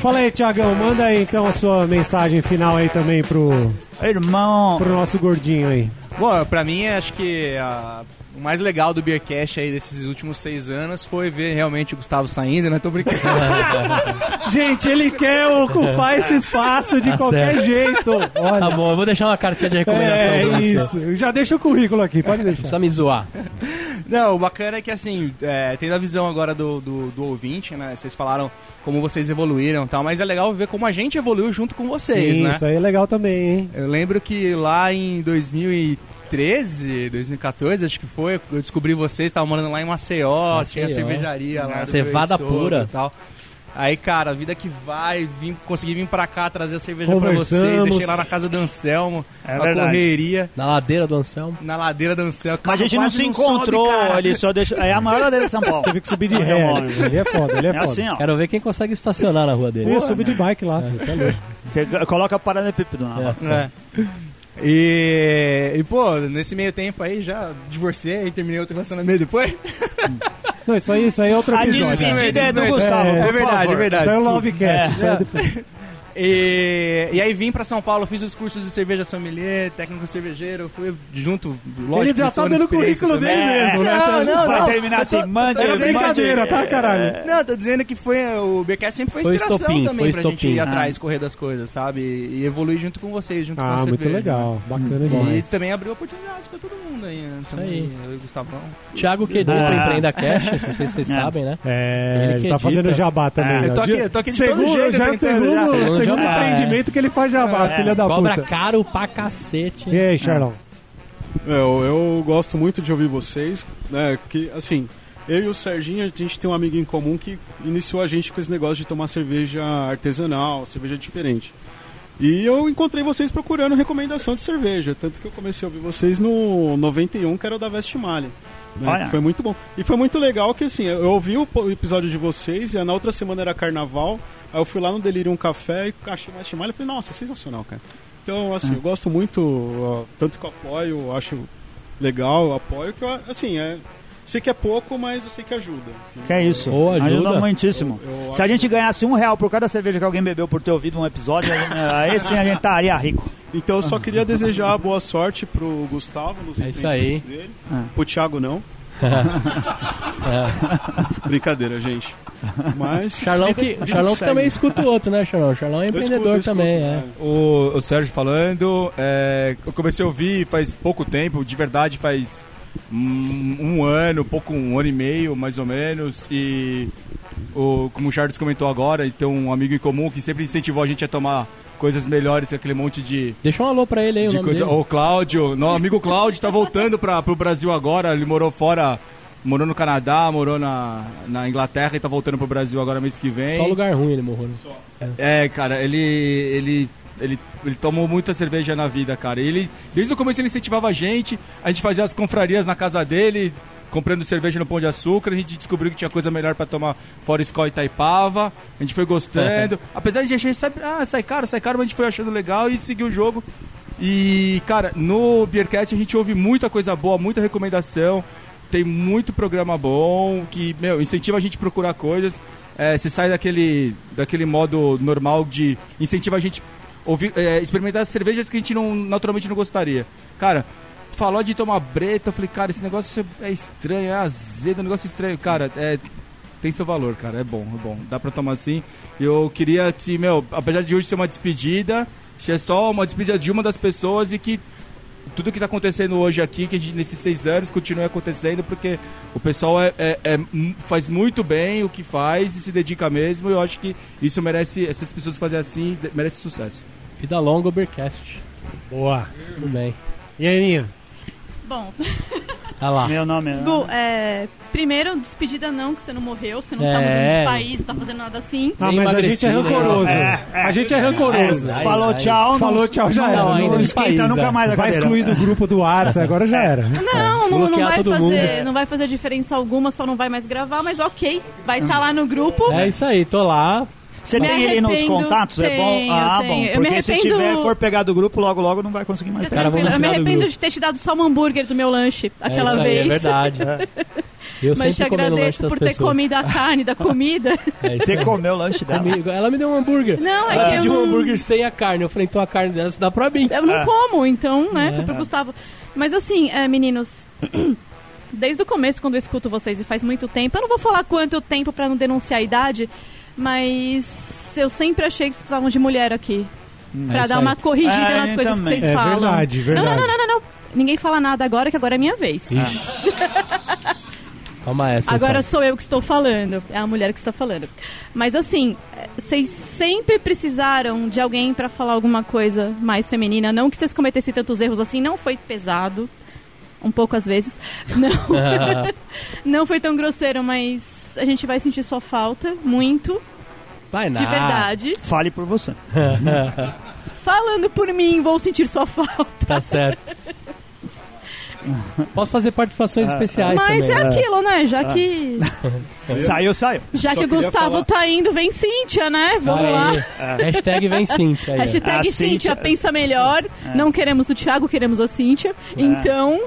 [SPEAKER 2] Fala aí, Tiagão, manda aí então a sua mensagem final aí também pro,
[SPEAKER 3] Irmão,
[SPEAKER 2] pro nosso gordinho aí.
[SPEAKER 6] Bom, pra mim, acho que ah, o mais legal do Beercast aí desses últimos seis anos foi ver realmente o Gustavo saindo, né? Tô
[SPEAKER 2] (laughs)
[SPEAKER 6] brincando.
[SPEAKER 2] Gente, ele quer ocupar esse espaço de
[SPEAKER 1] Tá
[SPEAKER 2] qualquer
[SPEAKER 1] certo.
[SPEAKER 2] jeito.
[SPEAKER 1] Tá
[SPEAKER 2] Olha,
[SPEAKER 1] bom, eu vou deixar uma cartinha de recomendação
[SPEAKER 2] é,
[SPEAKER 1] pra você. Não
[SPEAKER 2] isso. Já deixa o currículo aqui, pode deixar.
[SPEAKER 1] precisa me zoar.
[SPEAKER 6] Não, o bacana é que, assim, é, tendo a visão agora do, do, do ouvinte, né? Vocês falaram como vocês evoluíram e tal, mas é legal ver como a gente evoluiu junto com vocês,
[SPEAKER 2] Sim,
[SPEAKER 6] né?
[SPEAKER 2] isso aí é legal também, hein?
[SPEAKER 6] Eu lembro que lá em 2013, 2014, acho que foi, eu descobri vocês, estavam morando lá em Maceió, tinha
[SPEAKER 1] Maceió.
[SPEAKER 6] cervejaria lá. do
[SPEAKER 1] Cevada
[SPEAKER 6] Beiçoto
[SPEAKER 1] pura.
[SPEAKER 6] E tal. Aí, cara, a vida que vai, vim, consegui vir pra cá trazer a cerveja pra vocês,
[SPEAKER 2] Conversamos.
[SPEAKER 6] deixei lá na casa do Anselmo,
[SPEAKER 3] É
[SPEAKER 6] na
[SPEAKER 3] verdade.
[SPEAKER 6] correria,
[SPEAKER 1] Na ladeira do Anselmo.
[SPEAKER 6] na ladeira do Anselmo.
[SPEAKER 3] Mas a gente não
[SPEAKER 6] Quase
[SPEAKER 3] se encontrou,
[SPEAKER 6] sobe, cara.
[SPEAKER 3] ele só deixou. É a maior ladeira de São Paulo.
[SPEAKER 2] Teve que subir de ré,
[SPEAKER 3] É,
[SPEAKER 2] né, velho? ele é foda, ele é,
[SPEAKER 3] É
[SPEAKER 2] foda.
[SPEAKER 3] assim, ó.
[SPEAKER 1] Quero ver quem consegue estacionar na rua dele.
[SPEAKER 2] Eu subi de bike lá, filho, você é louco.
[SPEAKER 3] Você coloca paralelepípedo na roda.
[SPEAKER 6] É. E, e, pô, nesse meio tempo aí já divorciei e terminei outro relacionamento depois.
[SPEAKER 2] Não, isso aí, isso aí é outro
[SPEAKER 3] A
[SPEAKER 2] episódio.
[SPEAKER 3] despedida é do
[SPEAKER 6] É,
[SPEAKER 3] Gustavo.
[SPEAKER 2] é
[SPEAKER 3] por
[SPEAKER 6] verdade,
[SPEAKER 3] favor.
[SPEAKER 6] é verdade.
[SPEAKER 2] Isso aí é o Lovecast. Isso aí é depois.
[SPEAKER 6] E, e aí vim pra São Paulo, fiz os cursos de cerveja sommelier, técnico cervejeiro, fui junto, lógico.
[SPEAKER 2] Ele já
[SPEAKER 6] isso
[SPEAKER 2] tá
[SPEAKER 6] ano de
[SPEAKER 2] dando o
[SPEAKER 6] experiência
[SPEAKER 2] currículo dele
[SPEAKER 6] também. É.
[SPEAKER 2] mesmo, né?
[SPEAKER 6] Não, não,
[SPEAKER 3] Vai
[SPEAKER 6] não.
[SPEAKER 3] terminar
[SPEAKER 6] Eu tô-
[SPEAKER 3] assim, mande,
[SPEAKER 6] era
[SPEAKER 2] É
[SPEAKER 3] mande.
[SPEAKER 2] brincadeira, tá, caralho?
[SPEAKER 6] Não, tô dizendo que foi é, o BKS sempre foi
[SPEAKER 1] Foi
[SPEAKER 6] inspiração
[SPEAKER 1] estopim,
[SPEAKER 6] também
[SPEAKER 1] foi
[SPEAKER 6] pra gente
[SPEAKER 1] estopim. Ah.
[SPEAKER 6] ir atrás, correr das coisas, sabe? E evoluir junto com vocês, junto com a
[SPEAKER 2] Ah, muito
[SPEAKER 6] cerveja.
[SPEAKER 2] legal. Bacana
[SPEAKER 6] E
[SPEAKER 2] demais.
[SPEAKER 6] também abriu oportunidades pra todo mundo aí, né? Também,
[SPEAKER 1] aí.
[SPEAKER 6] Eu e o Gustavão.
[SPEAKER 1] Thiago que
[SPEAKER 6] É.
[SPEAKER 1] edita
[SPEAKER 3] Ah.
[SPEAKER 1] o Empreenda Cash, não sei se vocês
[SPEAKER 3] É.
[SPEAKER 1] sabem, né?
[SPEAKER 2] É,
[SPEAKER 1] Ele
[SPEAKER 2] ele
[SPEAKER 1] que
[SPEAKER 2] tá
[SPEAKER 1] edita.
[SPEAKER 2] fazendo jabá também.
[SPEAKER 6] É, eu tô
[SPEAKER 2] ó.
[SPEAKER 6] aqui- eu tô aqui de
[SPEAKER 2] segundo,
[SPEAKER 6] todo jeito,
[SPEAKER 2] já
[SPEAKER 6] tentando
[SPEAKER 2] segundo,
[SPEAKER 6] já.
[SPEAKER 2] segundo
[SPEAKER 1] Segundo jabá,
[SPEAKER 2] empreendimento que ele faz jabá, filha da
[SPEAKER 1] Cobra
[SPEAKER 2] puta.
[SPEAKER 1] caro pra cacete.
[SPEAKER 2] E aí, Charlão?
[SPEAKER 4] É, Eu, eu gosto muito de ouvir vocês, né? Que assim, eu e o Serginho, a gente tem um amigo em comum que iniciou a gente com esse negócio de tomar cerveja artesanal, cerveja diferente. E eu encontrei vocês procurando recomendação de cerveja, tanto que eu comecei a ouvir vocês no 91, que era o da Vestmale. né,
[SPEAKER 3] Olha.
[SPEAKER 4] que Foi muito bom. E foi muito legal que assim, eu ouvi o po- episódio de vocês, e na outra semana era carnaval, aí eu fui lá no Delirium Café e achei uma Vestmale e falei, nossa, sensacional, cara. Então, assim, eu gosto muito, ó, tanto que eu apoio, eu acho legal, eu apoio, que eu, assim, é, sei que é pouco, mas eu sei que ajuda. entendeu?
[SPEAKER 3] Que é isso.
[SPEAKER 1] Ô, ajuda.
[SPEAKER 3] muitíssimo.
[SPEAKER 4] Eu- eu
[SPEAKER 3] Se a
[SPEAKER 4] acho-
[SPEAKER 3] gente ganhasse um real por cada cerveja que alguém bebeu por ter ouvido um episódio, aí sim a gente estaria rico.
[SPEAKER 4] Então, eu só queria desejar boa sorte pro Gustavo nos
[SPEAKER 1] É isso aí. É. (laughs)
[SPEAKER 4] empreendimentos dele, pro Thiago não. Brincadeira, gente. Mas.
[SPEAKER 1] Charlão
[SPEAKER 4] vida-
[SPEAKER 1] que,
[SPEAKER 4] vida
[SPEAKER 1] Charlão que
[SPEAKER 4] segue.
[SPEAKER 1] também escuta o outro, né, Charlão? Charlão é
[SPEAKER 4] Eu escuto,
[SPEAKER 1] empreendedor
[SPEAKER 4] eu escuto,
[SPEAKER 1] também, é.
[SPEAKER 4] é.
[SPEAKER 8] O, o Sérgio falando, é, eu comecei a ouvir faz pouco tempo, de verdade faz um, um ano, pouco um ano e meio, mais ou menos, e o, como o Charles comentou agora, então um amigo em comum que sempre incentivou a gente a tomar coisas melhores que aquele monte de...
[SPEAKER 1] Deixa um alô pra ele aí, o
[SPEAKER 8] de
[SPEAKER 1] nome
[SPEAKER 8] coisa-
[SPEAKER 1] dele.
[SPEAKER 8] o Cláudio, nosso amigo Cláudio tá voltando para pro Brasil agora, ele morou fora... Morou no Canadá, morou na, na Inglaterra e tá voltando pro Brasil agora mês que vem.
[SPEAKER 1] é. Só lugar ruim ele morreu. né?
[SPEAKER 8] É, cara, ele, ele, ele, ele tomou muita cerveja na vida, cara. Ele, desde o começo ele incentivava a gente, a gente fazia as confrarias na casa dele, comprando cerveja no Pão de Açúcar, a gente descobriu que tinha coisa melhor pra tomar fora Skol e Taipava, a gente foi gostando. Apesar de a gente sabe, ah, sai caro, sai caro, mas a gente foi achando legal e seguiu o jogo. E, cara, no Beercast a gente ouve muita coisa boa, muita recomendação. Tem muito programa bom que, meu, incentiva a gente a procurar coisas. É, você sai daquele, daquele modo normal de incentiva a gente a ouvir, é, experimentar cervejas que a gente não, naturalmente não gostaria. Cara, falou de tomar breta, eu falei, cara, esse negócio é estranho, é azedo, é um negócio estranho. Cara, é, tem seu valor, cara. É bom, é bom. Dá pra tomar assim. Eu queria que, meu, apesar de hoje ser uma despedida, é só uma despedida de uma das pessoas e que tudo que tá acontecendo hoje aqui, que a gente, nesses seis anos, continue acontecendo, porque o pessoal é, é- é mu- faz muito bem o que faz e se dedica mesmo. E eu acho que isso merece, essas pessoas fazerem assim, de- merece sucesso.
[SPEAKER 1] Vida longa, Ubercast.
[SPEAKER 2] Boa.
[SPEAKER 1] Tudo bem.
[SPEAKER 2] E aí, Aninha?
[SPEAKER 7] Bom, (laughs)
[SPEAKER 1] Olha lá.
[SPEAKER 3] Meu nome é.
[SPEAKER 7] Gu, é, primeiro, despedida não, que você não morreu, você não tá
[SPEAKER 1] É.
[SPEAKER 7] mudando de país, não tá fazendo nada assim.
[SPEAKER 2] Ah,
[SPEAKER 1] Bem
[SPEAKER 2] mas a gente é
[SPEAKER 1] emagrecido, né?
[SPEAKER 2] rancoroso.
[SPEAKER 3] É, é.
[SPEAKER 2] A gente é rancoroso.
[SPEAKER 1] Ai,
[SPEAKER 3] Falou
[SPEAKER 1] ai.
[SPEAKER 3] tchau, não-
[SPEAKER 2] Falou tchau, já era.
[SPEAKER 1] Não, ainda
[SPEAKER 2] Não
[SPEAKER 1] de
[SPEAKER 2] esquenta
[SPEAKER 1] país, é.
[SPEAKER 3] nunca mais a
[SPEAKER 2] Vai
[SPEAKER 3] cadeira.
[SPEAKER 2] excluir do grupo do WhatsApp, agora já era.
[SPEAKER 7] Não, não, não
[SPEAKER 1] bloquear
[SPEAKER 7] vai
[SPEAKER 1] é todo
[SPEAKER 7] fazer,
[SPEAKER 1] mundo.
[SPEAKER 7] não vai fazer diferença alguma, só não vai mais gravar, mas ok, vai estar lá no grupo.
[SPEAKER 1] É isso aí, tô lá.
[SPEAKER 3] Você
[SPEAKER 7] Me
[SPEAKER 3] tem ele nos
[SPEAKER 7] arrependo,
[SPEAKER 3] contatos? é bom?
[SPEAKER 7] tenho,
[SPEAKER 3] Ah,
[SPEAKER 7] tenho.
[SPEAKER 3] bom.
[SPEAKER 7] Eu me
[SPEAKER 3] Porque se
[SPEAKER 7] arrependo-
[SPEAKER 3] tiver, for pegar do grupo, logo, logo não vai conseguir mais
[SPEAKER 7] Fica
[SPEAKER 3] pegar.
[SPEAKER 1] caras vão
[SPEAKER 7] tranquila. Eu me
[SPEAKER 1] tirar do
[SPEAKER 7] arrependo
[SPEAKER 1] grupo.
[SPEAKER 7] de ter te dado só um hambúrguer do meu lanche
[SPEAKER 1] É
[SPEAKER 7] aquela
[SPEAKER 1] isso aí,
[SPEAKER 7] vez.
[SPEAKER 1] é
[SPEAKER 7] (laughs)
[SPEAKER 1] verdade. Eu
[SPEAKER 7] Mas te
[SPEAKER 1] sempre comendo lanche
[SPEAKER 7] agradeço
[SPEAKER 1] das
[SPEAKER 7] por ter
[SPEAKER 1] pessoas.
[SPEAKER 7] comido a carne
[SPEAKER 1] (laughs)
[SPEAKER 7] da comida.
[SPEAKER 1] É isso
[SPEAKER 3] Você
[SPEAKER 1] aí.
[SPEAKER 3] comeu o lanche dela.
[SPEAKER 1] Comigo. Ela me deu um hambúrguer.
[SPEAKER 7] Não,
[SPEAKER 1] Ela
[SPEAKER 7] é que
[SPEAKER 1] pediu um
[SPEAKER 7] eu não,
[SPEAKER 1] hambúrguer sem a carne. Eu falei, então a carne dela se dá pra mim.
[SPEAKER 7] eu não
[SPEAKER 2] Ah,
[SPEAKER 7] como, então, né?
[SPEAKER 1] É.
[SPEAKER 7] Foi pro Gustavo. Mas assim, é, meninos, (clears throat) desde o começo, quando eu escuto vocês, e faz muito tempo, eu não vou falar quanto tempo pra não denunciar a idade, mas eu sempre achei que vocês precisavam de mulher aqui. Pra
[SPEAKER 1] isso
[SPEAKER 7] dar
[SPEAKER 1] aí.
[SPEAKER 7] uma corrigida
[SPEAKER 3] É,
[SPEAKER 7] nas
[SPEAKER 3] eu
[SPEAKER 7] coisas
[SPEAKER 3] também.
[SPEAKER 7] que vocês
[SPEAKER 2] É
[SPEAKER 7] falam.
[SPEAKER 2] verdade,
[SPEAKER 7] Não, não,
[SPEAKER 2] verdade.
[SPEAKER 7] não, não, não, não. Ninguém fala nada agora, que agora é minha vez.
[SPEAKER 1] Toma essa.
[SPEAKER 7] Agora
[SPEAKER 1] essa.
[SPEAKER 7] sou eu que estou falando, é a mulher que está falando. Mas assim, eh, vocês sempre precisaram de alguém para falar alguma coisa mais feminina. Não que vocês cometessem tantos erros assim, não foi pesado. Um pouco às vezes. (laughs) Não, não foi tão grosseiro, mas a gente vai sentir sua falta muito,
[SPEAKER 1] Vai
[SPEAKER 7] de
[SPEAKER 1] nada.
[SPEAKER 7] verdade.
[SPEAKER 3] Fale por
[SPEAKER 1] (laughs)
[SPEAKER 3] você.
[SPEAKER 7] Falando por mim, vou sentir sua falta.
[SPEAKER 1] Tá certo. Posso fazer
[SPEAKER 2] Ah,
[SPEAKER 1] participações especiais
[SPEAKER 7] Mas
[SPEAKER 1] também.
[SPEAKER 7] é aquilo, né?
[SPEAKER 1] Ah.
[SPEAKER 7] Já que,
[SPEAKER 3] Saiu, saiu.
[SPEAKER 7] já
[SPEAKER 4] Só
[SPEAKER 7] que o
[SPEAKER 4] queria
[SPEAKER 7] Gustavo
[SPEAKER 4] falar- É.
[SPEAKER 7] tá indo, vem Cíntia, né? Vamos
[SPEAKER 1] Olha
[SPEAKER 7] lá.
[SPEAKER 1] aí. Hashtag vem Cintia. aí, ó.
[SPEAKER 4] Ah,
[SPEAKER 7] Hashtag
[SPEAKER 3] A
[SPEAKER 7] Cíntia,
[SPEAKER 3] Cíntia.
[SPEAKER 7] pensa melhor.
[SPEAKER 4] É.
[SPEAKER 7] Não queremos o Thiago, queremos a Cíntia. Então,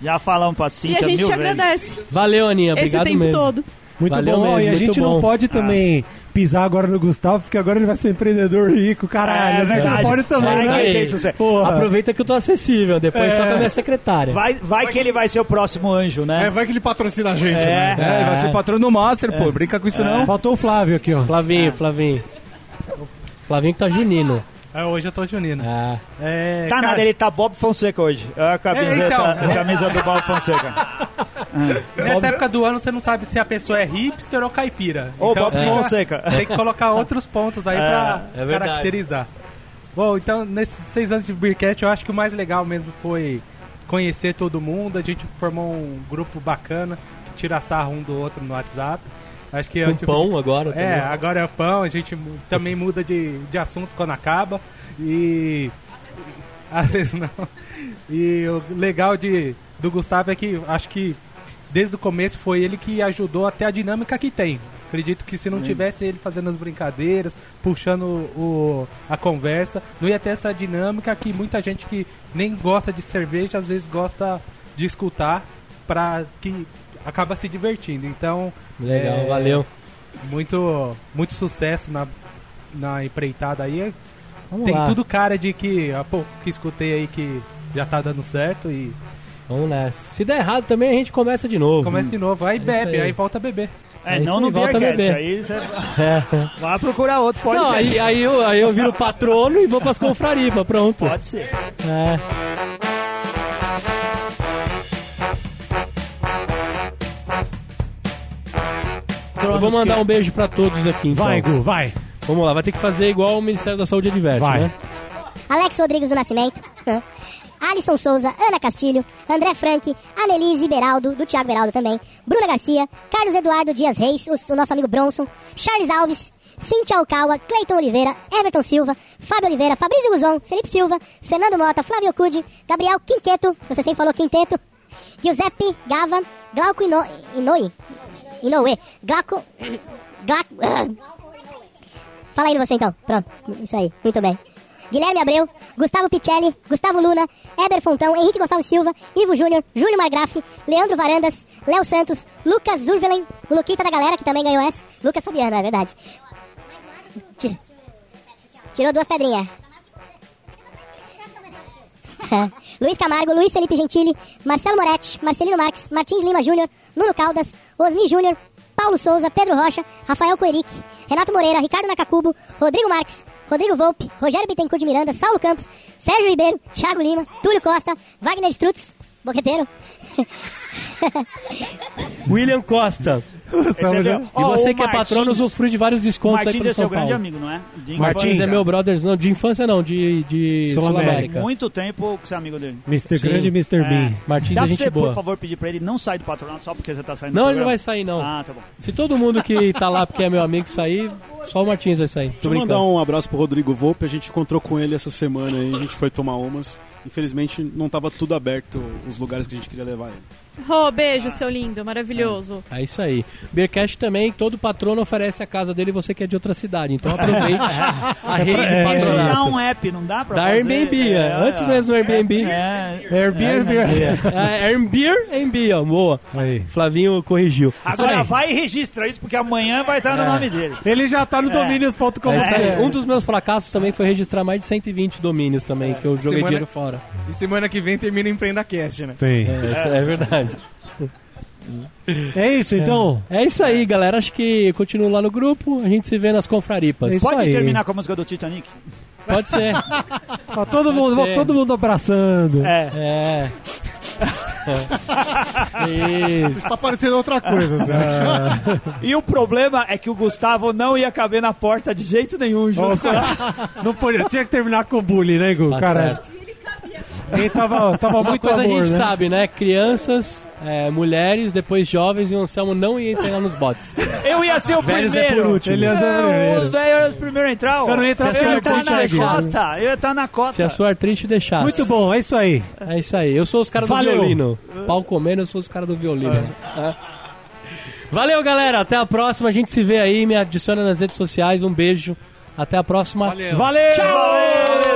[SPEAKER 3] Já falamos pra
[SPEAKER 7] e
[SPEAKER 3] Cintia
[SPEAKER 7] a gente
[SPEAKER 3] mil
[SPEAKER 7] te
[SPEAKER 3] vezes.
[SPEAKER 7] agradece
[SPEAKER 1] Valeu, Aninha.
[SPEAKER 7] esse
[SPEAKER 1] Obrigado
[SPEAKER 7] tempo
[SPEAKER 1] mesmo.
[SPEAKER 7] todo.
[SPEAKER 2] Muito
[SPEAKER 1] Valeu
[SPEAKER 2] bom.
[SPEAKER 1] mesmo,
[SPEAKER 2] e a
[SPEAKER 1] muito
[SPEAKER 2] gente
[SPEAKER 1] bom. Ah.
[SPEAKER 2] não pode também pisar agora no Gustavo, porque agora ele vai ser empreendedor rico, caralho.
[SPEAKER 3] É
[SPEAKER 2] a gente não
[SPEAKER 3] verdade.
[SPEAKER 2] pode
[SPEAKER 3] Vai
[SPEAKER 2] também, né?
[SPEAKER 1] que
[SPEAKER 3] tem sucesso.
[SPEAKER 2] Porra.
[SPEAKER 1] Aproveita que eu tô acessível. Depois
[SPEAKER 2] É.
[SPEAKER 1] só com a minha secretária.
[SPEAKER 3] Vai, vai que ele vai ser o próximo anjo,
[SPEAKER 5] É,
[SPEAKER 3] né?
[SPEAKER 5] vai que ele patrocina a gente, né?
[SPEAKER 8] É, ele vai ser patrão do Master, pô, brinca com isso não.
[SPEAKER 2] Faltou o Flávio aqui, ó.
[SPEAKER 1] É. Flavinho, Flavinho. Flavinho que tá junino.
[SPEAKER 10] Ah, hoje eu tô junino.
[SPEAKER 1] Ah,
[SPEAKER 10] É,
[SPEAKER 3] Tá
[SPEAKER 10] cara,
[SPEAKER 3] nada, ele tá Bob Fonseca hoje. É a camiseta,
[SPEAKER 10] É, então.
[SPEAKER 3] a camisa do Bob Fonseca.
[SPEAKER 1] (laughs) É.
[SPEAKER 10] Nessa época do ano você não sabe se a pessoa é hipster ou caipira.
[SPEAKER 3] Ô, Bob
[SPEAKER 10] fica-
[SPEAKER 3] Fonseca.
[SPEAKER 10] Tem que colocar outros pontos aí pra
[SPEAKER 1] é verdade.
[SPEAKER 10] caracterizar. Bom, então, nesses seis anos de Beercast, eu acho que o mais legal mesmo foi conhecer todo mundo. A gente formou um grupo bacana que tira sarro um do outro no WhatsApp. Acho que
[SPEAKER 1] com
[SPEAKER 10] tipo,
[SPEAKER 1] pão agora.
[SPEAKER 10] É,
[SPEAKER 1] também.
[SPEAKER 10] agora é pão, a gente mu- também muda de, de assunto quando acaba. E. (laughs) Às vezes Ah, não. E o legal de, do Gustavo é que acho que desde o começo foi ele que ajudou até a dinâmica que tem. Acredito que se não tivesse ele fazendo as brincadeiras, puxando o, a conversa, não ia ter essa dinâmica que muita gente que nem gosta de cerveja às vezes gosta de escutar para que acaba se divertindo. Então,
[SPEAKER 1] Legal,
[SPEAKER 10] é,
[SPEAKER 1] valeu.
[SPEAKER 10] muito, muito sucesso na, na empreitada aí.
[SPEAKER 1] Vamos
[SPEAKER 10] Tem
[SPEAKER 1] lá.
[SPEAKER 10] ah, tudo cara de que há pouco que escutei aí que já tá dando certo e
[SPEAKER 1] Vamos nessa. Se der errado também, a gente começa de novo. É
[SPEAKER 10] Começa de novo, aí
[SPEAKER 1] isso
[SPEAKER 10] bebe,
[SPEAKER 1] aí.
[SPEAKER 10] aí volta a beber.
[SPEAKER 3] É,
[SPEAKER 1] É isso
[SPEAKER 3] não
[SPEAKER 1] aí,
[SPEAKER 3] no
[SPEAKER 1] volta a
[SPEAKER 3] Beercast.
[SPEAKER 1] beber. É.
[SPEAKER 3] Aí você vai procurar outro
[SPEAKER 1] Não,
[SPEAKER 3] podcast.
[SPEAKER 1] aí, aí, eu, aí eu viro patrono e vou pras confraripas, pronto.
[SPEAKER 3] Pode ser.
[SPEAKER 1] É. Eu vou mandar um beijo pra todos aqui, então.
[SPEAKER 2] Vai, Gu, vai.
[SPEAKER 1] Vamos lá, vai ter que fazer igual o Ministério da Saúde adverte,
[SPEAKER 2] Vai.
[SPEAKER 1] né?
[SPEAKER 11] Alex Rodrigues do Nascimento, (laughs) Alisson Souza, Ana Castilho, André Frank, Anelise Beraldo, do Thiago Beraldo também, Bruna Garcia, Carlos Eduardo Dias Reis, o, o nosso amigo Bronson, Charles Alves, Cintia Alcaua, Cleiton Oliveira, Everton Silva, Fábio Oliveira, Fabrício Guzon, Felipe Silva, Fernando Mota, Flávio Cude, Gabriel Quinteto, você sempre falou Quinteto, Giuseppe Gava, Glauco Ino, Inoi, Inoue, Glauco... (coughs) Glauco... (coughs) Fala aí você então. Pronto, isso aí. Muito bem. Guilherme Abreu, Gustavo Picelli, Gustavo Luna, Éber Fontão, Henrique Gonçalves Silva, Ivo Júnior, Júlio Margraf, Leandro Varandas, Léo Santos, Lucas Zurvelen, o Luquita da galera que também ganhou essa, Lucas Fabiano, é verdade. Ti- Tirou duas pedrinhas. Luiz Camargo, Luiz Felipe Gentili, Marcelo Moretti, Marcelino Marques, Martins Lima Júnior, Nuno Caldas, Osni Júnior, Paulo Souza, Pedro Rocha, Rafael Coeric, Renato Moreira, Ricardo Nakakubo, Rodrigo Marques, Rodrigo Volpe, Rogério Bittencourt de Miranda, Saulo Campos, Sérgio Ribeiro, Thiago Lima, Túlio Costa, Wagner Strutz, Boqueteiro,
[SPEAKER 1] William
[SPEAKER 2] (laughs)
[SPEAKER 1] Costa.
[SPEAKER 3] Esse é-
[SPEAKER 1] E
[SPEAKER 3] Ó,
[SPEAKER 1] você
[SPEAKER 3] o
[SPEAKER 1] que é patrono
[SPEAKER 3] Martins-
[SPEAKER 1] usufrui de vários descontos aí
[SPEAKER 3] Martins
[SPEAKER 1] pro
[SPEAKER 3] é seu
[SPEAKER 1] São
[SPEAKER 3] grande
[SPEAKER 1] Paulo.
[SPEAKER 3] amigo, não é? De
[SPEAKER 2] Martins
[SPEAKER 1] Martins é meu brother, não, de infância não, de, de
[SPEAKER 2] Sul
[SPEAKER 1] Sul-América.
[SPEAKER 3] Muito tempo que você é amigo dele.
[SPEAKER 2] Mr.
[SPEAKER 1] Sim.
[SPEAKER 2] Grande e Mr. Bean.
[SPEAKER 3] É.
[SPEAKER 1] Martins
[SPEAKER 3] Dá
[SPEAKER 1] é
[SPEAKER 3] pra
[SPEAKER 1] gente
[SPEAKER 3] você,
[SPEAKER 1] boa.
[SPEAKER 3] por favor, pedir pra ele não sair do patronato só porque você tá saindo do
[SPEAKER 1] Não, ele não vai
[SPEAKER 3] programa?
[SPEAKER 1] sair não.
[SPEAKER 3] Ah, tá bom.
[SPEAKER 1] Se todo mundo que tá lá porque é meu amigo sair, só o Martins vai sair.
[SPEAKER 4] Deixa
[SPEAKER 1] Tô
[SPEAKER 4] eu mandar
[SPEAKER 1] brincando.
[SPEAKER 4] um abraço pro Rodrigo Volpe, a gente encontrou com ele essa semana aí, a gente foi tomar umas. Infelizmente não tava tudo aberto os lugares que a gente queria levar ele.
[SPEAKER 7] Rô, beijo, seu lindo, maravilhoso.
[SPEAKER 1] É isso aí. Beercast também, todo patrono oferece a casa dele e você que é de outra cidade. Então aproveite a rede de
[SPEAKER 3] Isso dá
[SPEAKER 1] patronato.
[SPEAKER 3] um app, não dá pra
[SPEAKER 1] Da
[SPEAKER 3] fazer?
[SPEAKER 1] Airbnb, é. Antes mesmo do Airbnb.
[SPEAKER 3] É.
[SPEAKER 1] Airbnb. É, Airbnb, Airbnb, ó, boa.
[SPEAKER 2] Aí.
[SPEAKER 1] Flavinho corrigiu.
[SPEAKER 3] Agora vai e registra isso, porque amanhã vai estar no nome dele.
[SPEAKER 2] Ele já tá no domínios.com.
[SPEAKER 1] É isso aí. Um dos meus fracassos também foi registrar mais de 120 domínios também, que eu joguei
[SPEAKER 6] Semana-
[SPEAKER 1] dinheiro fora.
[SPEAKER 6] (laughs) E semana que vem termina o EmpreendaCast, né?
[SPEAKER 2] Tem.
[SPEAKER 1] É, isso é verdade.
[SPEAKER 2] É isso, então.
[SPEAKER 1] É isso aí, galera. Acho que eu continuo lá no grupo. A gente se vê nas confraripas.
[SPEAKER 2] É Isso
[SPEAKER 3] Pode
[SPEAKER 2] aí.
[SPEAKER 3] terminar com a música do Titanic?
[SPEAKER 1] Pode ser.
[SPEAKER 3] (laughs)
[SPEAKER 2] É. Ó, todo, mundo,
[SPEAKER 1] ser.
[SPEAKER 2] todo mundo abraçando.
[SPEAKER 3] É.
[SPEAKER 1] É. É. Isso.
[SPEAKER 5] Tá parecendo outra coisa, Zé.
[SPEAKER 3] Ah. E o problema é que o Gustavo não ia caber na porta de jeito nenhum, Ju.
[SPEAKER 2] Ô, cara, não podia, tinha que terminar com o bullying, né, Gu?
[SPEAKER 1] Tá
[SPEAKER 2] cara,
[SPEAKER 1] certo.
[SPEAKER 2] quem tava, (laughs) tava
[SPEAKER 1] Uma
[SPEAKER 2] muito
[SPEAKER 1] coisa
[SPEAKER 2] amor,
[SPEAKER 1] a gente
[SPEAKER 2] né?
[SPEAKER 1] sabe, né? Crianças, é, mulheres, depois jovens e o Anselmo não ia entrar nos bots.
[SPEAKER 3] Eu ia ser o
[SPEAKER 1] Velhos é
[SPEAKER 3] primeiro.
[SPEAKER 1] por último.
[SPEAKER 2] Ele ia ser o
[SPEAKER 3] Eu,
[SPEAKER 2] primeiro.
[SPEAKER 3] os velhos eram os primeiros a entrar.
[SPEAKER 2] Se eu não entrar,
[SPEAKER 3] eu
[SPEAKER 1] Se a sua
[SPEAKER 3] ia estar na
[SPEAKER 1] artrite deixasse.
[SPEAKER 3] costa. Eu ia estar na costa.
[SPEAKER 1] Se a sua artrite deixasse.
[SPEAKER 2] Muito bom, é isso aí.
[SPEAKER 1] É isso aí. Eu sou os caras do
[SPEAKER 2] Valeu.
[SPEAKER 1] violino. Pau comendo, eu sou os caras do violino. É. Valeu, galera. Até a próxima. A gente se vê aí. Me adiciona nas redes sociais. Um beijo. Até a próxima.
[SPEAKER 2] Valeu!
[SPEAKER 1] Tchau!